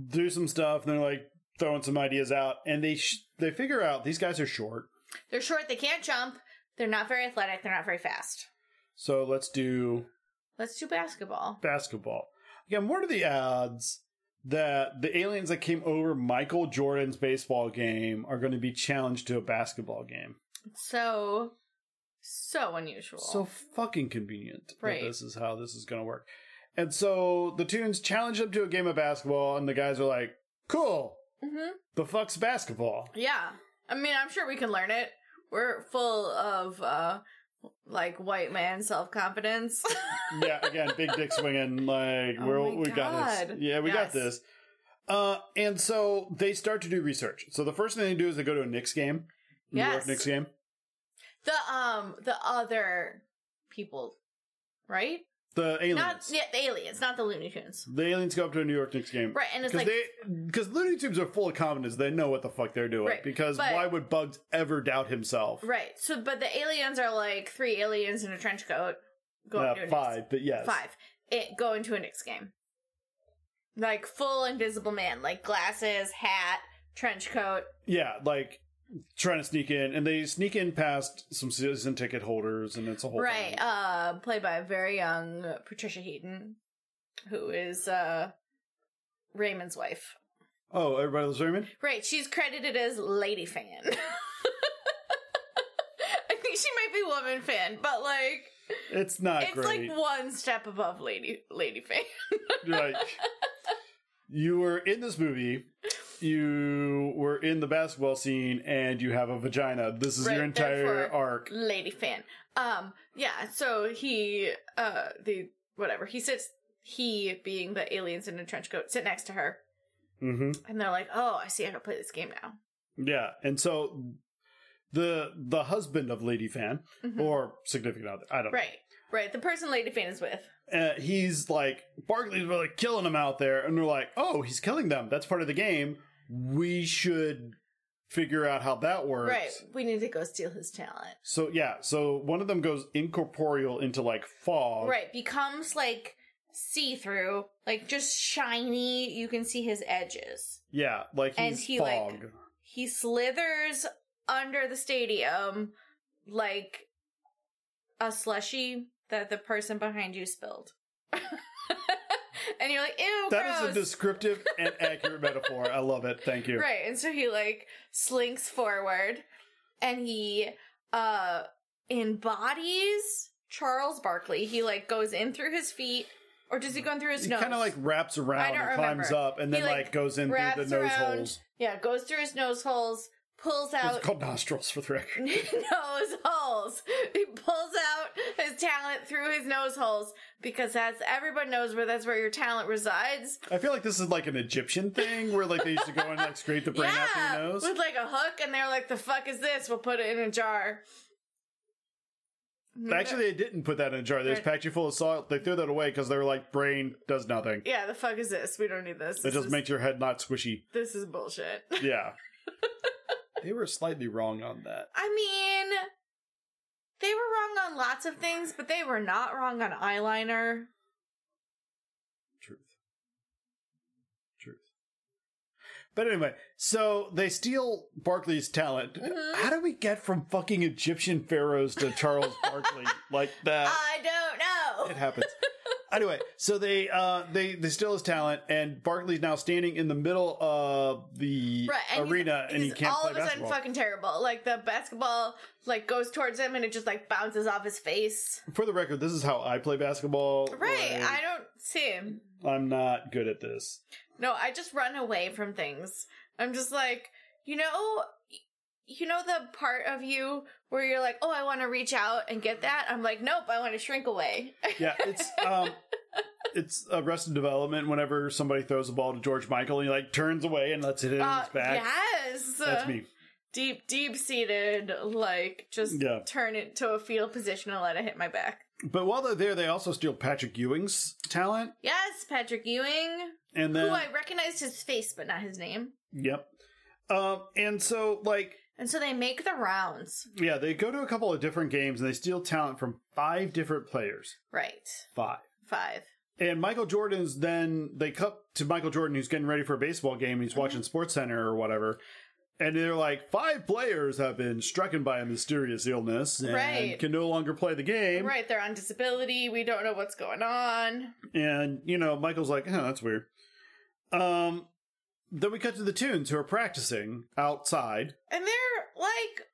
[SPEAKER 1] do some stuff, and they're like throwing some ideas out, and they sh- they figure out these guys are short,
[SPEAKER 2] They're short, they can't jump, they're not very athletic, they're not very fast.
[SPEAKER 1] so let's do
[SPEAKER 2] Let's do basketball.
[SPEAKER 1] basketball. Again, what are the odds that the aliens that came over Michael Jordan's baseball game are going to be challenged to a basketball game?
[SPEAKER 2] So so unusual.
[SPEAKER 1] So fucking convenient
[SPEAKER 2] Right.
[SPEAKER 1] that this is how this is going to work. And so the Toons challenge them to a game of basketball, and the guys are like, cool,
[SPEAKER 2] Mhm.
[SPEAKER 1] the fuck's basketball?
[SPEAKER 2] Yeah. I mean, I'm sure we can learn it. We're full of uh like white man self-confidence. (laughs)
[SPEAKER 1] yeah, again, big dick swinging. Like,
[SPEAKER 2] Oh
[SPEAKER 1] we're,
[SPEAKER 2] my
[SPEAKER 1] we got this.
[SPEAKER 2] God.
[SPEAKER 1] Yeah, we got
[SPEAKER 2] Yes.
[SPEAKER 1] this. Uh, and so they start to do research. So the first thing they do is they go to a Knicks game, New York
[SPEAKER 2] Yes.
[SPEAKER 1] Knicks game.
[SPEAKER 2] the um the other people, right?
[SPEAKER 1] The aliens.
[SPEAKER 2] Not yeah, the aliens, not the Looney Tunes.
[SPEAKER 1] The aliens go up to a New York Knicks game.
[SPEAKER 2] Right, and it's
[SPEAKER 1] Because
[SPEAKER 2] like
[SPEAKER 1] they, because Looney Tunes are full of confidence. They know what the fuck they're doing.
[SPEAKER 2] Right,
[SPEAKER 1] Because
[SPEAKER 2] but-
[SPEAKER 1] why would Bugs ever doubt himself?
[SPEAKER 2] right. So but the aliens are like three aliens in a trench coat going
[SPEAKER 1] Uh,
[SPEAKER 2] to a Knicks-
[SPEAKER 1] five, but yes,
[SPEAKER 2] Five. It go into a Knicks game. Like full invisible man, like glasses, hat, trench coat.
[SPEAKER 1] yeah, like trying to sneak in, and they sneak in past some season ticket holders, and it's a whole
[SPEAKER 2] right
[SPEAKER 1] thing.
[SPEAKER 2] uh played by a very young patricia heaton who is uh raymond's wife
[SPEAKER 1] Oh, everybody loves Raymond.
[SPEAKER 2] right she's credited as lady fan (laughs) i think she might be woman fan but like
[SPEAKER 1] It's not
[SPEAKER 2] it's
[SPEAKER 1] great.
[SPEAKER 2] like one step above lady lady fan
[SPEAKER 1] right. You were in this movie. You were in the basketball scene, and you have a vagina. This is
[SPEAKER 2] Right,
[SPEAKER 1] your entire
[SPEAKER 2] therefore-
[SPEAKER 1] arc.
[SPEAKER 2] lady fan um yeah so he uh the whatever he sits he being the aliens in a trench coat sit next to her
[SPEAKER 1] Mm-hmm.
[SPEAKER 2] and they're like oh i see how to play this game now
[SPEAKER 1] Yeah, and so the the husband of Lady Fan
[SPEAKER 2] Mhm.
[SPEAKER 1] or significant other, I don't
[SPEAKER 2] Right, right. The person Lady Fan is with.
[SPEAKER 1] know. Uh, he's like Barkley's really killing them out there, and they're like, "Oh, he's killing them. That's part of the game. We should figure out how that works."
[SPEAKER 2] Right. We need to go steal his talent.
[SPEAKER 1] So yeah, so one of them goes incorporeal into like fog.
[SPEAKER 2] Right. Becomes like see through, like just shiny. You can see his edges.
[SPEAKER 1] Yeah, like
[SPEAKER 2] And
[SPEAKER 1] he's
[SPEAKER 2] he,
[SPEAKER 1] fog.
[SPEAKER 2] like- He slithers under the stadium like a slushy that the person behind you spilled. (laughs) and you're like, ew,
[SPEAKER 1] that is
[SPEAKER 2] gross.
[SPEAKER 1] a descriptive and accurate metaphor. I love it. Thank you.
[SPEAKER 2] Right. And so he like slinks forward and he uh embodies Charles Barkley. He like goes in through his feet or does he go in through his
[SPEAKER 1] He
[SPEAKER 2] nose?
[SPEAKER 1] kind of like wraps
[SPEAKER 2] I
[SPEAKER 1] around
[SPEAKER 2] don't
[SPEAKER 1] and climbs
[SPEAKER 2] remember.
[SPEAKER 1] up, and then
[SPEAKER 2] He,
[SPEAKER 1] like,
[SPEAKER 2] like,
[SPEAKER 1] goes in through the
[SPEAKER 2] wraps
[SPEAKER 1] nose
[SPEAKER 2] around,
[SPEAKER 1] holes.
[SPEAKER 2] Yeah, goes through his nose holes, pulls out
[SPEAKER 1] It's called nostrils for the record.
[SPEAKER 2] (laughs) nose holes. He pulls out his talent through his nose holes because that's everybody knows where that's where your talent resides.
[SPEAKER 1] I feel like this is like an Egyptian thing where like they used to go and like scrape the brain out their nose.
[SPEAKER 2] With like a hook, and they're like, the fuck is this? We'll put it in a jar.
[SPEAKER 1] Actually, they didn't put that in a jar. They just
[SPEAKER 2] Right.
[SPEAKER 1] packed you full of salt. They threw that away because they were like, brain does nothing.
[SPEAKER 2] yeah, the fuck is this? We don't need this.
[SPEAKER 1] It
[SPEAKER 2] This
[SPEAKER 1] just
[SPEAKER 2] is-
[SPEAKER 1] makes your head not squishy.
[SPEAKER 2] this is bullshit. (laughs)
[SPEAKER 1] Yeah. they were slightly wrong on that.
[SPEAKER 2] I mean, they were wrong on lots of things, but they were not wrong on eyeliner.
[SPEAKER 1] Truth. Truth. But anyway, so they steal Barkley's talent.
[SPEAKER 2] Mhm.
[SPEAKER 1] How do we get from fucking Egyptian pharaohs to
[SPEAKER 2] (laughs)
[SPEAKER 1] Charles Barkley like that?
[SPEAKER 2] I don't know.
[SPEAKER 1] Uh, it happens. anyway, so they uh they they steal his talent, and Barkley's now standing in the middle of the
[SPEAKER 2] Right, and he's-
[SPEAKER 1] arena, and he
[SPEAKER 2] he's
[SPEAKER 1] can't
[SPEAKER 2] all
[SPEAKER 1] play
[SPEAKER 2] of a sudden
[SPEAKER 1] basketball.
[SPEAKER 2] fucking terrible. Like the basketball like goes towards him and it just like bounces off his face.
[SPEAKER 1] For the record, this is how I play basketball.
[SPEAKER 2] Right. I
[SPEAKER 1] Like,
[SPEAKER 2] don't see him.
[SPEAKER 1] I'm not good at this.
[SPEAKER 2] No, I just run away from things. I'm just like, you know, you know the part of you where you're like, "Oh, I want to reach out and get that." I'm like, "Nope, I want to shrink away."
[SPEAKER 1] Yeah, it's um. It's Arrested Development. Whenever somebody throws a ball to George Michael, and he like turns away and lets it in
[SPEAKER 2] Uh,
[SPEAKER 1] his back.
[SPEAKER 2] Yes.
[SPEAKER 1] That's me.
[SPEAKER 2] Deep deep seated like just
[SPEAKER 1] Yeah.
[SPEAKER 2] turn it to a fetal position and let it hit my back.
[SPEAKER 1] But while they're there, they also steal Patrick Ewing's talent,
[SPEAKER 2] Yes, Patrick Ewing.
[SPEAKER 1] and then
[SPEAKER 2] Who I recognized his face but not his name.
[SPEAKER 1] yep. Um, and so like
[SPEAKER 2] And so they make the rounds.
[SPEAKER 1] Yeah, they go to a couple of different games and they steal talent from five different players.
[SPEAKER 2] Right.
[SPEAKER 1] Five.
[SPEAKER 2] Five.
[SPEAKER 1] And Michael Jordan's then they cut to Michael Jordan who's getting ready for a baseball game and he's watching
[SPEAKER 2] Mm-hmm.
[SPEAKER 1] Sports Center or whatever. And they're like, five players have been stricken by a mysterious illness and
[SPEAKER 2] Right.
[SPEAKER 1] can no longer play the game.
[SPEAKER 2] Right. They're on disability. We don't know what's going on.
[SPEAKER 1] And, you know, Michael's like, huh, that's weird. Um then we cut to the tunes who are practicing outside.
[SPEAKER 2] And they're like,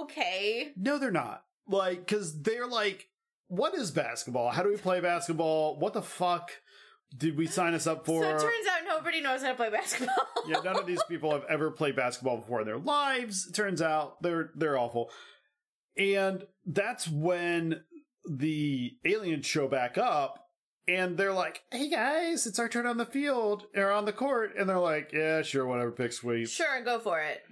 [SPEAKER 2] okay.
[SPEAKER 1] No, they're not. Like, because they're like, what is basketball? How do we play basketball? What the fuck did we sign us up for?
[SPEAKER 2] so it turns out nobody knows how to play basketball.
[SPEAKER 1] yeah, none of these people have ever played basketball before in their lives. It turns out they're they're awful. And that's when the aliens show back up and they're like, hey guys, it's our turn on the field or on the court. And they're like, yeah, sure, whatever, pick sweep.
[SPEAKER 2] (laughs) Sure, go for it.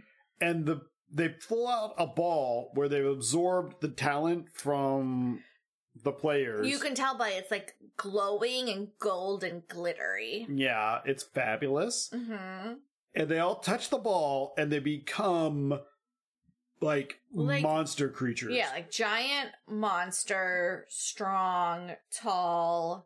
[SPEAKER 1] And the they pull out a ball where they've absorbed the talent from the players.
[SPEAKER 2] You can tell by it's like glowing and gold and glittery.
[SPEAKER 1] yeah, it's fabulous.
[SPEAKER 2] hmm
[SPEAKER 1] and they all touch the ball and they become like,
[SPEAKER 2] Like-
[SPEAKER 1] monster creatures.
[SPEAKER 2] Yeah, like giant monster, strong, tall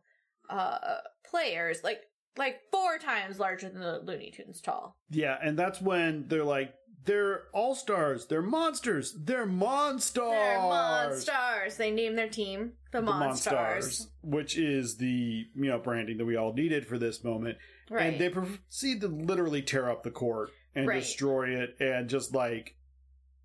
[SPEAKER 2] uh players, like like four times larger than the Looney Tunes tall.
[SPEAKER 1] Yeah, and that's when they're like they're all stars, they're monsters, they're monstars.
[SPEAKER 2] They're Monstars. They name their team the,
[SPEAKER 1] The
[SPEAKER 2] Monstars.
[SPEAKER 1] Monstars, which is the you know branding that we all needed for this moment,
[SPEAKER 2] Right.
[SPEAKER 1] and they proceed to literally tear up the court and
[SPEAKER 2] Right.
[SPEAKER 1] destroy it, and just like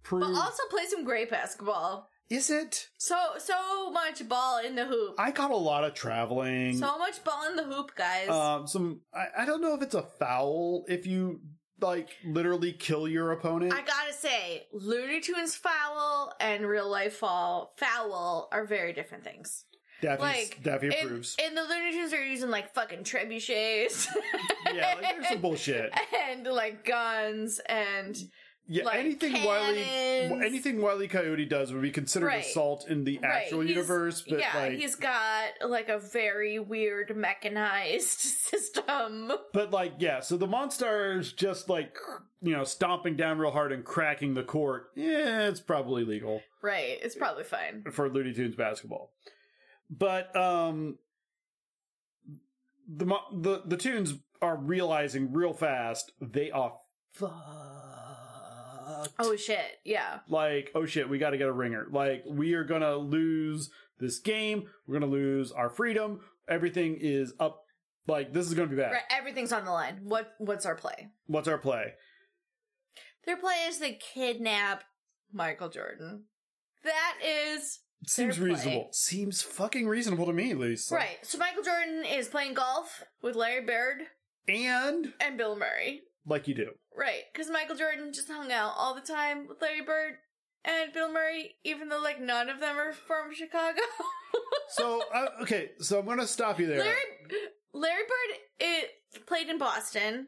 [SPEAKER 1] prove
[SPEAKER 2] but also play some great basketball.
[SPEAKER 1] is it?
[SPEAKER 2] So so much ball in the hoop.
[SPEAKER 1] I got a lot of traveling.
[SPEAKER 2] So much ball in the hoop, guys.
[SPEAKER 1] um some I, I don't know if it's a foul if you like literally kill your opponent
[SPEAKER 2] I gotta say, Looney Tunes foul and real life fall foul are very different things.
[SPEAKER 1] Daffy's,
[SPEAKER 2] Like
[SPEAKER 1] Daffy
[SPEAKER 2] in, (laughs)
[SPEAKER 1] approves
[SPEAKER 2] in the Looney Tunes, they're using like fucking trebuchets (laughs)
[SPEAKER 1] yeah like there's some bullshit
[SPEAKER 2] and like guns and
[SPEAKER 1] yeah
[SPEAKER 2] like
[SPEAKER 1] anything
[SPEAKER 2] cannons.
[SPEAKER 1] Wiley anything Wiley Coyote does would be considered
[SPEAKER 2] Right.
[SPEAKER 1] assault in the actual
[SPEAKER 2] right, he's-
[SPEAKER 1] universe but
[SPEAKER 2] yeah,
[SPEAKER 1] like
[SPEAKER 2] he's got like a very weird mechanized (laughs) system.
[SPEAKER 1] but like yeah so the monsters just like you know stomping down real hard and cracking the court yeah it's probably legal
[SPEAKER 2] Right, it's probably fine.
[SPEAKER 1] for Looney Tunes basketball. But um the mo- the the tunes are realizing real fast they are fucked.
[SPEAKER 2] Oh shit, yeah.
[SPEAKER 1] Like, oh shit, we got to get a ringer. Like, we are going to lose this game. We're going to lose our freedom. Everything is up. Like, this is going to be bad.
[SPEAKER 2] Right, everything's on the line. What what's our play?
[SPEAKER 1] What's our play?
[SPEAKER 2] Their play is they kidnap Michael Jordan. That is
[SPEAKER 1] Seems
[SPEAKER 2] play.
[SPEAKER 1] reasonable. Seems fucking reasonable to me, at least. Like,
[SPEAKER 2] right. So Michael Jordan is playing golf with Larry Bird
[SPEAKER 1] And
[SPEAKER 2] and Bill Murray.
[SPEAKER 1] like you do.
[SPEAKER 2] Right, because Michael Jordan just hung out all the time with Larry Bird and Bill Murray, even though like none of them are
[SPEAKER 1] (laughs)
[SPEAKER 2] from Chicago.
[SPEAKER 1] So, uh, okay, so I'm going to stop you there.
[SPEAKER 2] Larry Larry Bird it played in Boston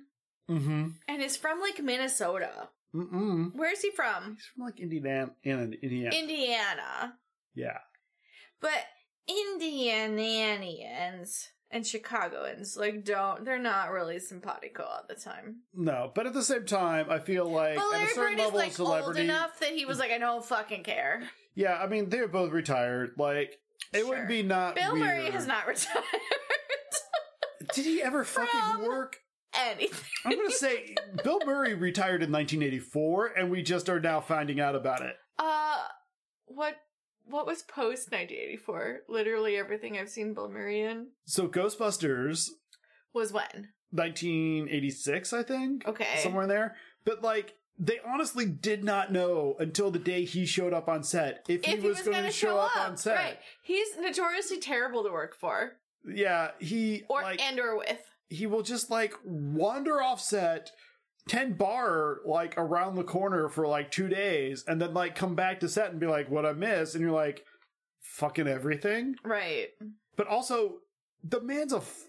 [SPEAKER 1] mm-hmm.
[SPEAKER 2] and is from like Minnesota.
[SPEAKER 1] Mm-mm.
[SPEAKER 2] Where is he from?
[SPEAKER 1] He's from like Indiana, Indiana, Indiana.
[SPEAKER 2] Indiana.
[SPEAKER 1] yeah.
[SPEAKER 2] But Indiananians and Chicagoans, like, don't, they're not really simpatico all the time.
[SPEAKER 1] No, but at the same time, I feel like
[SPEAKER 2] but
[SPEAKER 1] at a
[SPEAKER 2] Larry
[SPEAKER 1] certain
[SPEAKER 2] Bird is,
[SPEAKER 1] level
[SPEAKER 2] like,
[SPEAKER 1] of celebrity.
[SPEAKER 2] old enough that he was like, I don't fucking
[SPEAKER 1] (laughs)
[SPEAKER 2] care.
[SPEAKER 1] Yeah, I mean they're both retired. Like it
[SPEAKER 2] Sure.
[SPEAKER 1] would be not.
[SPEAKER 2] Bill
[SPEAKER 1] weird.
[SPEAKER 2] Murray has not (laughs) retired
[SPEAKER 1] Did he ever
[SPEAKER 2] From-
[SPEAKER 1] fucking work?
[SPEAKER 2] anything.
[SPEAKER 1] I'm gonna
[SPEAKER 2] (laughs)
[SPEAKER 1] say Bill Murray retired in 1984, and we just are now finding out about it.
[SPEAKER 2] Uh, what, what was post 1984? Literally everything I've seen Bill Murray in
[SPEAKER 1] So Ghostbusters,
[SPEAKER 2] was when?
[SPEAKER 1] 1986, I think.
[SPEAKER 2] Okay.
[SPEAKER 1] somewhere in there. But like. They honestly did not know until the day he showed up on set if,
[SPEAKER 2] If
[SPEAKER 1] he was, going
[SPEAKER 2] gonna
[SPEAKER 1] to show up, on set.
[SPEAKER 2] Right. He's notoriously terrible to work for.
[SPEAKER 1] Yeah, he
[SPEAKER 2] Or,
[SPEAKER 1] like,
[SPEAKER 2] and or with.
[SPEAKER 1] he will just like wander off set 10 bar like around the corner for like two days and then like come back to set and be like what i miss and you're like fucking everything
[SPEAKER 2] Right.
[SPEAKER 1] but also the man's a f-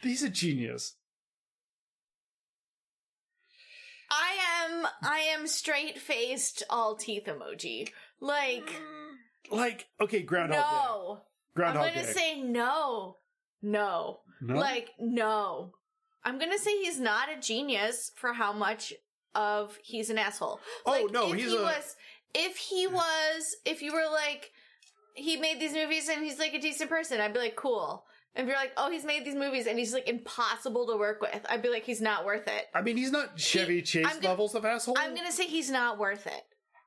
[SPEAKER 1] he's a genius
[SPEAKER 2] I am I am straight faced all teeth emoji. Like
[SPEAKER 1] like okay groundhog day
[SPEAKER 2] no. I'm
[SPEAKER 1] groundhog
[SPEAKER 2] gonna
[SPEAKER 1] day
[SPEAKER 2] say no. No.
[SPEAKER 1] No?
[SPEAKER 2] Like no. I'm gonna say he's not a genius for how much of he's an asshole.
[SPEAKER 1] Oh,
[SPEAKER 2] Like,
[SPEAKER 1] no,
[SPEAKER 2] if
[SPEAKER 1] he's
[SPEAKER 2] he
[SPEAKER 1] a-
[SPEAKER 2] was if he was if you were like he made these movies and he's like a decent person, I'd be like cool. And if you're like, oh, he's made these movies and he's like impossible to work with, I'd be like, he's not worth it.
[SPEAKER 1] I mean, he's not Chevy Chase
[SPEAKER 2] I'm gonna-
[SPEAKER 1] levels of asshole.
[SPEAKER 2] I'm gonna say he's not worth it.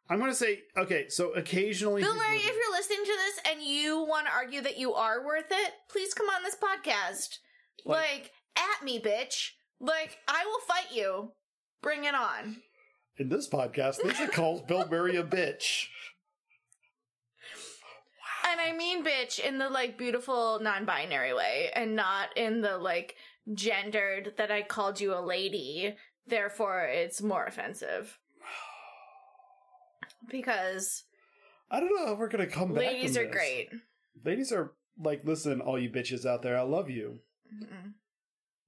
[SPEAKER 1] I'm gonna say okay. So occasionally,
[SPEAKER 2] Bill
[SPEAKER 1] he's
[SPEAKER 2] Murray,
[SPEAKER 1] worth
[SPEAKER 2] if
[SPEAKER 1] it.
[SPEAKER 2] you're listening to this and you want to argue that you are worth it, please come on this podcast. Like, at me, bitch. Like, I will fight you. Bring it on.
[SPEAKER 1] in this podcast, Lisa calls Bill Murray a bitch.
[SPEAKER 2] And I mean bitch in the like beautiful non binary way and not in the like gendered that I called you a lady, therefore it's more offensive. Because
[SPEAKER 1] I don't know how we're gonna come back.
[SPEAKER 2] ladies
[SPEAKER 1] from
[SPEAKER 2] are
[SPEAKER 1] this.
[SPEAKER 2] great.
[SPEAKER 1] Ladies are like, listen, all you bitches out there, I love you.
[SPEAKER 2] Mm-mm.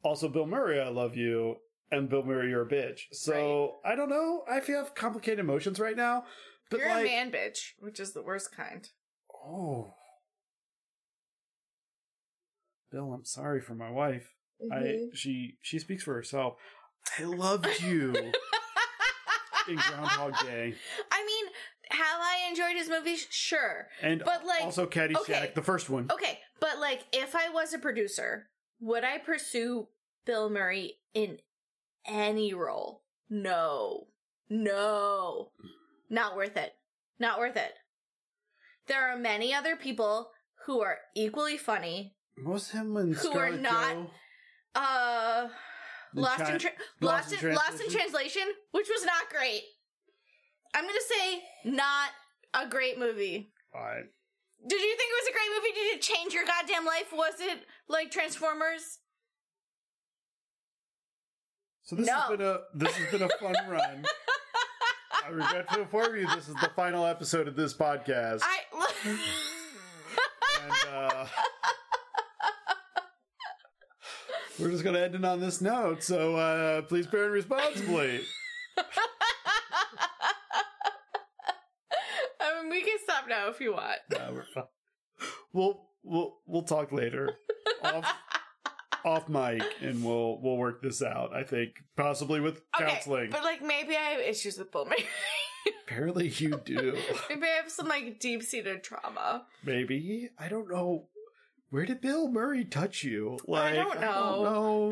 [SPEAKER 1] Also, Bill Murray, I love you, and Bill Murray, you're a bitch. So I don't know. I feel complicated emotions right now, but
[SPEAKER 2] You're
[SPEAKER 1] like,
[SPEAKER 2] a man bitch, which is the worst kind.
[SPEAKER 1] oh, Bill, I'm sorry for my wife. I
[SPEAKER 2] Mm-hmm.
[SPEAKER 1] she she speaks for herself. I loved you
[SPEAKER 2] (laughs)
[SPEAKER 1] in Groundhog Day,
[SPEAKER 2] I mean, have I enjoyed his movies? Sure.
[SPEAKER 1] and
[SPEAKER 2] But like
[SPEAKER 1] also Caddyshack,
[SPEAKER 2] okay. Oh.
[SPEAKER 1] the first one.
[SPEAKER 2] Okay, but like if I was a producer, would I pursue Bill Murray in any role? No. No. Not worth it. Not worth it. There are many other people who are equally funny.
[SPEAKER 1] Was him and
[SPEAKER 2] Who are
[SPEAKER 1] Scarlett
[SPEAKER 2] not-
[SPEAKER 1] Joe?
[SPEAKER 2] Uh
[SPEAKER 1] The
[SPEAKER 2] Lost in
[SPEAKER 1] Chi-
[SPEAKER 2] tra- Lost in, Lost in Translation, which was not great. I'm going to say not a great movie.
[SPEAKER 1] Alright.
[SPEAKER 2] Did you think it was a great movie? Did it change your goddamn life? Was it like Transformers?
[SPEAKER 1] So this has
[SPEAKER 2] No.
[SPEAKER 1] been a this has been a
[SPEAKER 2] (laughs)
[SPEAKER 1] fun run. I regret to inform you, this is the final episode of this podcast,
[SPEAKER 2] I (laughs)
[SPEAKER 1] and uh, we're just going to end it on this note. So uh, please parent responsibly.
[SPEAKER 2] I mean, we can stop now if you want.
[SPEAKER 1] Nah, we're fine. We'll we'll we'll talk later off off mic, and we'll we'll work this out. I think possibly with counseling.
[SPEAKER 2] but like maybe I have issues with (laughs) Bill Murray.
[SPEAKER 1] Apparently, you do.
[SPEAKER 2] maybe I have some like deep seated trauma.
[SPEAKER 1] Maybe I don't know. Where did Bill Murray touch you? Like
[SPEAKER 2] don't know.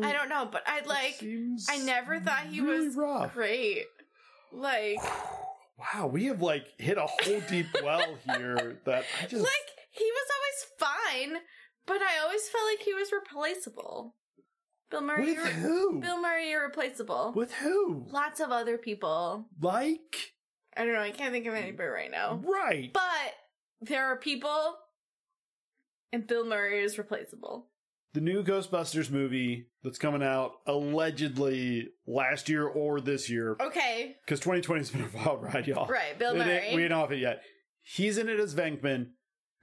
[SPEAKER 1] know.
[SPEAKER 2] I don't know, but I
[SPEAKER 1] It
[SPEAKER 2] like
[SPEAKER 1] seems
[SPEAKER 2] I never thought he
[SPEAKER 1] really
[SPEAKER 2] was
[SPEAKER 1] rough.
[SPEAKER 2] great. Like
[SPEAKER 1] Wow, we have like hit a whole deep well here that
[SPEAKER 2] (laughs)
[SPEAKER 1] I just
[SPEAKER 2] like he was always fine, but I always felt like he was replaceable. Bill Murray,
[SPEAKER 1] with
[SPEAKER 2] you're-
[SPEAKER 1] who?
[SPEAKER 2] Bill Murray, you're replaceable.
[SPEAKER 1] with who?
[SPEAKER 2] Lots of other people.
[SPEAKER 1] Like
[SPEAKER 2] I don't know. I can't think of anybody right now.
[SPEAKER 1] right.
[SPEAKER 2] But there are people, and Bill Murray is replaceable.
[SPEAKER 1] the new Ghostbusters movie that's coming out allegedly last year or this year
[SPEAKER 2] Okay,
[SPEAKER 1] because 2020's been a wild ride, y'all.
[SPEAKER 2] right, Bill
[SPEAKER 1] It ain't-
[SPEAKER 2] Murray.
[SPEAKER 1] we ain't off it yet. He's in it as Venkman.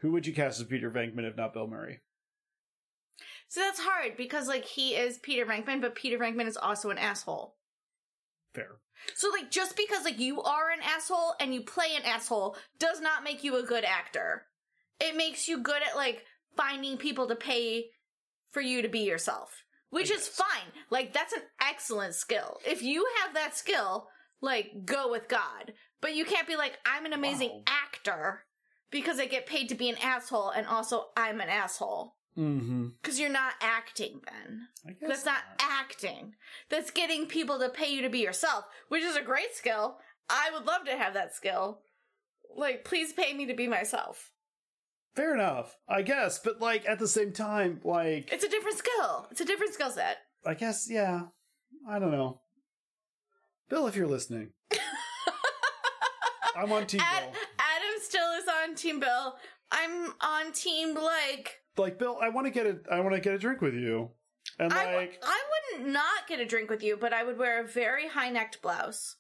[SPEAKER 1] Who would you cast as Peter Venkman if not Bill Murray?
[SPEAKER 2] so that's hard because like he is Peter Venkman, but Peter Venkman is also an asshole.
[SPEAKER 1] Fair.
[SPEAKER 2] So like just because like you are an asshole and you play an asshole does not make you a good actor. It makes you good at like finding people to pay for you to be yourself, which is fine. Like that's an excellent skill. If you have that skill, like go with God. But you can't be like I'm an amazing
[SPEAKER 1] Wow.
[SPEAKER 2] actor because I get paid to be an asshole and also I'm an asshole.
[SPEAKER 1] Mm-hmm.
[SPEAKER 2] Cuz you're not acting then.
[SPEAKER 1] I guess
[SPEAKER 2] That's not acting. That's getting people to pay you to be yourself, which is a great skill. I would love to have that skill. Like, please pay me to be myself.
[SPEAKER 1] fair enough. I guess, but like at the same time, like
[SPEAKER 2] It's a different skill. It's a different skill set.
[SPEAKER 1] I guess, yeah. I don't know. Bill, if you're
[SPEAKER 2] (laughs)
[SPEAKER 1] listening, I'm on Team
[SPEAKER 2] Ad-
[SPEAKER 1] Bill.
[SPEAKER 2] Adam still is on Team Bill. I'm on Team like
[SPEAKER 1] Like Bill, I want to get a I want to get a drink with you, and
[SPEAKER 2] I, w-
[SPEAKER 1] like
[SPEAKER 2] I wouldn't not get a drink with you, but I would wear a very high necked blouse.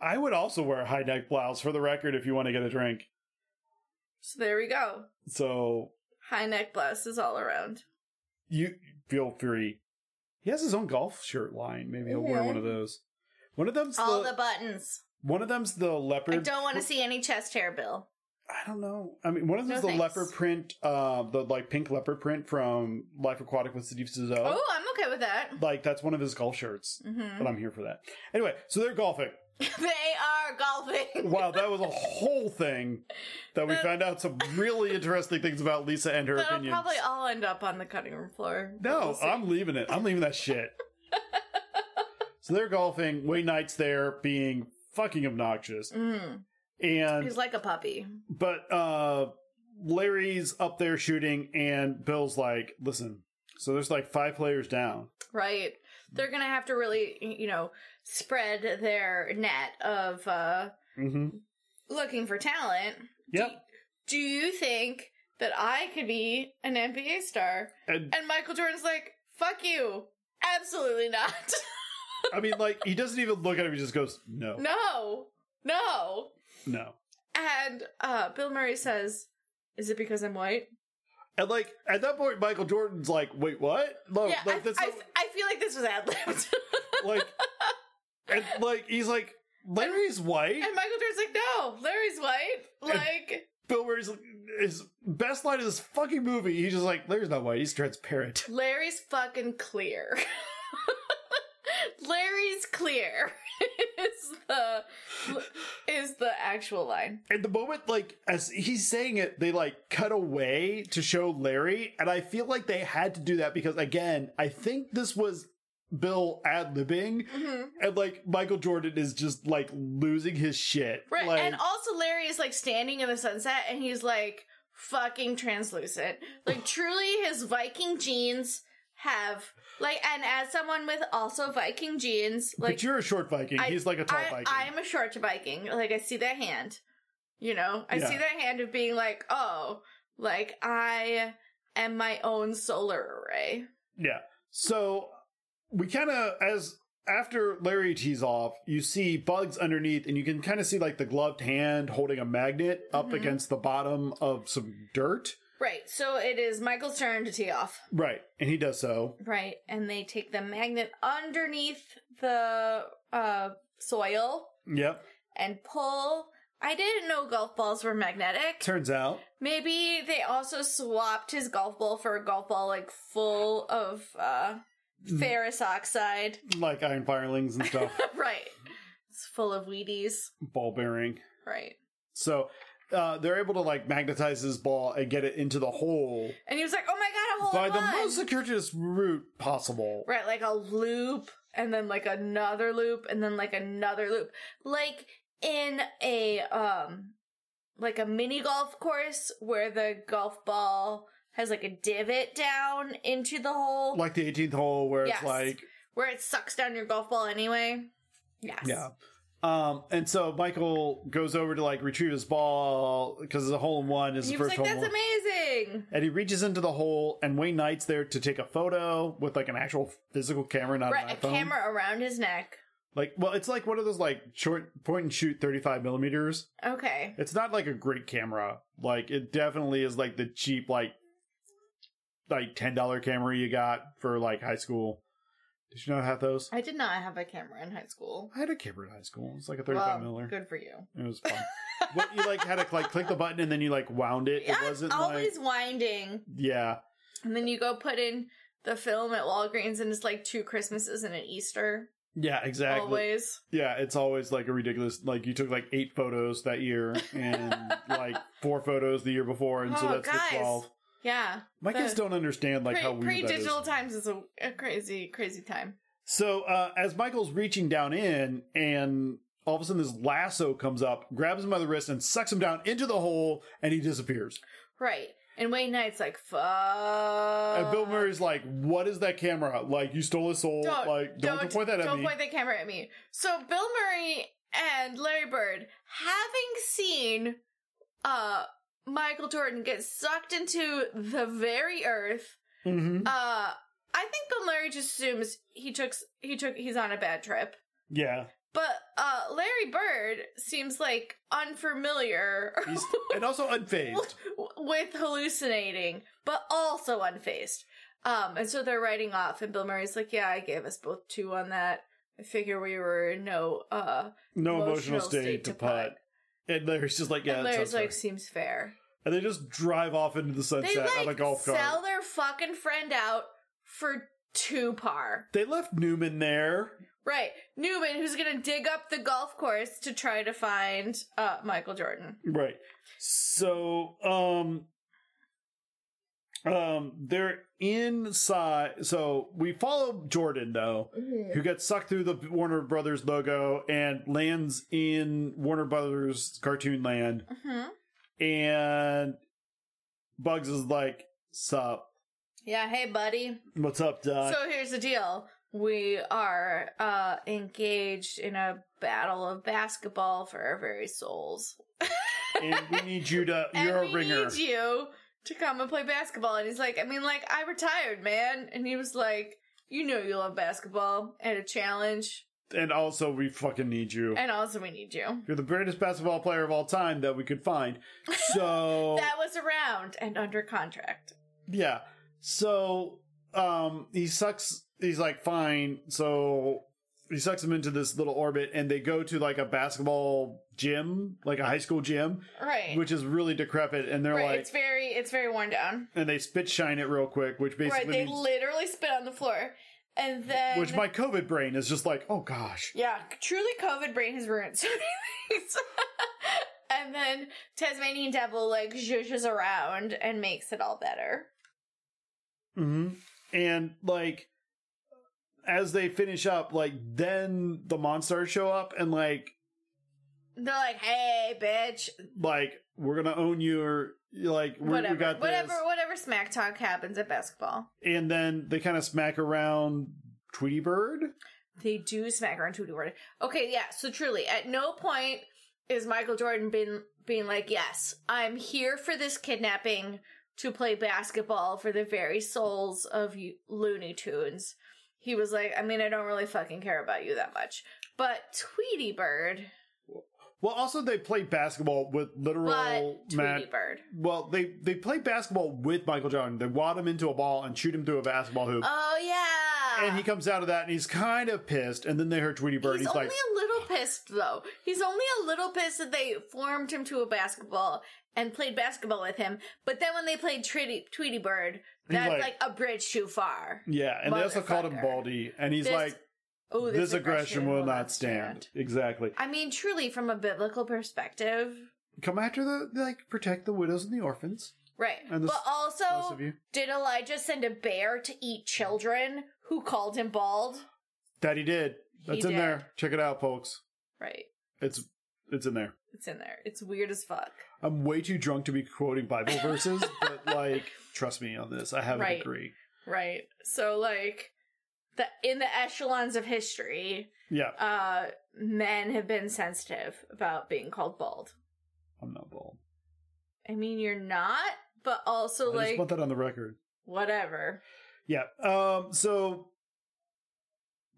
[SPEAKER 1] I would also wear a high neck blouse for the record if you want to get a drink.
[SPEAKER 2] So there we go.
[SPEAKER 1] So
[SPEAKER 2] High neck blouse is all around.
[SPEAKER 1] you feel free. He has his own golf shirt line. Maybe he'll wear
[SPEAKER 2] Mhm.
[SPEAKER 1] one of those. One of them's
[SPEAKER 2] all
[SPEAKER 1] the,
[SPEAKER 2] the buttons.
[SPEAKER 1] one of them's the leopard.
[SPEAKER 2] I don't want to see any chest hair, Bill.
[SPEAKER 1] I don't know. I mean, one of them
[SPEAKER 2] No
[SPEAKER 1] is the
[SPEAKER 2] thanks.
[SPEAKER 1] leopard print, uh, the like pink leopard print from Life Aquatic with Steve Zissou.
[SPEAKER 2] Oh, I'm okay with that.
[SPEAKER 1] Like that's one of his golf shirts,
[SPEAKER 2] hmm
[SPEAKER 1] but I'm here for that. Anyway, so they're golfing.
[SPEAKER 2] they are golfing.
[SPEAKER 1] Wow, that was a whole thing that we
[SPEAKER 2] That-
[SPEAKER 1] found out some really interesting things about Lisa and her
[SPEAKER 2] (laughs) That'll
[SPEAKER 1] opinions.
[SPEAKER 2] probably all end up on the cutting room floor.
[SPEAKER 1] No, uh,
[SPEAKER 2] We'll see.
[SPEAKER 1] I'm leaving it. I'm leaving that
[SPEAKER 2] (laughs)
[SPEAKER 1] shit. so they're golfing. Wayne Knight's there being fucking obnoxious.
[SPEAKER 2] Mm.
[SPEAKER 1] And
[SPEAKER 2] He's like a puppy.
[SPEAKER 1] but uh Larry's up there shooting and Bill's like, listen, so there's like five players down.
[SPEAKER 2] Right. They're gonna have to really, you know, spread their net of uh
[SPEAKER 1] Mm-hmm.
[SPEAKER 2] looking for talent.
[SPEAKER 1] Yep.
[SPEAKER 2] Do you think that I could be an NBA star?
[SPEAKER 1] And
[SPEAKER 2] And Michael Jordan's like, "Fuck you, absolutely not. (laughs)
[SPEAKER 1] I mean like he doesn't even look at him, he just goes, No,
[SPEAKER 2] no, no."
[SPEAKER 1] no.
[SPEAKER 2] And uh Bill Murray says, "Is it because I'm white?"
[SPEAKER 1] And like at that point Michael Jordan's like, wait, what? Like,
[SPEAKER 2] yeah,
[SPEAKER 1] like
[SPEAKER 2] I,
[SPEAKER 1] Oh, that's
[SPEAKER 2] I,
[SPEAKER 1] not-
[SPEAKER 2] I feel like this was ad (laughs) libbed.
[SPEAKER 1] like and like he's like Larry's white.
[SPEAKER 2] and Michael Jordan's like, "No, Larry's white." Like,
[SPEAKER 1] Bill Murray's his best line of this fucking movie. He's just like, Larry's not white. He's transparent. (laughs)
[SPEAKER 2] Larry's fucking clear. (laughs) Larry's clear (laughs) is the is the actual line.
[SPEAKER 1] And the moment, like as he's saying it, they like cut away to show Larry, and I feel like they had to do that because again, I think this was Bill ad libbing,
[SPEAKER 2] Mhm.
[SPEAKER 1] and like Michael Jordan is just like losing his shit.
[SPEAKER 2] Right.
[SPEAKER 1] Like,
[SPEAKER 2] and also Larry is like standing in the sunset and he's like fucking translucent. Like truly his Viking jeans have like and as someone with also Viking jeans, like
[SPEAKER 1] but you're a short Viking.
[SPEAKER 2] I-
[SPEAKER 1] he's like a tall
[SPEAKER 2] I,
[SPEAKER 1] Viking.
[SPEAKER 2] I'm a short Viking. Like I see that hand. You know? I see
[SPEAKER 1] Yeah.
[SPEAKER 2] that hand of being like, oh, like I am my own solar array.
[SPEAKER 1] Yeah. So we kind of as after Larry tees off, you see bugs underneath, and you can kind of see like the gloved hand holding a magnet up
[SPEAKER 2] Mhm.
[SPEAKER 1] against the bottom of some dirt.
[SPEAKER 2] Right. So it is Michael's turn to tee off.
[SPEAKER 1] Right, and he does so.
[SPEAKER 2] Right. And they take the magnet underneath the uh soil
[SPEAKER 1] Yep.
[SPEAKER 2] and pull. I didn't know golf balls were magnetic.
[SPEAKER 1] Turns out,
[SPEAKER 2] Maybe they also swapped his golf ball for a golf ball like full of uh ferrous oxide.
[SPEAKER 1] like iron firelings and
[SPEAKER 2] (laughs)
[SPEAKER 1] stuff,
[SPEAKER 2] right. It's full of Wheaties.
[SPEAKER 1] ball bearing.
[SPEAKER 2] Right.
[SPEAKER 1] So uh, they're able to like magnetize his ball and get it into the hole
[SPEAKER 2] And he was like, "Oh my god, a hole
[SPEAKER 1] by
[SPEAKER 2] in
[SPEAKER 1] the
[SPEAKER 2] one!"
[SPEAKER 1] most circuitous route possible.
[SPEAKER 2] right, like a loop, and then like another loop, and then like another loop, like in a um, like a mini golf course where the golf ball has like a divot down into the hole,
[SPEAKER 1] Like the 18th hole, where
[SPEAKER 2] Yes.
[SPEAKER 1] it's like
[SPEAKER 2] where it sucks down your golf ball anyway. Yes.
[SPEAKER 1] Yeah. Um, and so Michael goes over to like retrieve his ball because it's a hole in one. Is
[SPEAKER 2] He
[SPEAKER 1] the
[SPEAKER 2] was
[SPEAKER 1] first
[SPEAKER 2] like,
[SPEAKER 1] hole in
[SPEAKER 2] "That's
[SPEAKER 1] one.
[SPEAKER 2] amazing."
[SPEAKER 1] And he reaches into the hole, and Wayne Knight's there to take a photo with like an actual physical camera, not
[SPEAKER 2] Right,
[SPEAKER 1] an
[SPEAKER 2] a
[SPEAKER 1] iPhone.
[SPEAKER 2] camera around his neck.
[SPEAKER 1] Like, well, it's like one of those like short point and shoot thirty five millimeters.
[SPEAKER 2] Okay.
[SPEAKER 1] It's not like a great camera. Like, it definitely is like the cheap like like ten dollar camera you got for like high school. Did you not have those?
[SPEAKER 2] I did not have a camera in high school.
[SPEAKER 1] I had a camera in high school. It's like a thirty
[SPEAKER 2] Well,
[SPEAKER 1] five millimeter.
[SPEAKER 2] good for you.
[SPEAKER 1] It was fun. but you like had to like click the button and then you like wound it. It
[SPEAKER 2] I'm
[SPEAKER 1] wasn't
[SPEAKER 2] always
[SPEAKER 1] like
[SPEAKER 2] winding.
[SPEAKER 1] yeah,
[SPEAKER 2] And then you go put in the film at Walgreens and it's like two Christmases and an Easter.
[SPEAKER 1] yeah, exactly.
[SPEAKER 2] Always.
[SPEAKER 1] Yeah, it's always like a ridiculous. Like you took like eight photos that year
[SPEAKER 2] (laughs)
[SPEAKER 1] and like four photos the year before, and so
[SPEAKER 2] Oh,
[SPEAKER 1] that's
[SPEAKER 2] guys.
[SPEAKER 1] the twelve.
[SPEAKER 2] Yeah.
[SPEAKER 1] My kids
[SPEAKER 2] The-
[SPEAKER 1] don't understand like how
[SPEAKER 2] Pre
[SPEAKER 1] weird that is.
[SPEAKER 2] digital times is a, a crazy, crazy time.
[SPEAKER 1] So uh, as Michael's reaching down in, and all of a sudden this lasso comes up, grabs him by the wrist, and sucks him down into the hole, and he disappears.
[SPEAKER 2] Right. And Wayne Knight's like, fuck.
[SPEAKER 1] and Bill Murray's like, "What is that camera? Like you stole his soul.
[SPEAKER 2] Don't-
[SPEAKER 1] like don't, point that at
[SPEAKER 2] don't
[SPEAKER 1] me."
[SPEAKER 2] point the camera at me. So Bill Murray and Larry Bird, having seen uh Michael Jordan get sucked into the very earth,
[SPEAKER 1] mm-hmm.
[SPEAKER 2] uh I think Bill Murray just assumes he took he took he's on a bad trip.
[SPEAKER 1] Yeah.
[SPEAKER 2] But uh Larry Bird seems like unfamiliar
[SPEAKER 1] He's, and also (laughs) unfazed.
[SPEAKER 2] (laughs) with hallucinating, but also unfazed. Um and so they're writing off and Bill Murray's like, "Yeah, I gave us both two on that. I figure we were in no uh
[SPEAKER 1] No emotional, state, to putt. And Larry's just like, yeah,
[SPEAKER 2] and
[SPEAKER 1] that
[SPEAKER 2] Larry's
[SPEAKER 1] sounds
[SPEAKER 2] like,
[SPEAKER 1] fair.
[SPEAKER 2] seems fair.
[SPEAKER 1] and they just drive off into the sunset
[SPEAKER 2] They
[SPEAKER 1] on a
[SPEAKER 2] like
[SPEAKER 1] golf cart.
[SPEAKER 2] sell their fucking friend out for two par.
[SPEAKER 1] they left Newman there.
[SPEAKER 2] Right. Newman, who's gonna dig up the golf course to try to find uh Michael Jordan.
[SPEAKER 1] Right. So, um, um, they're inside. So we follow Jordan though, who gets sucked through the Warner Brothers logo and lands in Warner Brothers cartoon land.
[SPEAKER 2] Mm-hmm.
[SPEAKER 1] And Bugs is like, "Sup?
[SPEAKER 2] Yeah, hey buddy.
[SPEAKER 1] What's up, Doc?"
[SPEAKER 2] so here's the deal. We are uh engaged in a battle of basketball for our very souls.
[SPEAKER 1] and we need you
[SPEAKER 2] (laughs)
[SPEAKER 1] to.
[SPEAKER 2] and
[SPEAKER 1] you're
[SPEAKER 2] we
[SPEAKER 1] a ringer.
[SPEAKER 2] need you to come and play basketball. And he's like, I mean, like, I retired, man. And he was like, You know you love basketball and a challenge.
[SPEAKER 1] and also, we fucking need you.
[SPEAKER 2] And also we need you.
[SPEAKER 1] you're the greatest basketball player of all time that we could find. So
[SPEAKER 2] (laughs) That was around and under contract.
[SPEAKER 1] (laughs) Yeah. So um he sucks he's like fine. So he sucks him into this little orbit and they go to like a basketball gym, like a high school gym,
[SPEAKER 2] Right.
[SPEAKER 1] which is really decrepit and they're
[SPEAKER 2] right.
[SPEAKER 1] like
[SPEAKER 2] it's very it's very worn down.
[SPEAKER 1] and they spit shine it real quick, which basically
[SPEAKER 2] right. They
[SPEAKER 1] means-
[SPEAKER 2] literally spit on the floor. And then
[SPEAKER 1] which my COVID brain is just like, oh gosh.
[SPEAKER 2] Yeah, truly COVID brain has ruined so many things. (laughs) and then Tasmanian devil like zhuzhes around and makes it all better.
[SPEAKER 1] hmm And like, as they finish up, like then the monsters show up and like,
[SPEAKER 2] They're like, hey bitch,
[SPEAKER 1] like we're gonna own your like we,
[SPEAKER 2] whatever,
[SPEAKER 1] we got this.
[SPEAKER 2] whatever, whatever smack talk happens at basketball.
[SPEAKER 1] and then they kind of smack around Tweety Bird.
[SPEAKER 2] They do smack around Tweety Bird. Okay, yeah. So truly, at no point is Michael Jordan been being like, "Yes, I'm here for this kidnapping to play basketball for the very souls of you Looney Tunes." He was like, "I mean, I don't really fucking care about you that much." But Tweety Bird,
[SPEAKER 1] Well, also they play basketball with literal
[SPEAKER 2] but
[SPEAKER 1] ma-
[SPEAKER 2] Tweety Bird.
[SPEAKER 1] Well, they they play basketball with Michael Jordan. They wad him into a ball and shoot him through a basketball hoop.
[SPEAKER 2] Oh yeah.
[SPEAKER 1] and he comes out of that and he's kind of pissed. And then they heard Tweety Bird.
[SPEAKER 2] He's
[SPEAKER 1] He's,
[SPEAKER 2] only
[SPEAKER 1] like,
[SPEAKER 2] a little pissed though. He's only a little pissed that they formed him to a basketball and played basketball with him. But then when they played Tweety, Tweety Bird,
[SPEAKER 1] He's
[SPEAKER 2] that's like,
[SPEAKER 1] like-
[SPEAKER 2] a bridge too far.
[SPEAKER 1] yeah. And they also called him
[SPEAKER 2] Motherfucker.
[SPEAKER 1] Baldy. And he's
[SPEAKER 2] This
[SPEAKER 1] like,
[SPEAKER 2] Oh,
[SPEAKER 1] this aggression will not stand. Exactly.
[SPEAKER 2] I mean, truly, from a biblical perspective,
[SPEAKER 1] Come after the like, protect the widows and the orphans.
[SPEAKER 2] right?
[SPEAKER 1] And this-
[SPEAKER 2] but
[SPEAKER 1] Most
[SPEAKER 2] also,
[SPEAKER 1] of you.
[SPEAKER 2] did Elijah send a bear to eat children who called him bald?
[SPEAKER 1] That he did.
[SPEAKER 2] He
[SPEAKER 1] That's in
[SPEAKER 2] did.
[SPEAKER 1] there. Check it out, folks.
[SPEAKER 2] Right.
[SPEAKER 1] It's it's in there.
[SPEAKER 2] It's in there. It's weird as fuck.
[SPEAKER 1] I'm way too drunk to be quoting
[SPEAKER 2] (laughs)
[SPEAKER 1] Bible verses, but like, trust me on this. I have
[SPEAKER 2] Right.
[SPEAKER 1] a degree.
[SPEAKER 2] Right. So like the in the echelons of history,
[SPEAKER 1] Yeah,
[SPEAKER 2] uh men have been sensitive about being called bald.
[SPEAKER 1] I'm not bald.
[SPEAKER 2] I mean, you're not, but also
[SPEAKER 1] I just
[SPEAKER 2] like
[SPEAKER 1] want that on the record.
[SPEAKER 2] whatever.
[SPEAKER 1] Yeah. Um. So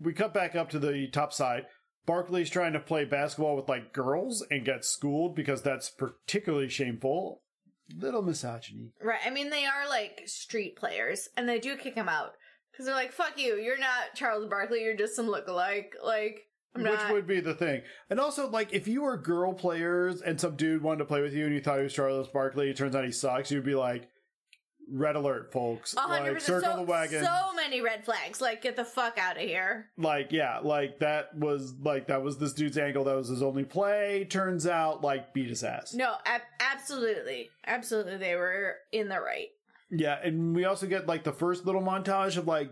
[SPEAKER 1] we cut back up to the top side. Barkley's trying to play basketball with like girls and gets schooled because that's particularly shameful. Little misogyny.
[SPEAKER 2] Right. I mean, they are like street players and they do kick him out cuz they're like, "Fuck you. You're not Charles Barkley. You're just some lookalike." Like I'm
[SPEAKER 1] Which
[SPEAKER 2] not
[SPEAKER 1] would be the thing. And also, like, if you were girl players and some dude wanted to play with you and you thought he was Charles Barkley, it turns out he sucks, you'd be like, red alert, folks.
[SPEAKER 2] a hundred
[SPEAKER 1] Like,
[SPEAKER 2] percent.
[SPEAKER 1] circle
[SPEAKER 2] So,
[SPEAKER 1] the wagon.
[SPEAKER 2] so many red flags. Like, get the fuck out of here.
[SPEAKER 1] Like, yeah, like, that was, like, that was this dude's angle. That was his only play. Turns out, like, beat his ass.
[SPEAKER 2] No, ab- absolutely, absolutely, they were in the right.
[SPEAKER 1] Yeah, and we also get, like, the first little montage of, like,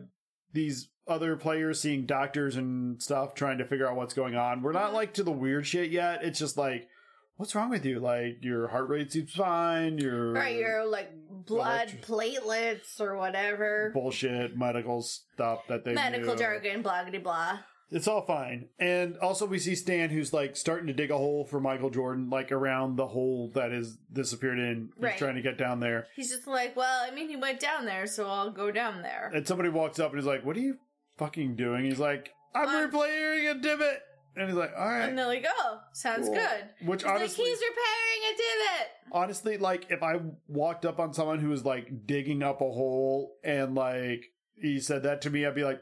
[SPEAKER 1] these other players seeing doctors and stuff trying to figure out what's going on. We're not,
[SPEAKER 2] Mhm.
[SPEAKER 1] like, to the weird shit yet. It's just, like, what's wrong with you? Like, your heart rate seems fine. Your...
[SPEAKER 2] Right, your like blood
[SPEAKER 1] Electric-
[SPEAKER 2] platelets or whatever.
[SPEAKER 1] bullshit medical stuff that they
[SPEAKER 2] Medical
[SPEAKER 1] do.
[SPEAKER 2] jargon, blah blah blah.
[SPEAKER 1] It's all fine. And also we see Stan who's like starting to dig a hole for Michael Jordan, like around the hole that is disappeared in. He's
[SPEAKER 2] Right.
[SPEAKER 1] trying to get down there.
[SPEAKER 2] He's just like, well, I mean, he went down there, so I'll go down there.
[SPEAKER 1] And somebody walks up and is like, What are you fucking doing? He's like, I'm
[SPEAKER 2] Um,
[SPEAKER 1] repairing a divot. And he's like, All right.
[SPEAKER 2] and they're like, oh, sounds
[SPEAKER 1] cool."
[SPEAKER 2] good.
[SPEAKER 1] Which
[SPEAKER 2] He's
[SPEAKER 1] honestly,
[SPEAKER 2] like, he's repairing a divot.
[SPEAKER 1] honestly, like if I walked up on someone who was like digging up a hole and like he said that to me, I'd be like,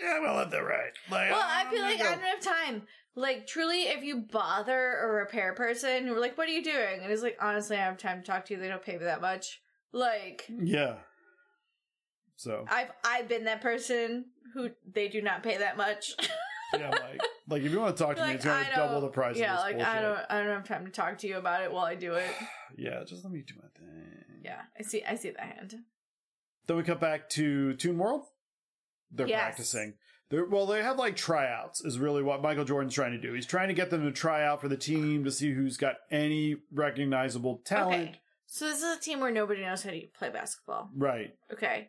[SPEAKER 1] yeah, I'm gonna let that ride. Like,
[SPEAKER 2] Well,
[SPEAKER 1] I'm
[SPEAKER 2] I feel
[SPEAKER 1] gonna
[SPEAKER 2] like
[SPEAKER 1] go.
[SPEAKER 2] I don't have time. Like, truly, if you bother a repair person, we're like, what are you doing? And he's like, honestly, I don't have time to talk to you. They don't pay me that much. Like,
[SPEAKER 1] Yeah. So
[SPEAKER 2] I've I've been that person who they do not pay that much. (laughs)
[SPEAKER 1] yeah, like like if you want to talk to me,
[SPEAKER 2] like,
[SPEAKER 1] it's gonna
[SPEAKER 2] I
[SPEAKER 1] double
[SPEAKER 2] don't-
[SPEAKER 1] the price.
[SPEAKER 2] Yeah,
[SPEAKER 1] of this
[SPEAKER 2] like
[SPEAKER 1] bullshit.
[SPEAKER 2] I don't I don't have time to talk to you about it while I do it.
[SPEAKER 1] Yeah, just let me do my thing.
[SPEAKER 2] Yeah, I see I see that hand.
[SPEAKER 1] Then we cut back to Toon World. They're
[SPEAKER 2] Yes.
[SPEAKER 1] practicing. They're, well, they have like tryouts, is really what Michael Jordan's trying to do. He's trying to get them to try out for the team to see who's got any recognizable talent.
[SPEAKER 2] Okay. So this is a team where nobody knows how to play basketball.
[SPEAKER 1] Right.
[SPEAKER 2] Okay.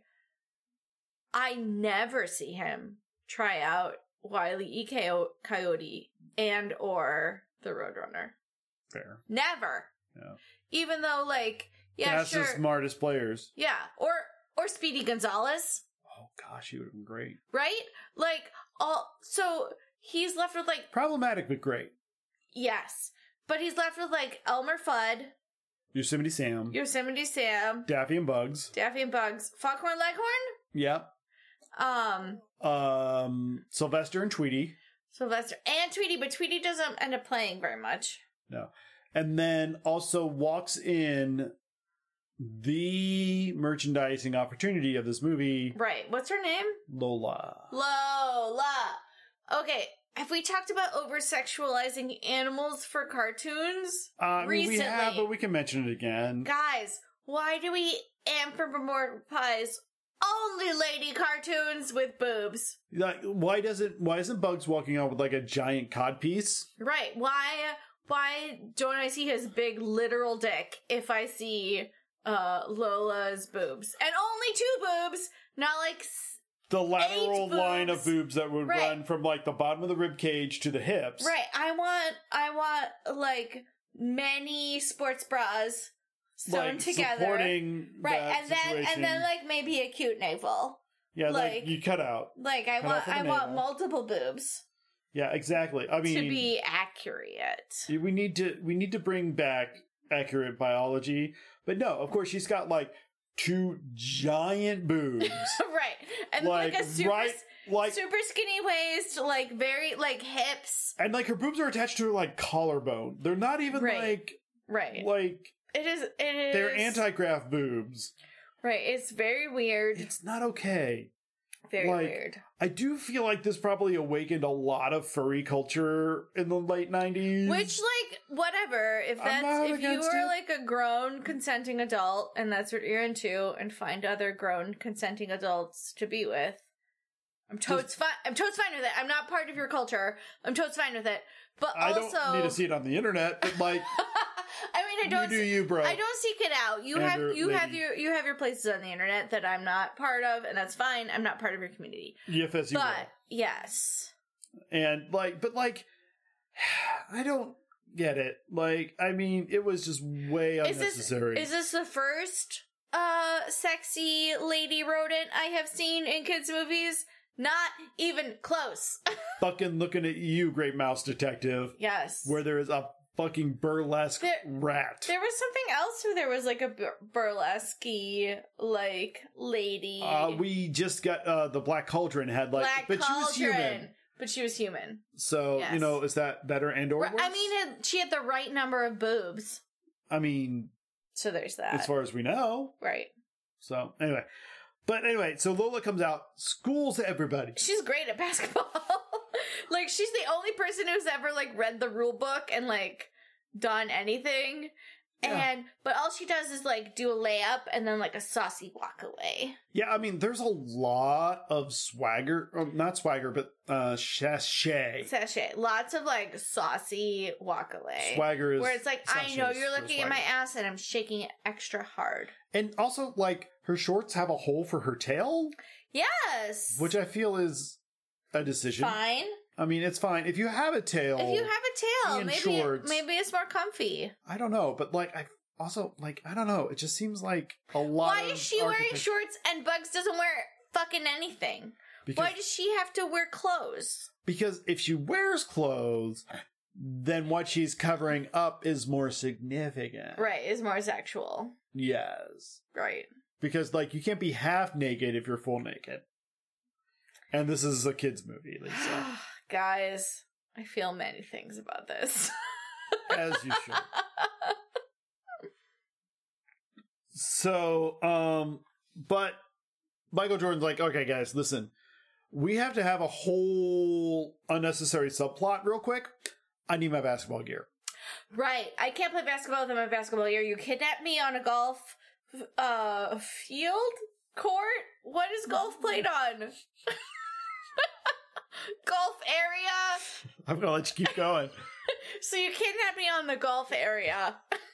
[SPEAKER 2] I never see him try out Wiley E. Coy- Coyote and or the Roadrunner.
[SPEAKER 1] Fair.
[SPEAKER 2] Never.
[SPEAKER 1] Yeah.
[SPEAKER 2] Even though, like, yeah,
[SPEAKER 1] That's
[SPEAKER 2] sure,
[SPEAKER 1] the smartest players.
[SPEAKER 2] yeah, or or Speedy Gonzalez,
[SPEAKER 1] Oh gosh, he would have been great.
[SPEAKER 2] right? Like, all so he's left with like
[SPEAKER 1] Problematic but great.
[SPEAKER 2] yes, but he's left with like Elmer Fudd,
[SPEAKER 1] Yosemite Sam,
[SPEAKER 2] Yosemite Sam,
[SPEAKER 1] Daffy and Bugs.
[SPEAKER 2] Daffy and Bugs, Foghorn Leghorn,
[SPEAKER 1] Yeah.
[SPEAKER 2] um,
[SPEAKER 1] Um Sylvester and Tweety.
[SPEAKER 2] Sylvester and Tweety, but Tweety doesn't end up playing very much.
[SPEAKER 1] And then also walks in the merchandising opportunity of this movie,
[SPEAKER 2] Right? What's her name?
[SPEAKER 1] Lola.
[SPEAKER 2] Lola. Okay. Have we talked about over sexualizing animals for cartoons?
[SPEAKER 1] Uh, I mean, we
[SPEAKER 2] Recently.
[SPEAKER 1] have, but we can mention it again.
[SPEAKER 2] Guys, why do we anthropomorphize only lady cartoons with boobs?
[SPEAKER 1] Like, why doesn't why isn't Bugs walking out with like a giant codpiece?
[SPEAKER 2] Right? Why? Why don't I see his big literal dick if I see uh Lola's boobs and only two boobs, not like s-
[SPEAKER 1] The lateral
[SPEAKER 2] boobs.
[SPEAKER 1] line of boobs that would
[SPEAKER 2] Right.
[SPEAKER 1] run from like the bottom of the rib cage to the hips.
[SPEAKER 2] right? I want I want like many sports bras sewn
[SPEAKER 1] like,
[SPEAKER 2] together,
[SPEAKER 1] supporting
[SPEAKER 2] right?
[SPEAKER 1] that
[SPEAKER 2] And then
[SPEAKER 1] situation.
[SPEAKER 2] and then like maybe a cute navel.
[SPEAKER 1] yeah, like,
[SPEAKER 2] like-
[SPEAKER 1] you cut out.
[SPEAKER 2] Like I
[SPEAKER 1] Cut off
[SPEAKER 2] want
[SPEAKER 1] of the
[SPEAKER 2] I want
[SPEAKER 1] navel.
[SPEAKER 2] multiple boobs.
[SPEAKER 1] Yeah, exactly. I mean,
[SPEAKER 2] to be accurate. (laughs)
[SPEAKER 1] we need to we need to bring back accurate biology, but no, of course she's got like two giant boobs,
[SPEAKER 2] right. (laughs) And like,
[SPEAKER 1] like
[SPEAKER 2] a super
[SPEAKER 1] right, like
[SPEAKER 2] super skinny waist, like very like hips.
[SPEAKER 1] and like her boobs are attached to her like collarbone. They're not even
[SPEAKER 2] Right.
[SPEAKER 1] like
[SPEAKER 2] Right.
[SPEAKER 1] like
[SPEAKER 2] it is it is
[SPEAKER 1] they're anti-graph boobs.
[SPEAKER 2] Right. It's very weird.
[SPEAKER 1] It's not okay.
[SPEAKER 2] Very
[SPEAKER 1] like-
[SPEAKER 2] weird.
[SPEAKER 1] I do feel like this probably awakened a lot of furry culture in the late nineties.
[SPEAKER 2] Which like whatever. If
[SPEAKER 1] I'm
[SPEAKER 2] that's
[SPEAKER 1] not
[SPEAKER 2] if you
[SPEAKER 1] against
[SPEAKER 2] are
[SPEAKER 1] it.
[SPEAKER 2] like a grown consenting adult and that's what you're into and find other grown consenting adults to be with. I'm totes fine. I'm totes fine with it. I'm not part of your culture. I'm totes fine with it. But
[SPEAKER 1] I
[SPEAKER 2] also,
[SPEAKER 1] don't need to see it on the internet, but like
[SPEAKER 2] (laughs) I mean, I
[SPEAKER 1] you
[SPEAKER 2] don't.
[SPEAKER 1] do you, bro.
[SPEAKER 2] I don't seek it out. You
[SPEAKER 1] Andrew,
[SPEAKER 2] have you have
[SPEAKER 1] maybe.
[SPEAKER 2] your you have your places on the internet that I'm not part of, and that's fine. I'm not part of your community.
[SPEAKER 1] Yif as you will.
[SPEAKER 2] But yes,
[SPEAKER 1] and like but like (sighs) i don't get it like i mean it was just way
[SPEAKER 2] Is this-
[SPEAKER 1] unnecessary
[SPEAKER 2] is this the first uh sexy lady rodent I have seen in kids movies? Not even close. (laughs)
[SPEAKER 1] fucking looking at you great mouse detective
[SPEAKER 2] yes.
[SPEAKER 1] where there is a fucking burlesque
[SPEAKER 2] There-
[SPEAKER 1] rat
[SPEAKER 2] there was something else where there was like a bur- burlesque like lady.
[SPEAKER 1] uh, we just got uh the black cauldron had like
[SPEAKER 2] black
[SPEAKER 1] but she was
[SPEAKER 2] cauldron.
[SPEAKER 1] human
[SPEAKER 2] But she was human.
[SPEAKER 1] so you
[SPEAKER 2] Yes.
[SPEAKER 1] know is that better and or
[SPEAKER 2] Ri- I
[SPEAKER 1] worse?
[SPEAKER 2] mean, it, she had the right number of boobs.
[SPEAKER 1] i mean
[SPEAKER 2] So there's that.
[SPEAKER 1] as far as we know
[SPEAKER 2] right.
[SPEAKER 1] so anyway but anyway so lola comes out schools everybody
[SPEAKER 2] She's great at basketball. (laughs) like she's the only person who's ever like read the rule book and like done anything.
[SPEAKER 1] Yeah.
[SPEAKER 2] And but all she does is like do a layup and then like a saucy walk away.
[SPEAKER 1] Yeah, I mean, there's a lot of swagger, or not swagger, but uh, sachet.
[SPEAKER 2] Sachet. Lots of like saucy walk away.
[SPEAKER 1] Swagger is
[SPEAKER 2] Where it's like, I
[SPEAKER 1] sachet
[SPEAKER 2] know
[SPEAKER 1] is
[SPEAKER 2] you're
[SPEAKER 1] for
[SPEAKER 2] looking at my
[SPEAKER 1] swagger.
[SPEAKER 2] ass and I'm shaking it extra hard.
[SPEAKER 1] and also like her shorts have a hole for her tail,
[SPEAKER 2] Yes.
[SPEAKER 1] which I feel is a decision.
[SPEAKER 2] fine.
[SPEAKER 1] I mean, it's fine if you have a tail.
[SPEAKER 2] If you have a tail,
[SPEAKER 1] and
[SPEAKER 2] maybe
[SPEAKER 1] shorts.
[SPEAKER 2] maybe it's more comfy.
[SPEAKER 1] I don't know, but like I also like I don't know. It just seems like a lot.
[SPEAKER 2] Why
[SPEAKER 1] of
[SPEAKER 2] is she wearing
[SPEAKER 1] architect-
[SPEAKER 2] shorts and Bugs doesn't wear fucking anything?
[SPEAKER 1] Because,
[SPEAKER 2] Why does she have to wear clothes?
[SPEAKER 1] because if she wears clothes, then what she's covering up is more significant.
[SPEAKER 2] Right, is more sexual.
[SPEAKER 1] Yes.
[SPEAKER 2] Right.
[SPEAKER 1] because like you can't be half naked if you're full naked. And this is a kids movie,
[SPEAKER 2] (gasps)
[SPEAKER 1] Lisa,
[SPEAKER 2] (sighs)
[SPEAKER 1] (laughs)
[SPEAKER 2] Guys, I feel many things about this. (laughs)
[SPEAKER 1] as you should. So, um, but Michael Jordan's like, okay, guys, listen, we have to have a whole unnecessary subplot real quick. I need my basketball gear.
[SPEAKER 2] right. I can't play basketball without my basketball gear. You kidnapped me on a golf uh field court? What is (laughs) golf played on? golf area?
[SPEAKER 1] I'm gonna let you keep
[SPEAKER 2] (laughs)
[SPEAKER 1] going.
[SPEAKER 2] So you kidnapped me on the golf area. (laughs) and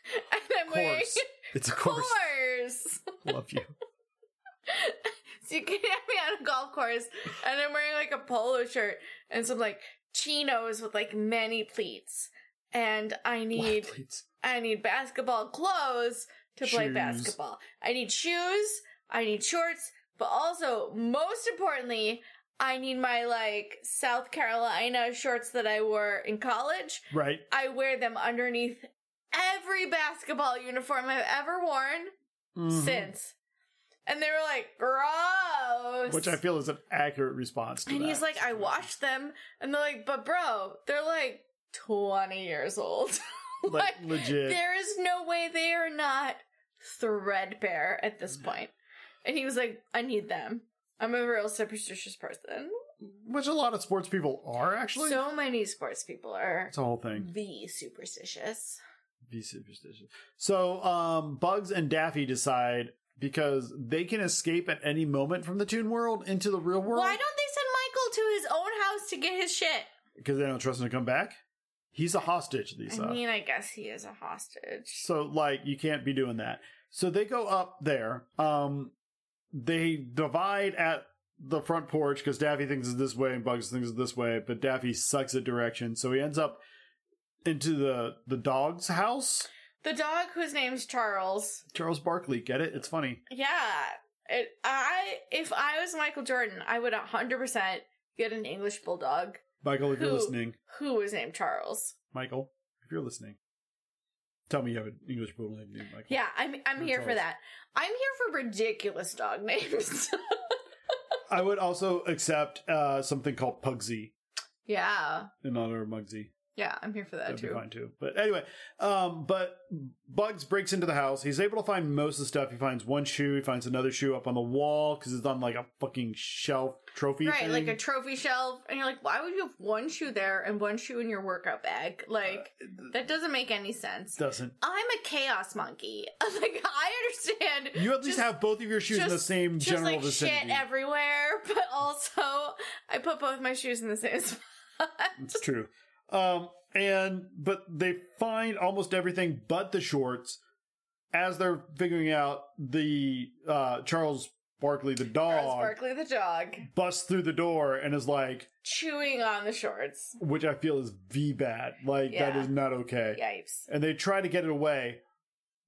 [SPEAKER 2] I'm wearing
[SPEAKER 1] Course. It's a course.
[SPEAKER 2] (laughs) course.
[SPEAKER 1] Love
[SPEAKER 2] (laughs)
[SPEAKER 1] you.
[SPEAKER 2] So (laughs) you kidnapped me on a golf course, and I'm wearing like a polo shirt and some like chinos with like many pleats. And I need
[SPEAKER 1] Love, please.
[SPEAKER 2] I need basketball clothes to play
[SPEAKER 1] Shoes.
[SPEAKER 2] basketball. I need shoes, I need shorts, but also most importantly, I need my like South Carolina shorts that I wore in college.
[SPEAKER 1] Right.
[SPEAKER 2] I wear them underneath every basketball uniform I've ever worn
[SPEAKER 1] Mhm.
[SPEAKER 2] since. And they were like, gross.
[SPEAKER 1] Which I feel is an accurate response to
[SPEAKER 2] and
[SPEAKER 1] that.
[SPEAKER 2] he's like, I washed them. And they're like, but bro, they're like 20 years old. (laughs)
[SPEAKER 1] like, legit.
[SPEAKER 2] There is no way they are not threadbare at this
[SPEAKER 1] Mm-hmm.
[SPEAKER 2] point. And he was like, I need them. I'm a real superstitious person.
[SPEAKER 1] Which a lot of sports people are actually.
[SPEAKER 2] so many sports people are
[SPEAKER 1] it's a whole thing.
[SPEAKER 2] the superstitious.
[SPEAKER 1] Be superstitious. So um, Bugs and Daffy decide because they can escape at any moment from the Toon World into the real world
[SPEAKER 2] Why don't they send Michael to his own house to get his shit?
[SPEAKER 1] because they don't trust him to come back. He's a hostage, Lisa.
[SPEAKER 2] I mean, I guess he is a hostage.
[SPEAKER 1] so like you can't be doing that. So they go up there. Um, they divide at the front porch because Daffy thinks it's this way and Bugs thinks it's this way, but Daffy sucks at direction, so he ends up into the the dog's house.
[SPEAKER 2] The dog whose name's Charles.
[SPEAKER 1] Charles Barkley, get it? It's funny.
[SPEAKER 2] Yeah. It, I if I was Michael Jordan, I would 100% get an English bulldog
[SPEAKER 1] Michael, if you're
[SPEAKER 2] (laughs) Who-
[SPEAKER 1] listening,
[SPEAKER 2] who was named Charles.
[SPEAKER 1] Michael, if you're listening, tell me you have an English bulldog named Michael.
[SPEAKER 2] Yeah, I'm I'm
[SPEAKER 1] Or
[SPEAKER 2] here for
[SPEAKER 1] Charles.
[SPEAKER 2] that. I'm here for ridiculous dog (laughs) names.
[SPEAKER 1] I would also accept uh, something called Pugsy
[SPEAKER 2] yeah.
[SPEAKER 1] in honor of Mugsy.
[SPEAKER 2] Yeah, I'm here for that
[SPEAKER 1] That'd be
[SPEAKER 2] too.
[SPEAKER 1] fine too. But anyway, um, but Bugs breaks into the house. He's able to find most of the stuff. He finds one shoe. He finds another shoe up on the wall because it's on like a fucking shelf trophy
[SPEAKER 2] Right,
[SPEAKER 1] thing.
[SPEAKER 2] like a trophy shelf and you're like, "Why would you have one shoe there and one shoe in your workout bag?" Like
[SPEAKER 1] Uh,
[SPEAKER 2] that doesn't make any sense.
[SPEAKER 1] doesn't.
[SPEAKER 2] I'm a chaos monkey. (laughs) like I understand
[SPEAKER 1] You at least
[SPEAKER 2] just-
[SPEAKER 1] have both of your shoes in the
[SPEAKER 2] just-
[SPEAKER 1] same
[SPEAKER 2] just
[SPEAKER 1] general
[SPEAKER 2] like
[SPEAKER 1] vicinity.
[SPEAKER 2] shit everywhere, (laughs) but also I put both my shoes in the same (laughs) spot. (laughs)
[SPEAKER 1] It's true. Um, and but they find almost everything but the shorts as they're figuring out the uh, Charles Barkley the dog
[SPEAKER 2] Charles Barkley the dog
[SPEAKER 1] busts through the door and is like,
[SPEAKER 2] chewing on the shorts.
[SPEAKER 1] which I feel is v bad. Like that
[SPEAKER 2] Yeah.
[SPEAKER 1] is not okay.
[SPEAKER 2] Yipes.
[SPEAKER 1] And they try to get it away.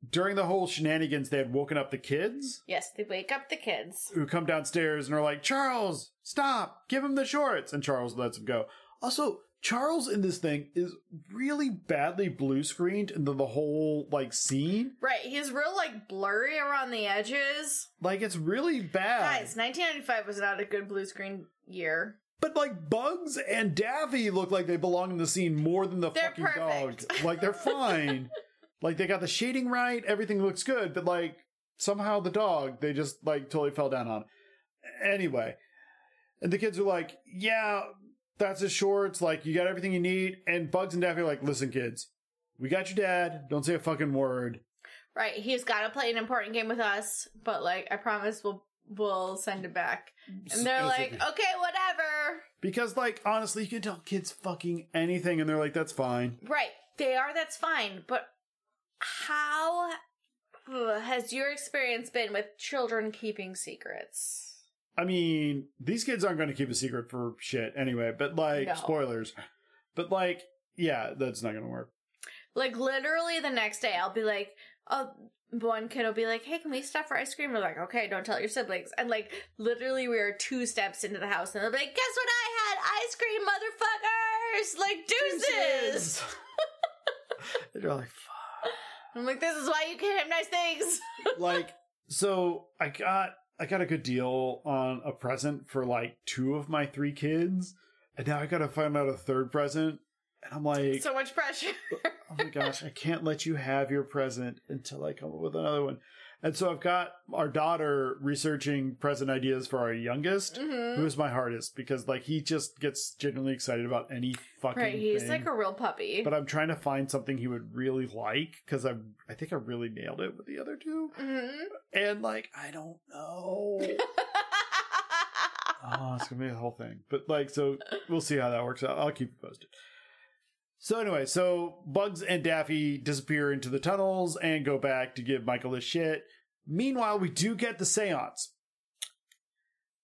[SPEAKER 1] During the whole shenanigans, they had woken up the kids
[SPEAKER 2] Yes, they wake up the kids.
[SPEAKER 1] who come downstairs and are like, Charles, stop, give him the shorts. And Charles lets him go. Also, Charles in this thing is really badly blue screened into the whole like scene.
[SPEAKER 2] Right, he's real like blurry around the edges.
[SPEAKER 1] Like it's really bad.
[SPEAKER 2] Guys, 1995 was not a good blue screen year.
[SPEAKER 1] But like Bugs and Daffy look like they belong in the scene more than the
[SPEAKER 2] They're
[SPEAKER 1] fucking
[SPEAKER 2] perfect. (laughs)
[SPEAKER 1] dog. Like they're fine. like they got the shading right, everything looks good, but like somehow the dog they just like totally fell down on. Anyway, and the kids are like, "Yeah, that's his shorts. Like you got everything you need." And Bugs and Daffy are like, "Listen, kids, we got your dad. Don't say a fucking word."
[SPEAKER 2] Right, he's got to play an important game with us, but like I promise we'll we'll send him back. And they're like, "Okay, whatever."
[SPEAKER 1] because like honestly, you can tell kids fucking anything, and they're like, "That's fine."
[SPEAKER 2] Right. They are, that's fine. But how ugh, has your experience been with children keeping secrets?
[SPEAKER 1] I mean, these kids aren't going to keep a secret for shit anyway, but like,
[SPEAKER 2] No.
[SPEAKER 1] spoilers. But like, yeah, that's not going to work.
[SPEAKER 2] Like, literally the next day, I'll be like, oh, one kid will be like, hey, can we stop for ice cream? We're like, okay, don't tell your siblings. And like, literally, we are two steps into the house, and they'll be like, guess what I had? Ice cream, motherfuckers! Like, deuces!
[SPEAKER 1] (laughs)
[SPEAKER 2] (laughs)
[SPEAKER 1] They're like, fuck.
[SPEAKER 2] I'm like, this is why you can't have nice things.
[SPEAKER 1] like, so I got I got a good deal on a present for like two of my three kids, and now I got to find out a third present. And I'm like,
[SPEAKER 2] So much pressure. (laughs)
[SPEAKER 1] oh my gosh, I can't let you have your present until I come up with another one. And so I've got our daughter researching present ideas for our youngest,
[SPEAKER 2] Mhm.
[SPEAKER 1] who is my hardest because like he just gets genuinely excited about any fucking
[SPEAKER 2] Right, he's
[SPEAKER 1] thing.
[SPEAKER 2] like a real puppy.
[SPEAKER 1] but I'm trying to find something he would really like because I I think I really nailed it with the other two,
[SPEAKER 2] Mhm.
[SPEAKER 1] and like I don't know. oh, it's gonna be a whole thing. But like, so we'll see how that works out. I'll keep you posted. So anyway, so Bugs and Daffy disappear into the tunnels and go back to give Michael his shit. Meanwhile, we do get the seance.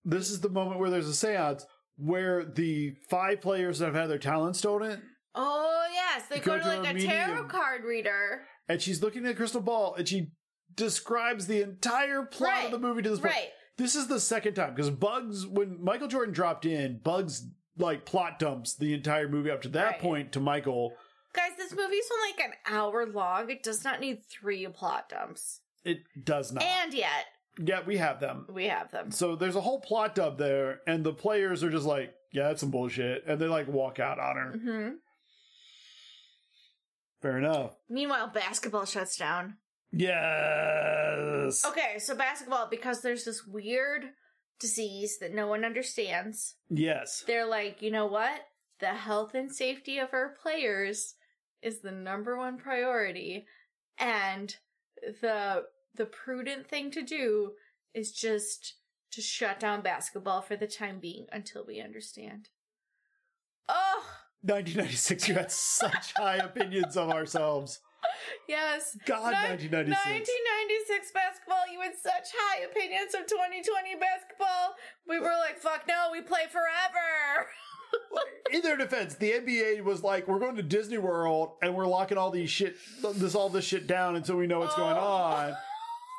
[SPEAKER 1] This is the moment where there's a seance where the five players that have had their talent stolen,
[SPEAKER 2] (laughs) oh yes, they
[SPEAKER 1] You
[SPEAKER 2] go, to like a, tarot
[SPEAKER 1] medium.
[SPEAKER 2] card reader.
[SPEAKER 1] and she's looking at a crystal ball and she describes the entire plot of
[SPEAKER 2] Right,
[SPEAKER 1] the movie to this point.
[SPEAKER 2] Right.
[SPEAKER 1] This is the second time because Bugs, when Michael Jordan dropped in, Bugs like plot dumps the entire movie up to that
[SPEAKER 2] Right.
[SPEAKER 1] point to Michael.
[SPEAKER 2] Guys, this movie's only like an hour long. It does not need three plot dumps.
[SPEAKER 1] It does not.
[SPEAKER 2] And yet,
[SPEAKER 1] yeah, we have them.
[SPEAKER 2] we have them.
[SPEAKER 1] So there's a whole plot dump there, and the players are just like, "Yeah, that's some bullshit," and they like walk out on her.
[SPEAKER 2] hmm
[SPEAKER 1] Fair enough.
[SPEAKER 2] Meanwhile, basketball shuts down.
[SPEAKER 1] Yes.
[SPEAKER 2] Okay, so basketball, because there's this weird disease that no one understands,
[SPEAKER 1] Yes.
[SPEAKER 2] they're like, you know what? The health and safety of our players is the number one priority. And the the prudent thing to do is just to shut down basketball for the time being until we understand. Oh,
[SPEAKER 1] 1996. You had such high opinions of ourselves.
[SPEAKER 2] yes.
[SPEAKER 1] God,
[SPEAKER 2] Nin-
[SPEAKER 1] 1996.
[SPEAKER 2] 1996 basketball, you had such high opinions of 2020 basketball. We were like, fuck no, we play forever. (laughs)
[SPEAKER 1] in their defense, the NBA was like, "We're going to Disney World and we're locking all these shit, this all this shit down until we know what's going
[SPEAKER 2] Oh.
[SPEAKER 1] on."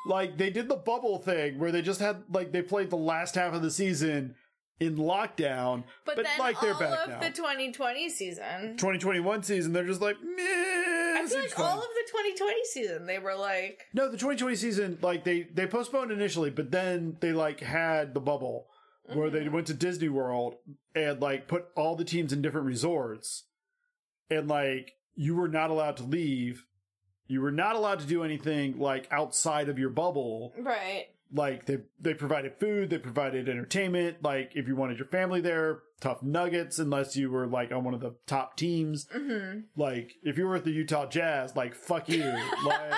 [SPEAKER 1] Like they did the bubble thing where they just had like they played the last half of the season in lockdown,
[SPEAKER 2] But,
[SPEAKER 1] but,
[SPEAKER 2] then
[SPEAKER 1] like they're
[SPEAKER 2] all
[SPEAKER 1] back
[SPEAKER 2] of
[SPEAKER 1] now.
[SPEAKER 2] the 2020 season.
[SPEAKER 1] 2021 season, they're just like,
[SPEAKER 2] I
[SPEAKER 1] "Meh."
[SPEAKER 2] feel
[SPEAKER 1] seems
[SPEAKER 2] like
[SPEAKER 1] fun."
[SPEAKER 2] all of the 2020 season, they were like,
[SPEAKER 1] no, the 2020 season, like they they postponed initially, but then they like had the bubble where they went to Disney World and like put all the teams in different resorts and like you were not allowed to leave. You were not allowed to do anything like outside of your bubble.
[SPEAKER 2] right.
[SPEAKER 1] Like they they provided food, they provided entertainment, like if you wanted your family there, tough nuggets unless you were like on one of the top teams.
[SPEAKER 2] Mm-hmm.
[SPEAKER 1] Like if you were at the Utah Jazz, like fuck
[SPEAKER 2] (laughs)
[SPEAKER 1] you. like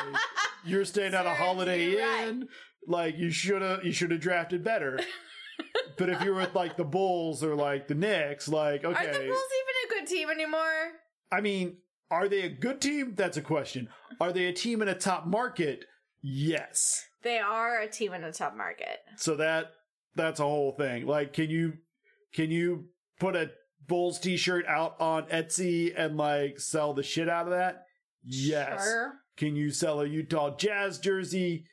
[SPEAKER 1] you're staying at a
[SPEAKER 2] Serves
[SPEAKER 1] Holiday
[SPEAKER 2] you right.
[SPEAKER 1] Inn. Like you should have you should have drafted
[SPEAKER 2] (laughs)
[SPEAKER 1] better. but if you were with like the Bulls or like the Knicks, like okay,
[SPEAKER 2] Are the Bulls even a good team anymore?
[SPEAKER 1] I mean, are they a good team? That's a question. Are they a team in a top market? Yes.
[SPEAKER 2] They are a team in the top market.
[SPEAKER 1] So that that's a whole thing. Like, can you can you put a Bulls T-shirt out on Etsy and like sell the shit out of that? Yes.
[SPEAKER 2] Sure.
[SPEAKER 1] Can you sell a Utah Jazz jersey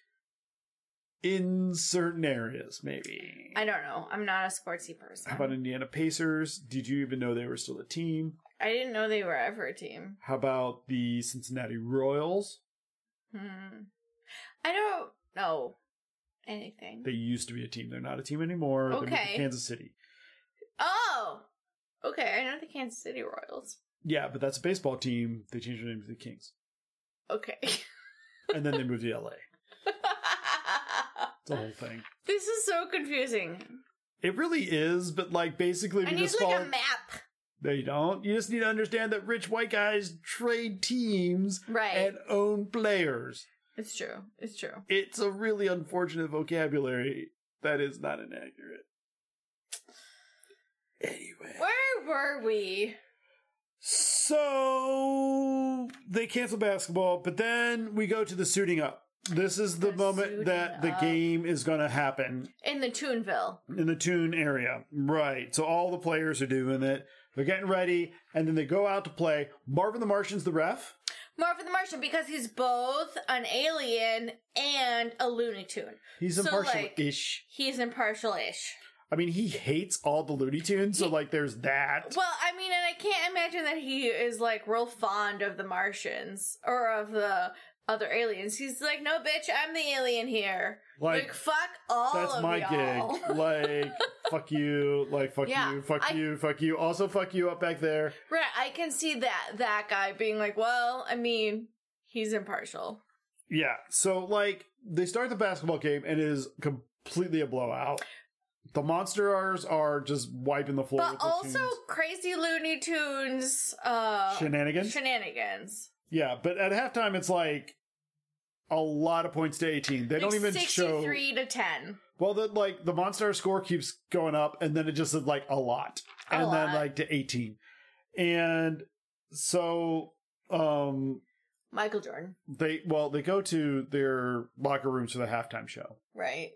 [SPEAKER 1] in certain areas? Maybe.
[SPEAKER 2] I don't know. I'm not a sportsy person.
[SPEAKER 1] How about Indiana Pacers? Did you even know they were still a team?
[SPEAKER 2] I didn't know they were ever a team.
[SPEAKER 1] How about the Cincinnati Royals?
[SPEAKER 2] Hmm. I don't know anything.
[SPEAKER 1] They used to be a team. They're not a team anymore. They moved to
[SPEAKER 2] Okay.
[SPEAKER 1] Kansas City.
[SPEAKER 2] oh, okay. I know the Kansas City Royals.
[SPEAKER 1] Yeah, but that's a baseball team. They changed their name to the Kings. (laughs)
[SPEAKER 2] Okay.
[SPEAKER 1] And then they moved to LA. It's a
[SPEAKER 2] (laughs)
[SPEAKER 1] whole thing.
[SPEAKER 2] this is so confusing.
[SPEAKER 1] It really is, but like basically
[SPEAKER 2] I
[SPEAKER 1] we
[SPEAKER 2] need
[SPEAKER 1] just
[SPEAKER 2] like
[SPEAKER 1] follow
[SPEAKER 2] a map.
[SPEAKER 1] No, you don't. You just need to understand that rich white guys trade teams
[SPEAKER 2] Right.
[SPEAKER 1] and own players.
[SPEAKER 2] it's true. It's true.
[SPEAKER 1] It's a really unfortunate vocabulary that is not inaccurate. Anyway.
[SPEAKER 2] Where were we?
[SPEAKER 1] So they cancel basketball, but then we go to the suiting up. This is the,
[SPEAKER 2] The
[SPEAKER 1] moment
[SPEAKER 2] suiting
[SPEAKER 1] that the
[SPEAKER 2] up.
[SPEAKER 1] game is going to happen
[SPEAKER 2] In the Toonville.
[SPEAKER 1] in the tune area. Right. So all the players are doing it. They're getting ready, and then they go out to play. Marvin the Martian's the ref.
[SPEAKER 2] Marvin the Martian because he's both an alien and a Looney Tune.
[SPEAKER 1] He's
[SPEAKER 2] So,
[SPEAKER 1] impartial
[SPEAKER 2] like-
[SPEAKER 1] ish.
[SPEAKER 2] He's impartial-ish.
[SPEAKER 1] I mean, he hates all the Looney Tunes, so like there's that.
[SPEAKER 2] Well, I mean, and I can't imagine that he is like real fond of the Martians or of the other aliens. He's like, no, bitch, I'm the alien here. Like,
[SPEAKER 1] Like,
[SPEAKER 2] fuck all
[SPEAKER 1] that's
[SPEAKER 2] of
[SPEAKER 1] my
[SPEAKER 2] y'all.
[SPEAKER 1] gig. Like, fuck you. Like, fuck
[SPEAKER 2] Yeah,
[SPEAKER 1] you. Fuck
[SPEAKER 2] I-
[SPEAKER 1] you. Fuck you. Also, fuck you up back there.
[SPEAKER 2] (laughs) Right, I can see that that guy being like, well, I mean, he's impartial.
[SPEAKER 1] Yeah. So like they start the basketball game and it is completely a blowout. The monsters are just wiping the floor.
[SPEAKER 2] But
[SPEAKER 1] with the
[SPEAKER 2] also
[SPEAKER 1] teams.
[SPEAKER 2] crazy Looney Tunes uh
[SPEAKER 1] shenanigans.
[SPEAKER 2] shenanigans.
[SPEAKER 1] yeah, but at halftime it's like a lot of points to eighteen. They don't
[SPEAKER 2] Like
[SPEAKER 1] even show.
[SPEAKER 2] 63 to 10.
[SPEAKER 1] Well, the, like the monster score keeps going up, and then it just is like a lot,
[SPEAKER 2] A
[SPEAKER 1] and then
[SPEAKER 2] lot.
[SPEAKER 1] like to eighteen, and so um
[SPEAKER 2] Michael Jordan.
[SPEAKER 1] they well they go to their locker rooms for the halftime show,
[SPEAKER 2] Right.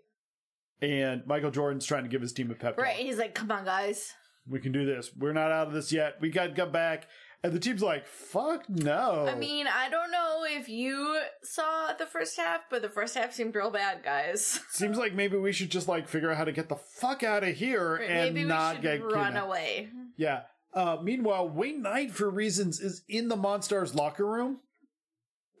[SPEAKER 1] and Michael Jordan's trying to give his team a pep talk.
[SPEAKER 2] Right. He's like, come on, guys.
[SPEAKER 1] we can do this. We're not out of this yet. We got to come back. And the team's like, fuck no.
[SPEAKER 2] I mean, I don't know if you saw the first half, but the first half seemed real bad, guys.
[SPEAKER 1] seems like maybe we should just like figure out how to get the fuck out of here
[SPEAKER 2] Right,
[SPEAKER 1] (laughs) and
[SPEAKER 2] Maybe
[SPEAKER 1] not
[SPEAKER 2] we
[SPEAKER 1] get
[SPEAKER 2] should run
[SPEAKER 1] kidnapped.
[SPEAKER 2] away.
[SPEAKER 1] Yeah. Uh, meanwhile, Wayne Knight, for reasons, is in the Monstar's locker room.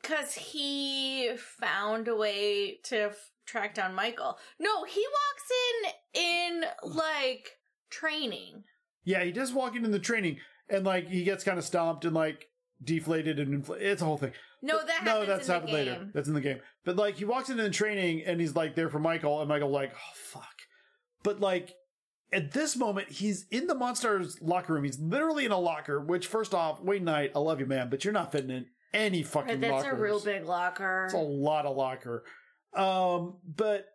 [SPEAKER 2] Because he found a way to f- track down Michael. No, he walks in in like training.
[SPEAKER 1] Yeah, he does walk into the training and like he gets kind of stomped and like deflated and infl- it's a whole thing.
[SPEAKER 2] No,
[SPEAKER 1] But-
[SPEAKER 2] that happens
[SPEAKER 1] no, that's
[SPEAKER 2] in the
[SPEAKER 1] happened
[SPEAKER 2] game.
[SPEAKER 1] later. That's in the game. But like he walks into the training and he's like there for Michael, and Michael like, oh fuck. But like at this moment, he's in the Monstars locker room. He's literally in a locker. Which first off, Wayne Knight, I love you, man, but you're not fitting in any fucking
[SPEAKER 2] Right, that's
[SPEAKER 1] lockers.
[SPEAKER 2] a real big locker.
[SPEAKER 1] It's a lot of locker. Um, but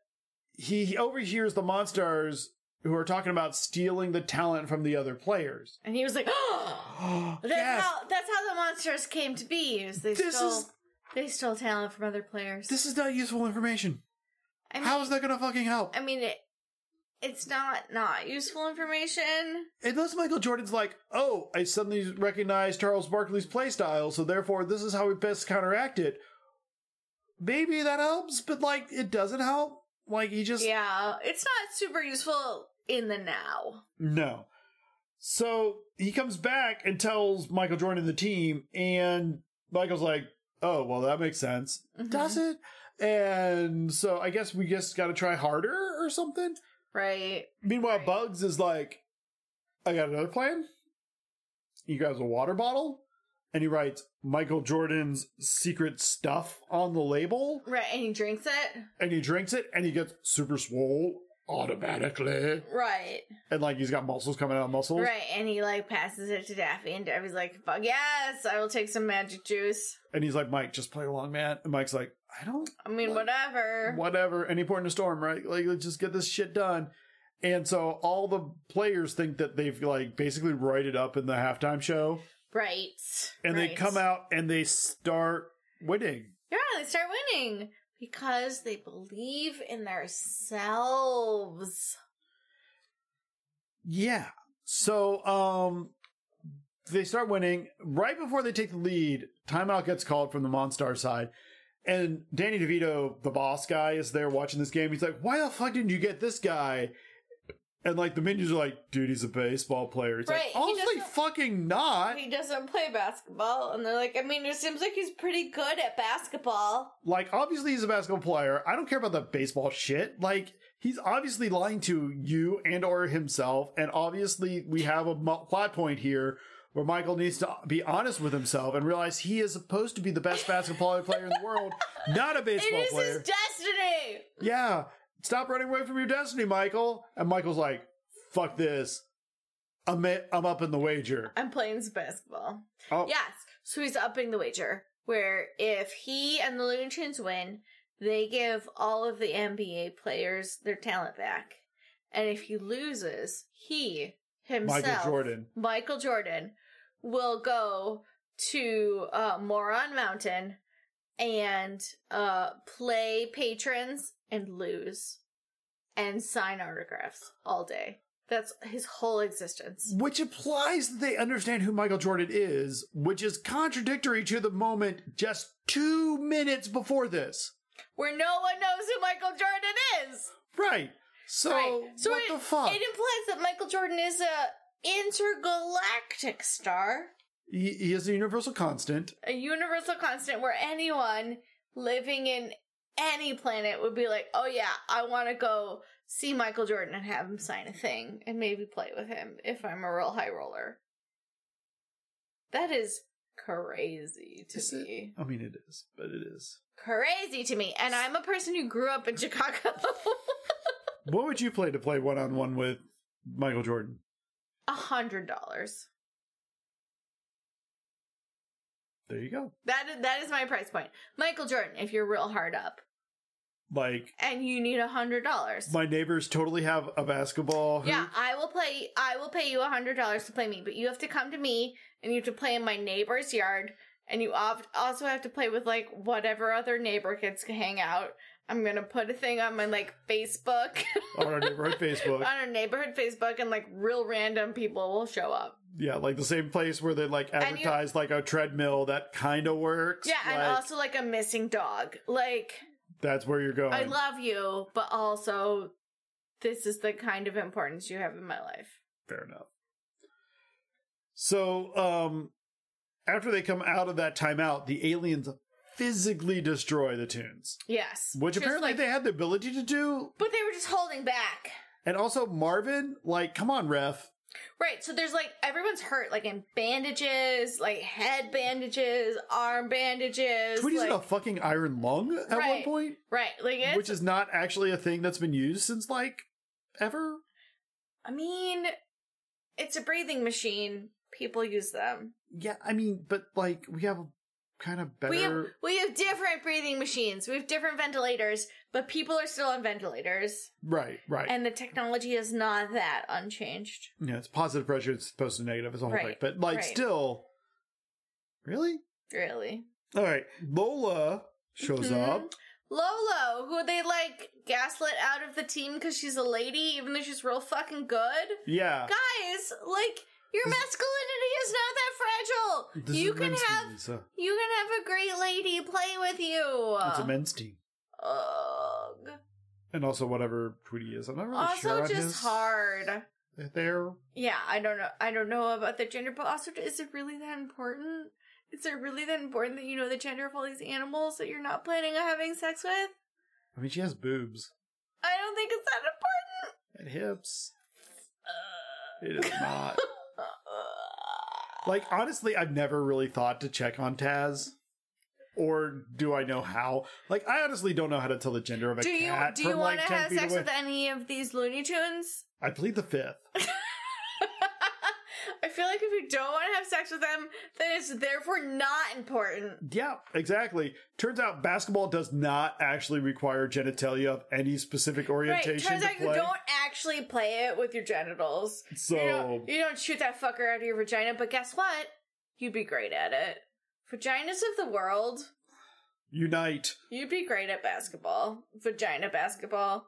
[SPEAKER 1] he overhears the Monstars who are talking about stealing the talent from the other
[SPEAKER 2] (gasps)
[SPEAKER 1] players. (gasps)
[SPEAKER 2] and he was like, "Oh, That's
[SPEAKER 1] Yes.
[SPEAKER 2] how that's how the monsters came to be. Is they
[SPEAKER 1] This
[SPEAKER 2] stole
[SPEAKER 1] is-
[SPEAKER 2] they stole talent from other players.
[SPEAKER 1] This is not useful information.
[SPEAKER 2] I mean,
[SPEAKER 1] How is that going to fucking help?
[SPEAKER 2] I mean it, it's not not useful information.
[SPEAKER 1] Unless Michael Jordan's like, oh, I suddenly recognize Charles Barkley's play style, so therefore this is how we best counteract it. Maybe that helps, but like it doesn't help. Like he just
[SPEAKER 2] Yeah, it's not super useful in the now.
[SPEAKER 1] no. So he comes back and tells Michael Jordan and the team, and Michael's like, oh, well, that makes sense.
[SPEAKER 2] Mhm.
[SPEAKER 1] Does it? And so I guess we just got to try harder or something.
[SPEAKER 2] Right.
[SPEAKER 1] Meanwhile,
[SPEAKER 2] Right.
[SPEAKER 1] Bugs is like, I got another plan. He grabs a water bottle and he writes Michael Jordan's secret stuff on the label
[SPEAKER 2] Right, and he drinks it.
[SPEAKER 1] and he drinks it and he gets super swole automatically.
[SPEAKER 2] Right.
[SPEAKER 1] And like he's got muscles coming out of muscles.
[SPEAKER 2] Right, and he like passes it to Daffy and Daffy's like, "Fuck yes, I will take some magic juice."
[SPEAKER 1] And he's like, Mike, just play along, man. And Mike's like, I don't,
[SPEAKER 2] I mean,
[SPEAKER 1] What?
[SPEAKER 2] whatever.
[SPEAKER 1] whatever. Any port in a storm, right? Like, let's just get this shit done. And so all the players think that they've like basically roided up in the halftime show.
[SPEAKER 2] Right.
[SPEAKER 1] and they
[SPEAKER 2] Right.
[SPEAKER 1] come out and they start winning.
[SPEAKER 2] Yeah, they start winning because they believe in themselves.
[SPEAKER 1] Yeah. So um they start winning right before they take the lead. Timeout gets called from the Monstar side. And Danny DeVito, the boss guy, is there watching this game. He's like, "Why the fuck didn't you get this guy?" And like the minions are like, "Dude, he's a baseball player." He's
[SPEAKER 2] Right,
[SPEAKER 1] like,
[SPEAKER 2] he
[SPEAKER 1] "Honestly,
[SPEAKER 2] doesn't-
[SPEAKER 1] fucking not."
[SPEAKER 2] He doesn't play basketball, and they're like, I mean, it seems like he's pretty good at basketball.
[SPEAKER 1] Like, obviously, he's a basketball player. I don't care about the baseball shit. Like, he's obviously lying to you and or himself. And obviously, we have a mo- plot point here where Michael needs to be honest with himself and realize he is supposed to be the best basketball (laughs) player in the world, not a
[SPEAKER 2] It
[SPEAKER 1] baseball
[SPEAKER 2] is his
[SPEAKER 1] player.
[SPEAKER 2] destiny.
[SPEAKER 1] yeah, stop running away from your destiny, Michael. And Michael's like, "Fuck this." I'm, i- I'm up in the wager.
[SPEAKER 2] I'm playing some basketball.
[SPEAKER 1] Oh,
[SPEAKER 2] Yes. So he's upping the wager, where if he and the Looney Tunes win, they give all of the NBA players their talent back. And if he loses, he himself,
[SPEAKER 1] Michael Jordan.
[SPEAKER 2] Michael Jordan, will go to uh, Moron Mountain and uh, play patrons and lose and sign autographs all day. That's his whole existence.
[SPEAKER 1] which implies that they understand who Michael Jordan is, which is contradictory to the moment just two minutes before this.
[SPEAKER 2] where no one knows who Michael Jordan is.
[SPEAKER 1] Right. So,
[SPEAKER 2] Right. So
[SPEAKER 1] what
[SPEAKER 2] it-
[SPEAKER 1] the fuck?
[SPEAKER 2] It implies that Michael Jordan is a intergalactic star,
[SPEAKER 1] he, he is a universal constant.
[SPEAKER 2] a universal constant where anyone living in any planet would be like, oh yeah, I want to go see Michael Jordan and have him sign a thing and maybe play with him if I'm a real high roller. That is crazy to
[SPEAKER 1] Is it-
[SPEAKER 2] me.
[SPEAKER 1] I mean, it is, but it is.
[SPEAKER 2] Crazy to me. And I'm a person who grew up in Chicago. (laughs)
[SPEAKER 1] What would you play to play one on one with Michael Jordan?
[SPEAKER 2] A hundred dollars.
[SPEAKER 1] There you go.
[SPEAKER 2] That that is my price point. Michael Jordan, if you're real hard up
[SPEAKER 1] Like
[SPEAKER 2] and you need a hundred dollars.
[SPEAKER 1] my neighbors totally have a basketball. hoop.
[SPEAKER 2] Yeah, I will play. I will pay you a hundred dollars to play me, but you have to come to me, and you have to play in my neighbor's yard, and you opt- also have to play with like whatever other neighbor kids can hang out. I'm gonna put a thing on my like Facebook, (laughs)
[SPEAKER 1] on our neighborhood
[SPEAKER 2] on
[SPEAKER 1] Facebook.
[SPEAKER 2] (laughs) our neighborhood Facebook, and like real random people will show up.
[SPEAKER 1] Yeah, like the same place where they like
[SPEAKER 2] And you-
[SPEAKER 1] advertise like a treadmill that kind of works.
[SPEAKER 2] Yeah, and
[SPEAKER 1] Like,
[SPEAKER 2] also like a missing dog. Like
[SPEAKER 1] that's where you're going.
[SPEAKER 2] I love you, but also this is the kind of importance you have in my life.
[SPEAKER 1] Fair enough. So, um, after they come out of that timeout, the aliens physically destroy the tunes,
[SPEAKER 2] Yes,
[SPEAKER 1] which
[SPEAKER 2] Just,
[SPEAKER 1] apparently
[SPEAKER 2] like-
[SPEAKER 1] they had the ability to do.
[SPEAKER 2] But they were just holding back.
[SPEAKER 1] And also, Marvin, like, come on, ref.
[SPEAKER 2] Right, so there's like everyone's hurt, like in bandages, like head bandages, arm bandages.
[SPEAKER 1] Tweety's
[SPEAKER 2] like,
[SPEAKER 1] in a fucking iron lung at one
[SPEAKER 2] Right.
[SPEAKER 1] point,
[SPEAKER 2] right, like it's.
[SPEAKER 1] which is not actually a thing that's been used since like ever.
[SPEAKER 2] I mean, it's a breathing machine. People use them.
[SPEAKER 1] Yeah, I mean, but like we have a kind of better.
[SPEAKER 2] We have we have different breathing machines. We have different ventilators, but people are still on ventilators,
[SPEAKER 1] Right, right.
[SPEAKER 2] and the technology is not that unchanged.
[SPEAKER 1] yeah, it's positive pressure. It's opposed to negative. It's a whole
[SPEAKER 2] Right,
[SPEAKER 1] thing. But like,
[SPEAKER 2] right.
[SPEAKER 1] still, really.
[SPEAKER 2] Really,
[SPEAKER 1] All right, Lola shows
[SPEAKER 2] Mhm.
[SPEAKER 1] up.
[SPEAKER 2] Lolo, who they like gaslit out of the team because she's a lady, even though she's real fucking good.
[SPEAKER 1] Yeah,
[SPEAKER 2] guys, like your masculinity is not that fragile.
[SPEAKER 1] This is
[SPEAKER 2] you
[SPEAKER 1] a
[SPEAKER 2] can
[SPEAKER 1] men's
[SPEAKER 2] have
[SPEAKER 1] team, Lisa.
[SPEAKER 2] you can have a great lady play with you.
[SPEAKER 1] it's a men's team,
[SPEAKER 2] Ugh.
[SPEAKER 1] and also whatever Tweety is. I'm not really
[SPEAKER 2] Also,
[SPEAKER 1] sure. on
[SPEAKER 2] just
[SPEAKER 1] his-
[SPEAKER 2] hard.
[SPEAKER 1] There,
[SPEAKER 2] Yeah, I don't know. I don't know about the gender, but also, is it really that important? Is it really that important that you know the gender of all these animals that you're not planning on having sex with?
[SPEAKER 1] I mean, she has boobs
[SPEAKER 2] I don't think it's that important.
[SPEAKER 1] and hips.
[SPEAKER 2] Ugh.
[SPEAKER 1] It is
[SPEAKER 2] (laughs)
[SPEAKER 1] not. like honestly, I've never really thought to check on Taz. Or do I know how? Like, I honestly don't know how to tell the gender of a
[SPEAKER 2] do you
[SPEAKER 1] cat.
[SPEAKER 2] do you
[SPEAKER 1] from, like,
[SPEAKER 2] want to
[SPEAKER 1] 10
[SPEAKER 2] have
[SPEAKER 1] feet
[SPEAKER 2] sex
[SPEAKER 1] away.
[SPEAKER 2] with any of these Looney Tunes? (laughs)
[SPEAKER 1] I plead the fifth.
[SPEAKER 2] I feel like if you don't want to have sex with them, then it's therefore not important.
[SPEAKER 1] Yeah, exactly. Turns out basketball does not actually require genitalia of any specific
[SPEAKER 2] Right?
[SPEAKER 1] orientation
[SPEAKER 2] Turns
[SPEAKER 1] to
[SPEAKER 2] out you
[SPEAKER 1] play.
[SPEAKER 2] don't actually play it with your genitals.
[SPEAKER 1] so
[SPEAKER 2] You, don't, you don't shoot that fucker out of your vagina, but guess what? You'd be great at it. Vaginas of the world,
[SPEAKER 1] unite.
[SPEAKER 2] you'd be great at basketball. Vagina basketball.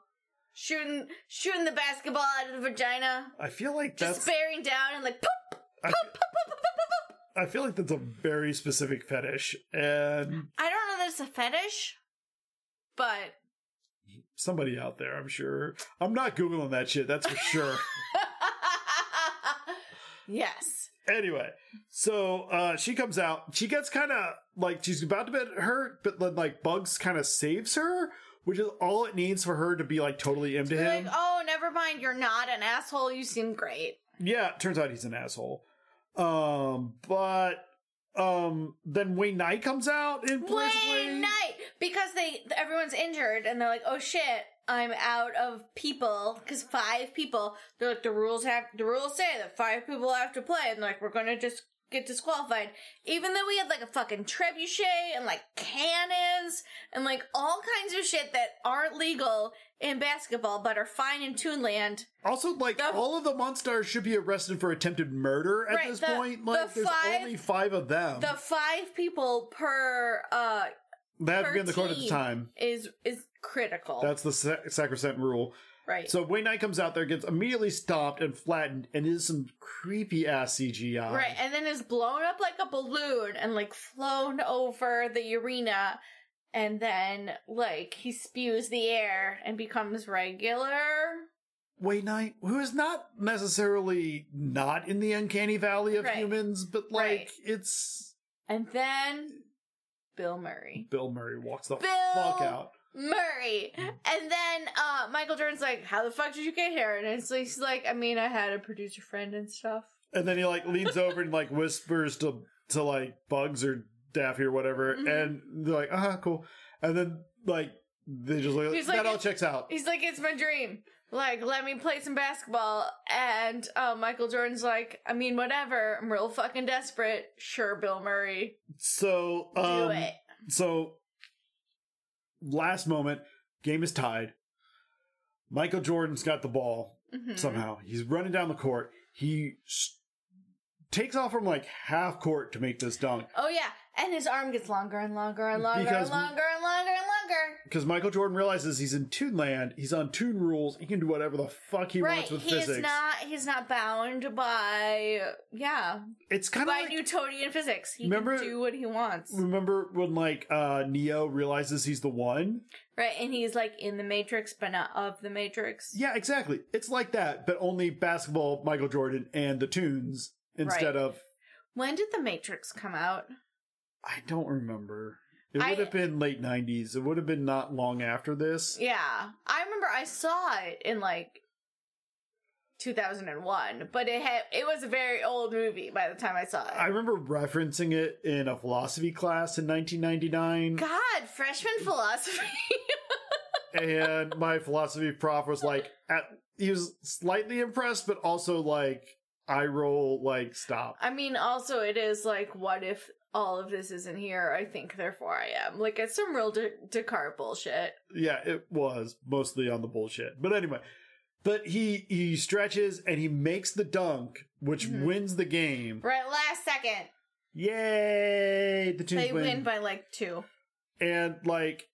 [SPEAKER 2] Shooting shooting the basketball out of the vagina.
[SPEAKER 1] I feel like
[SPEAKER 2] Just
[SPEAKER 1] that's.
[SPEAKER 2] bearing down and like poop,
[SPEAKER 1] I,
[SPEAKER 2] poop, poop, poop, poop, poop, poop.
[SPEAKER 1] I feel like that's a very specific fetish, and
[SPEAKER 2] I don't know that it's a fetish, but (laughs)
[SPEAKER 1] somebody out there, I'm sure. I'm not googling that shit. That's for
[SPEAKER 2] (laughs)
[SPEAKER 1] sure.
[SPEAKER 2] yes.
[SPEAKER 1] anyway, so uh, she comes out. She gets kind of like she's about to get hurt, but then like Bugs kind of saves her, which is all it needs for her to be like totally into
[SPEAKER 2] They're
[SPEAKER 1] him.
[SPEAKER 2] Like, oh, never mind. You're not an asshole. You seem great.
[SPEAKER 1] Yeah, it turns out he's an asshole. Um, but um, then Wayne Knight comes out in Police
[SPEAKER 2] Wayne
[SPEAKER 1] Wayne.
[SPEAKER 2] Knight, because they everyone's injured and they're like, oh shit, I'm out of people because five people. They're like the rules have the rules say that five people have to play, and they're like we're gonna just get disqualified, even though we had like a fucking trebuchet and like cannons and like all kinds of shit that aren't legal in basketball but are fine in Toonland.
[SPEAKER 1] Also, like
[SPEAKER 2] The-
[SPEAKER 1] all of the Monstars should be arrested for attempted murder at
[SPEAKER 2] Right,
[SPEAKER 1] this
[SPEAKER 2] the-
[SPEAKER 1] point. Like,
[SPEAKER 2] the
[SPEAKER 1] there's
[SPEAKER 2] five-
[SPEAKER 1] only five of them.
[SPEAKER 2] The five people per uh
[SPEAKER 1] they have to
[SPEAKER 2] per
[SPEAKER 1] be in the court at the
[SPEAKER 2] team.
[SPEAKER 1] time.
[SPEAKER 2] is is critical.
[SPEAKER 1] That's the sac- sacrosanct rule.
[SPEAKER 2] right.
[SPEAKER 1] So Wayne Knight comes out there, gets immediately stopped and flattened, and is some creepy ass CGI.
[SPEAKER 2] right, and then is blown up like a balloon and like flown over the arena and then like he spews the air and becomes regular.
[SPEAKER 1] Wayne Knight, who is not necessarily not in the uncanny valley of
[SPEAKER 2] Right.
[SPEAKER 1] humans, but like
[SPEAKER 2] Right.
[SPEAKER 1] it's
[SPEAKER 2] And then Bill Murray.
[SPEAKER 1] Bill Murray walks the
[SPEAKER 2] Bill
[SPEAKER 1] fuck out.
[SPEAKER 2] Murray. And then uh, Michael Jordan's like, "How the fuck did you get here?" And it's like, he's like, "I mean, I had a producer friend and stuff."
[SPEAKER 1] And then he like leans over and like whispers to to like Bugs or Daffy or whatever,
[SPEAKER 2] Mhm.
[SPEAKER 1] and they're like, "Ah, cool." And then like they just like
[SPEAKER 2] He's
[SPEAKER 1] that
[SPEAKER 2] like-
[SPEAKER 1] all checks out.
[SPEAKER 2] He's like, "It's my dream. Like, let me play some basketball." And uh, Michael Jordan's like, "I mean, whatever. I'm real fucking desperate. Sure, Bill Murray,
[SPEAKER 1] So
[SPEAKER 2] do
[SPEAKER 1] um,
[SPEAKER 2] it."
[SPEAKER 1] So, last moment, game is tied. Michael Jordan's got the ball
[SPEAKER 2] Mhm.
[SPEAKER 1] somehow. He's running down the court. He s- takes off from like half court to make this dunk
[SPEAKER 2] Oh yeah, and his arm gets longer and longer and longer
[SPEAKER 1] Because-
[SPEAKER 2] and longer and longer and longer.
[SPEAKER 1] because Michael Jordan realizes he's in Toon Land. He's on Toon rules. He can do whatever the fuck he
[SPEAKER 2] right,
[SPEAKER 1] wants with
[SPEAKER 2] he's
[SPEAKER 1] physics.
[SPEAKER 2] not he's not bound by yeah
[SPEAKER 1] it's kind of
[SPEAKER 2] by
[SPEAKER 1] like
[SPEAKER 2] Newtonian physics. He
[SPEAKER 1] Remember- Mm.
[SPEAKER 2] can do what he wants.
[SPEAKER 1] remember when like uh Neo realizes he's the one.
[SPEAKER 2] Right, and he's like in the Matrix, but not of the Matrix.
[SPEAKER 1] Yeah, exactly. It's like that, but only basketball Michael Jordan and the Toons instead
[SPEAKER 2] Right.
[SPEAKER 1] of
[SPEAKER 2] When did the Matrix come out?
[SPEAKER 1] I don't remember. It
[SPEAKER 2] I-
[SPEAKER 1] would have been late nineties. It would have been not long after this.
[SPEAKER 2] Yeah, I remember I saw it in like 2001, but it had it was a very old movie by the time I saw it.
[SPEAKER 1] I remember referencing it in a philosophy class in 1999,
[SPEAKER 2] God, freshman philosophy.
[SPEAKER 1] and my philosophy prof was like, at, he was slightly impressed, but also like, I roll, like, stop.
[SPEAKER 2] I mean, also it is like, what if all of this isn't here? I think, therefore, I am. Like, it's some real De- Descartes bullshit.
[SPEAKER 1] Yeah, it was mostly on the bullshit. But anyway, but he he stretches and he makes the dunk, which
[SPEAKER 2] Mhm.
[SPEAKER 1] wins the game.
[SPEAKER 2] Right, last second,
[SPEAKER 1] Yay! The Toons
[SPEAKER 2] they win by like two.
[SPEAKER 1] and like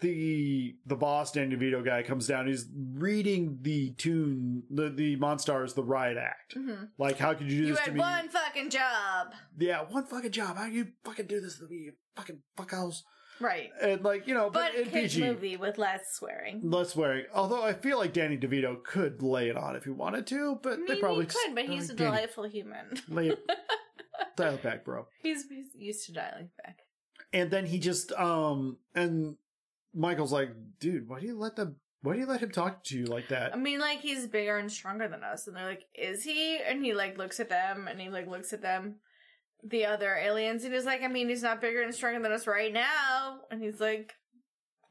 [SPEAKER 1] the the boss Danny DeVito guy comes down. He's reading the tune, the the Monstars, the Riot Act.
[SPEAKER 2] hmm
[SPEAKER 1] Like, how could you do
[SPEAKER 2] You
[SPEAKER 1] this to
[SPEAKER 2] had
[SPEAKER 1] me?
[SPEAKER 2] one fucking job,
[SPEAKER 1] Yeah, one fucking job. How you fucking do this to me? You fucking fuckhouse.
[SPEAKER 2] right?
[SPEAKER 1] And like, you know,
[SPEAKER 2] But
[SPEAKER 1] but, in
[SPEAKER 2] kids
[SPEAKER 1] PG,
[SPEAKER 2] movie with less swearing.
[SPEAKER 1] less swearing. Although I feel like Danny DeVito could lay it on if he wanted to, but
[SPEAKER 2] I mean,
[SPEAKER 1] they probably
[SPEAKER 2] he could, but
[SPEAKER 1] just-
[SPEAKER 2] he's a
[SPEAKER 1] Danny,
[SPEAKER 2] delightful human. (laughs)
[SPEAKER 1] Lay it, dial it back, bro.
[SPEAKER 2] he's, he's used to dialing back.
[SPEAKER 1] and then he just um and michael's like dude why do you let them why do you let him talk to you like that
[SPEAKER 2] I mean, like he's bigger and stronger than us, and they're like, "Is he?" And he like looks at them, and he like looks at them, the other aliens, and he's like, "I mean, he's not bigger and stronger than us right now." And he's like,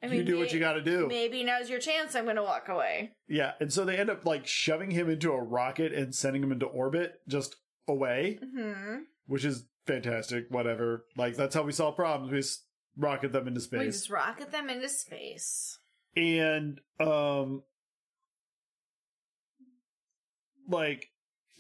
[SPEAKER 2] "I mean,
[SPEAKER 1] you do what
[SPEAKER 2] may-
[SPEAKER 1] you gotta do
[SPEAKER 2] Maybe now's your chance. I'm gonna walk away."
[SPEAKER 1] yeah and so they end up like shoving him into a rocket and sending him into orbit just away
[SPEAKER 2] hmm
[SPEAKER 1] which is fantastic whatever like that's how we solve problems we just rocket them into
[SPEAKER 2] We
[SPEAKER 1] space
[SPEAKER 2] just rocket them into space.
[SPEAKER 1] and um like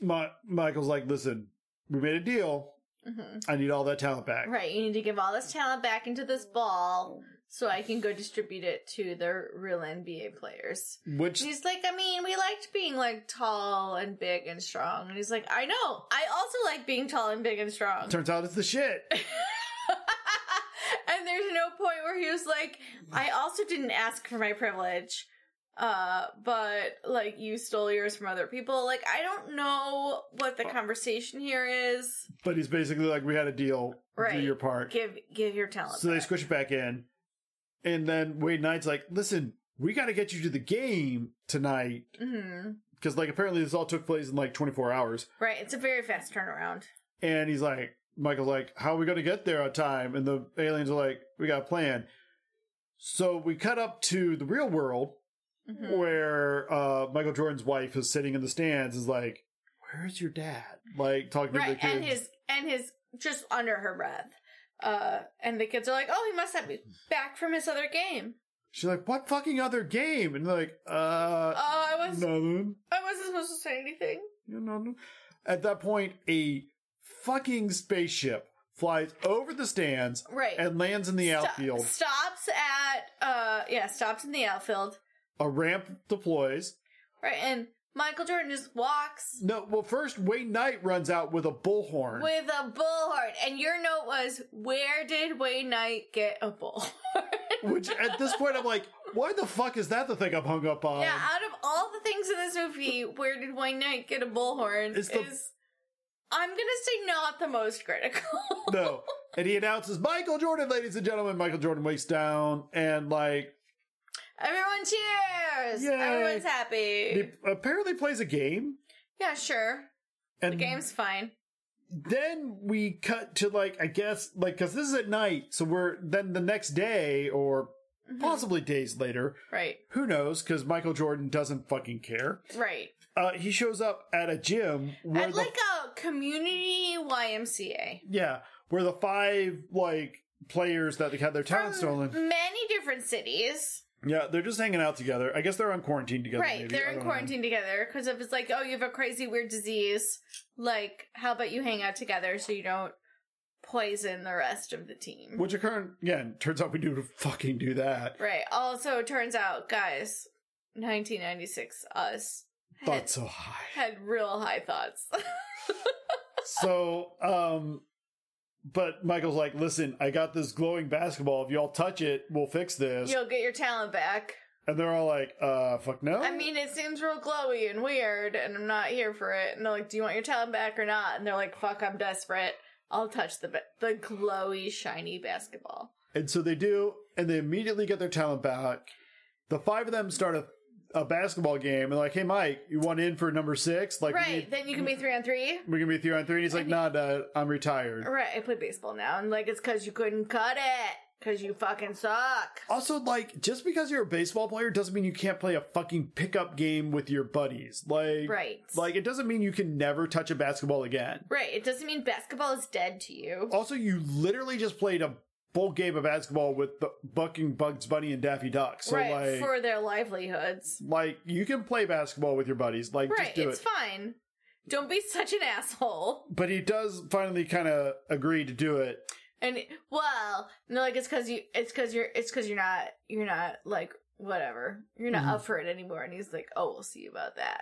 [SPEAKER 1] my michael's like listen we made a deal
[SPEAKER 2] hmm
[SPEAKER 1] i need all that talent back
[SPEAKER 2] Right, you need to give all this talent back into this ball so I can go distribute it to the real NBA players.
[SPEAKER 1] which
[SPEAKER 2] And He's like, I mean, we liked being like tall and big and strong. And he's like, I know. I also like being tall and big and strong. (laughs)
[SPEAKER 1] Turns out it's the shit.
[SPEAKER 2] and there's no point where he was like, I also didn't ask for my privilege. Uh, but like you stole yours from other people. Like, I don't know what the conversation here is.
[SPEAKER 1] But he's basically like, we had a deal. Do
[SPEAKER 2] Right.
[SPEAKER 1] your part.
[SPEAKER 2] Give give your talent.
[SPEAKER 1] So they
[SPEAKER 2] back.
[SPEAKER 1] squish it back in. And then Wade Knight's like, listen, we got to get you to the game tonight.
[SPEAKER 2] Mhm.
[SPEAKER 1] Because, like, apparently this all took place in like 24 hours.
[SPEAKER 2] Right. It's a very fast turnaround.
[SPEAKER 1] And he's like, Michael's like, how are we going to get there on time? And the aliens are like, we got a plan. So we cut up to the real world
[SPEAKER 2] Mhm.
[SPEAKER 1] where uh, Michael Jordan's wife is sitting in the stands, is like, where's your dad? Like, talking to
[SPEAKER 2] right
[SPEAKER 1] the kids.
[SPEAKER 2] and his and his just under her breath uh and the kids are like oh he must have been back from his other game
[SPEAKER 1] She's like, what fucking other game? And they're like, uh,
[SPEAKER 2] oh i was
[SPEAKER 1] Nothing.
[SPEAKER 2] i wasn't supposed to say anything
[SPEAKER 1] You know. At that point, a fucking spaceship flies over the stands
[SPEAKER 2] right
[SPEAKER 1] and lands in the
[SPEAKER 2] Sto-
[SPEAKER 1] outfield.
[SPEAKER 2] stops at uh yeah stops in the outfield
[SPEAKER 1] A ramp deploys.
[SPEAKER 2] right and michael jordan just walks
[SPEAKER 1] No, well, first Wayne Knight runs out with a bullhorn.
[SPEAKER 2] with a bullhorn and your note was where did wayne knight get a bullhorn (laughs)
[SPEAKER 1] Which at this point I'm like, why the fuck is that the thing I'm hung up on?
[SPEAKER 2] yeah (laughs) out of all the things in this movie where did wayne knight get a bullhorn
[SPEAKER 1] It's the-
[SPEAKER 2] is i'm gonna say not the most critical (laughs)
[SPEAKER 1] No. and he announces Michael Jordan, ladies and gentlemen. Michael Jordan wakes down and like
[SPEAKER 2] Everyone cheers.
[SPEAKER 1] Yay.
[SPEAKER 2] Everyone's happy.
[SPEAKER 1] he apparently plays a game.
[SPEAKER 2] yeah, sure.
[SPEAKER 1] And
[SPEAKER 2] The game's fine.
[SPEAKER 1] then we cut to like I guess like because this is at night, so we're then the next day or
[SPEAKER 2] Mm-hmm.
[SPEAKER 1] possibly days later.
[SPEAKER 2] Right.
[SPEAKER 1] Who knows? Because Michael Jordan doesn't fucking care.
[SPEAKER 2] Right.
[SPEAKER 1] Uh, he shows up at a gym where
[SPEAKER 2] At
[SPEAKER 1] the
[SPEAKER 2] like a community YMCA.
[SPEAKER 1] yeah, where the five like players that had their
[SPEAKER 2] From
[SPEAKER 1] talent stolen.
[SPEAKER 2] Many different cities.
[SPEAKER 1] Yeah, they're just hanging out together. I guess they're on quarantine together.
[SPEAKER 2] right.
[SPEAKER 1] maybe. I
[SPEAKER 2] They're in
[SPEAKER 1] don't know.
[SPEAKER 2] quarantine together because if it's like, oh, you have a crazy weird disease, like, how about you hang out together so you don't poison the rest of the team?
[SPEAKER 1] Which occurred again. Turns out we do fucking do that.
[SPEAKER 2] (laughs) right. Also, it turns out, guys, 1996, us had,
[SPEAKER 1] Thought so high.
[SPEAKER 2] had real high thoughts.
[SPEAKER 1] so um but michael's like listen i got this glowing basketball if y'all touch it we'll fix this
[SPEAKER 2] (laughs) You'll get your talent back.
[SPEAKER 1] and they're all like uh fuck no
[SPEAKER 2] I mean, it seems real glowy and weird, and I'm not here for it. And they're like, "Do you want your talent back or not?" And they're like, "Fuck, I'm desperate. I'll touch the ba- the glowy, shiny basketball."
[SPEAKER 1] and so they do and they immediately get their talent back the five of them start a, a basketball game and like hey mike you want in for number six like we
[SPEAKER 2] right?
[SPEAKER 1] need,
[SPEAKER 2] then you can be three on three.
[SPEAKER 1] we're gonna be three on three and he's like nah dad i'm retired
[SPEAKER 2] Right? I play baseball now, and like, it's because you couldn't cut it because you fucking suck.
[SPEAKER 1] also like just because you're a baseball player doesn't mean you can't play a fucking pickup game with your buddies like
[SPEAKER 2] Right.
[SPEAKER 1] like it doesn't mean you can never touch a basketball again
[SPEAKER 2] Right? It doesn't mean basketball is dead to you.
[SPEAKER 1] Also, you literally just played a full game of basketball with the bucking Bugs Bunny and Daffy Duck. So
[SPEAKER 2] right?
[SPEAKER 1] like,
[SPEAKER 2] for their livelihoods.
[SPEAKER 1] like you can play basketball with your buddies. Like, just
[SPEAKER 2] Right?
[SPEAKER 1] do
[SPEAKER 2] It's
[SPEAKER 1] it.
[SPEAKER 2] fine. Don't be such an asshole.
[SPEAKER 1] But he does finally kind of agree to do it.
[SPEAKER 2] And it- well, no, like it's because you, it's because you're, it's because you're not, you're not like whatever, you're not
[SPEAKER 1] Mhm.
[SPEAKER 2] up for it anymore. And he's like, oh, we'll see about that.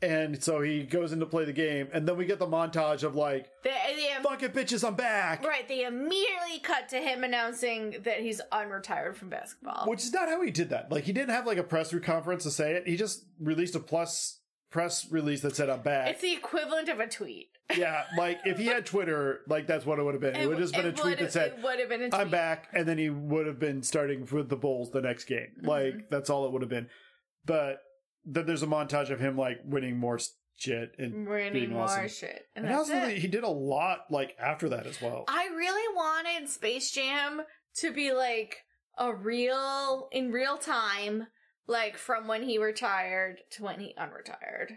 [SPEAKER 1] And so he goes in to play the game, and then we get the montage of like,
[SPEAKER 2] They, they,
[SPEAKER 1] "Fuck it, bitches, I'm back,"
[SPEAKER 2] right? They immediately cut to him announcing that he's unretired from basketball.
[SPEAKER 1] which is not how he did that. Like, he didn't have like a press conference to say it. He just released a plus press release that said, "I'm back."
[SPEAKER 2] it's the equivalent of a tweet.
[SPEAKER 1] yeah, like if he
[SPEAKER 2] (laughs)
[SPEAKER 1] had Twitter, like that's what it would have been. It, would have just been a tweet that said,
[SPEAKER 2] it would have been a tweet.
[SPEAKER 1] I'm back, and then he would have been starting with the Bulls the next game.
[SPEAKER 2] Mm-hmm.
[SPEAKER 1] Like that's all it would have been. But then there's a montage of him like winning more shit, and,
[SPEAKER 2] Winning
[SPEAKER 1] Being
[SPEAKER 2] more
[SPEAKER 1] awesome.
[SPEAKER 2] shit,
[SPEAKER 1] and
[SPEAKER 2] and, Mm, that's
[SPEAKER 1] also
[SPEAKER 2] it.
[SPEAKER 1] he did a lot like after that as well.
[SPEAKER 2] I really wanted Space Jam to be like a real in real time, like from when he retired to when he unretired.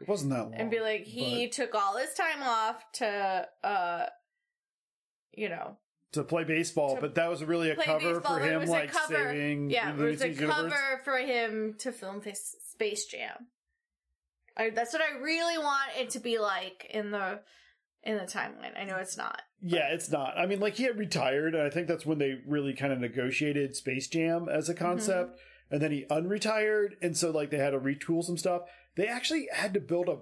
[SPEAKER 1] It wasn't that long.
[SPEAKER 2] and be like, he took all his time off to uh you know
[SPEAKER 1] but- to play baseball,
[SPEAKER 2] to
[SPEAKER 1] but that was really a
[SPEAKER 2] play
[SPEAKER 1] cover
[SPEAKER 2] baseball,
[SPEAKER 1] for
[SPEAKER 2] but it
[SPEAKER 1] him,
[SPEAKER 2] was a
[SPEAKER 1] like
[SPEAKER 2] cover.
[SPEAKER 1] saving.
[SPEAKER 2] yeah, it
[SPEAKER 1] Looney
[SPEAKER 2] was a
[SPEAKER 1] Tunes universe.
[SPEAKER 2] cover for him to film this Space Jam. I, that's what I really want it to be like in the in the timeline. I know it's not.
[SPEAKER 1] Yeah, it's not. I mean, like he had retired, and I think that's when they really kind of negotiated Space Jam as a concept.
[SPEAKER 2] Mm-hmm.
[SPEAKER 1] And then he unretired, and so like they had to retool some stuff. They actually had to build a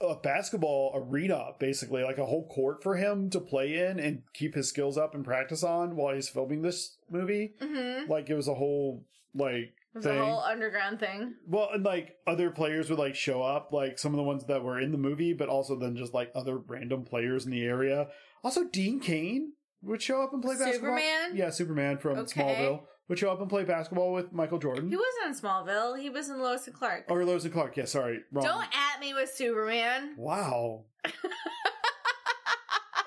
[SPEAKER 1] a basketball arena, basically like a whole court for him to play in and keep his skills up and practice on while he's filming this movie.
[SPEAKER 2] Mm-hmm.
[SPEAKER 1] Like it was a whole like
[SPEAKER 2] It was
[SPEAKER 1] Thing.
[SPEAKER 2] a whole underground thing.
[SPEAKER 1] well, and like other players would like show up, like some of the ones that were in the movie, but also then just like other random players in the area. Also, Dean Kane would show up and play
[SPEAKER 2] Superman?
[SPEAKER 1] basketball. Yeah, Superman from
[SPEAKER 2] Okay.
[SPEAKER 1] Smallville would show up and play basketball with Michael Jordan
[SPEAKER 2] He wasn't in Smallville. He was in Lois and Clark.
[SPEAKER 1] or Lois and Clark. Yeah, sorry, Oh, wrong.
[SPEAKER 2] Don't at me with Superman. (laughs)
[SPEAKER 1] Wow.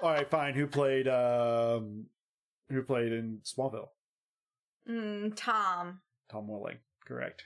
[SPEAKER 1] All right, fine. Who played? um Who played in Smallville?
[SPEAKER 2] Mm, Tom.
[SPEAKER 1] Tom Welling. Correct.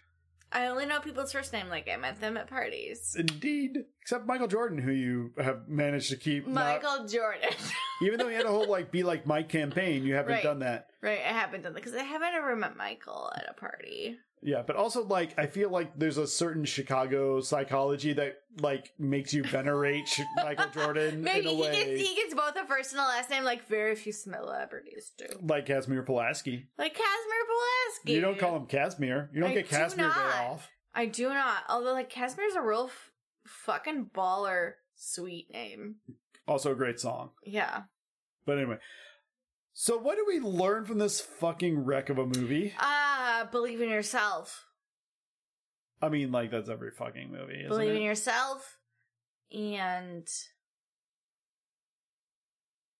[SPEAKER 2] I only know people's first name like I met them at parties.
[SPEAKER 1] Indeed. Except Michael Jordan, who you have managed to keep not-
[SPEAKER 2] Michael Jordan. (laughs)
[SPEAKER 1] Even though he had a whole like be like Mike campaign, you haven't
[SPEAKER 2] Right.
[SPEAKER 1] done that.
[SPEAKER 2] Right, I haven't done that because I haven't ever met Michael at a party.
[SPEAKER 1] Yeah, but also like I feel like there's a certain Chicago psychology that like makes you venerate Chi-
[SPEAKER 2] (laughs)
[SPEAKER 1] Michael Jordan
[SPEAKER 2] Maybe
[SPEAKER 1] in a
[SPEAKER 2] he
[SPEAKER 1] way
[SPEAKER 2] gets he gets both a first and a last name like very few celebrities do.
[SPEAKER 1] like Casimir Pulaski.
[SPEAKER 2] Like Casimir Pulaski.
[SPEAKER 1] You don't call him Casimir. You don't
[SPEAKER 2] I
[SPEAKER 1] get
[SPEAKER 2] do
[SPEAKER 1] Casimir
[SPEAKER 2] not.
[SPEAKER 1] very off.
[SPEAKER 2] I do not. Although like Casimir's a real f- fucking baller sweet name.
[SPEAKER 1] Also a great song.
[SPEAKER 2] Yeah.
[SPEAKER 1] But anyway. So what do we learn from this fucking wreck of a movie?
[SPEAKER 2] Ah, believe in yourself.
[SPEAKER 1] I mean, like that's every fucking movie, isn't
[SPEAKER 2] believe
[SPEAKER 1] it?
[SPEAKER 2] in yourself and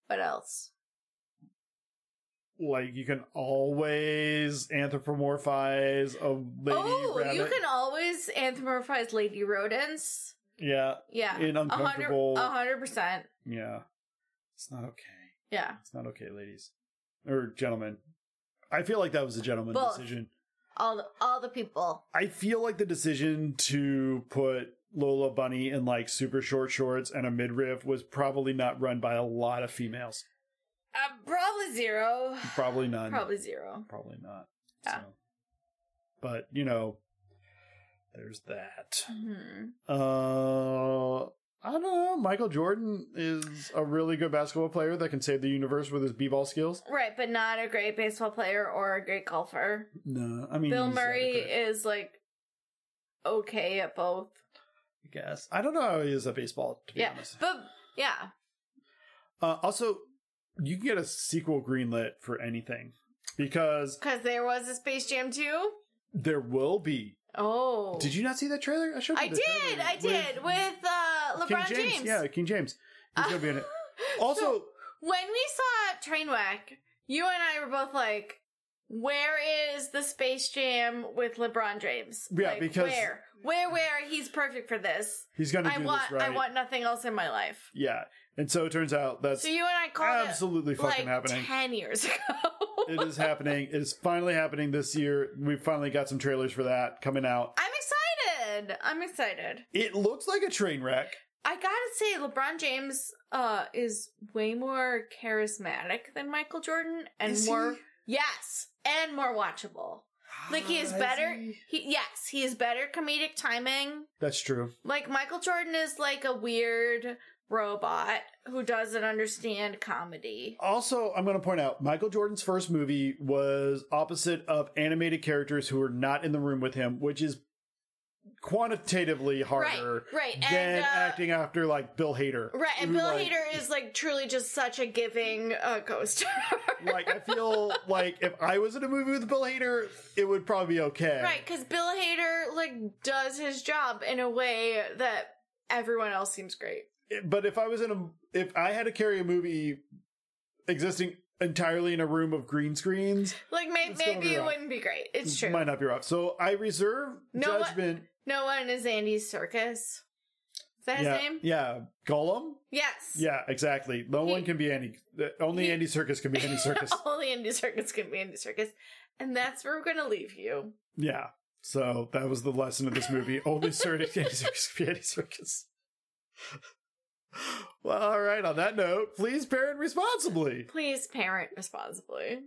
[SPEAKER 2] What else?
[SPEAKER 1] Like you can always anthropomorphize a lady
[SPEAKER 2] oh,
[SPEAKER 1] rabbit.
[SPEAKER 2] you can always anthropomorphize lady rodents.
[SPEAKER 1] yeah,
[SPEAKER 2] Yeah.
[SPEAKER 1] in
[SPEAKER 2] A hundred
[SPEAKER 1] uncomfortable.
[SPEAKER 2] a hundred percent.
[SPEAKER 1] Yeah, it's not okay.
[SPEAKER 2] Yeah.
[SPEAKER 1] It's not okay, ladies or gentlemen. I feel like that was a gentleman
[SPEAKER 2] Both.
[SPEAKER 1] decision.
[SPEAKER 2] All the, all the people.
[SPEAKER 1] I feel like the decision to put Lola Bunny in like super short shorts and a midriff was probably not run by a lot of females.
[SPEAKER 2] Uh, probably zero.
[SPEAKER 1] Probably none.
[SPEAKER 2] Probably zero.
[SPEAKER 1] Probably not.
[SPEAKER 2] Yeah.
[SPEAKER 1] So. But you know, there's that.
[SPEAKER 2] Mhm.
[SPEAKER 1] Uh, I don't know. Michael Jordan is a really good basketball player that can save the universe with his b-ball skills.
[SPEAKER 2] Right, but not a great baseball player or a great golfer.
[SPEAKER 1] No, I mean
[SPEAKER 2] Bill
[SPEAKER 1] he's
[SPEAKER 2] Murray
[SPEAKER 1] adequate,
[SPEAKER 2] is like okay at both.
[SPEAKER 1] I guess I don't know how he is at baseball. To be
[SPEAKER 2] yeah.
[SPEAKER 1] honest.
[SPEAKER 2] But yeah.
[SPEAKER 1] Uh, also, you can get a sequel greenlit for anything because
[SPEAKER 2] Because there was a Space Jam too.
[SPEAKER 1] there will be.
[SPEAKER 2] Oh.
[SPEAKER 1] Did you not see that trailer? I showed you.
[SPEAKER 2] I
[SPEAKER 1] the
[SPEAKER 2] did,
[SPEAKER 1] trailer
[SPEAKER 2] I did, with, uh
[SPEAKER 1] King
[SPEAKER 2] LeBron James.
[SPEAKER 1] Yeah, King James. He's gonna be in it. Also,
[SPEAKER 2] (laughs) So, when we saw Trainwreck, you and I were both like, "Where is the Space Jam with LeBron James?
[SPEAKER 1] Yeah,
[SPEAKER 2] Like,
[SPEAKER 1] because-
[SPEAKER 2] where, where, where? He's perfect for this.
[SPEAKER 1] he's gonna
[SPEAKER 2] I
[SPEAKER 1] do
[SPEAKER 2] want,
[SPEAKER 1] this right.
[SPEAKER 2] I want nothing else in my life."
[SPEAKER 1] Yeah, and so it turns out that's
[SPEAKER 2] So you and I called
[SPEAKER 1] absolutely
[SPEAKER 2] it like
[SPEAKER 1] fucking happening.
[SPEAKER 2] (laughs) ten years ago.
[SPEAKER 1] it is happening. It is finally happening this year. We finally got some trailers for that coming out.
[SPEAKER 2] I'm excited. I'm excited.
[SPEAKER 1] It looks like a train wreck.
[SPEAKER 2] I gotta say, LeBron James uh, is way more charismatic than Michael Jordan, and
[SPEAKER 1] Is he?
[SPEAKER 2] more yes, and more watchable. Like he is
[SPEAKER 1] Ah,
[SPEAKER 2] better.
[SPEAKER 1] he?
[SPEAKER 2] He yes, he is better comedic timing.
[SPEAKER 1] That's true.
[SPEAKER 2] Like Michael Jordan is like a weird robot who doesn't understand comedy.
[SPEAKER 1] Also, I'm going to point out Michael Jordan's first movie was opposite of animated characters who were not in the room with him, which is quantitatively harder
[SPEAKER 2] right, and,
[SPEAKER 1] than
[SPEAKER 2] uh,
[SPEAKER 1] acting after like Bill Hader.
[SPEAKER 2] Right, and
[SPEAKER 1] who,
[SPEAKER 2] Bill
[SPEAKER 1] like,
[SPEAKER 2] Hader is like truly just such a giving uh, ghost. (laughs)
[SPEAKER 1] (laughs) Like I feel like if I was in a movie with Bill Hader, it would probably be okay.
[SPEAKER 2] right, because Bill Hader like does his job in a way that everyone else seems great.
[SPEAKER 1] But if I was in a if I had to carry a movie existing entirely in a room of green screens,
[SPEAKER 2] Like may-
[SPEAKER 1] It's gonna
[SPEAKER 2] maybe
[SPEAKER 1] be
[SPEAKER 2] it
[SPEAKER 1] rough.
[SPEAKER 2] wouldn't be great. It's true.
[SPEAKER 1] might not be rough. So I reserve
[SPEAKER 2] No, what-
[SPEAKER 1] judgment.
[SPEAKER 2] No one is Andy's circus. Is that his
[SPEAKER 1] yeah,
[SPEAKER 2] name?
[SPEAKER 1] yeah, Gollum.
[SPEAKER 2] Yes. (laughs)
[SPEAKER 1] Yeah, exactly. No
[SPEAKER 2] He-
[SPEAKER 1] one can be any. uh, Only
[SPEAKER 2] he-
[SPEAKER 1] Andy Circus can be
[SPEAKER 2] (laughs)
[SPEAKER 1] any circus.
[SPEAKER 2] Only Andy Circus can be Andy Circus. And that's where we're going to leave you.
[SPEAKER 1] yeah. So that was the lesson of this movie. Only Sir
[SPEAKER 2] (laughs)
[SPEAKER 1] Andy Circus can be Andy (laughs) Circus. Well, all right. On that note, please parent responsibly.
[SPEAKER 2] Please parent responsibly.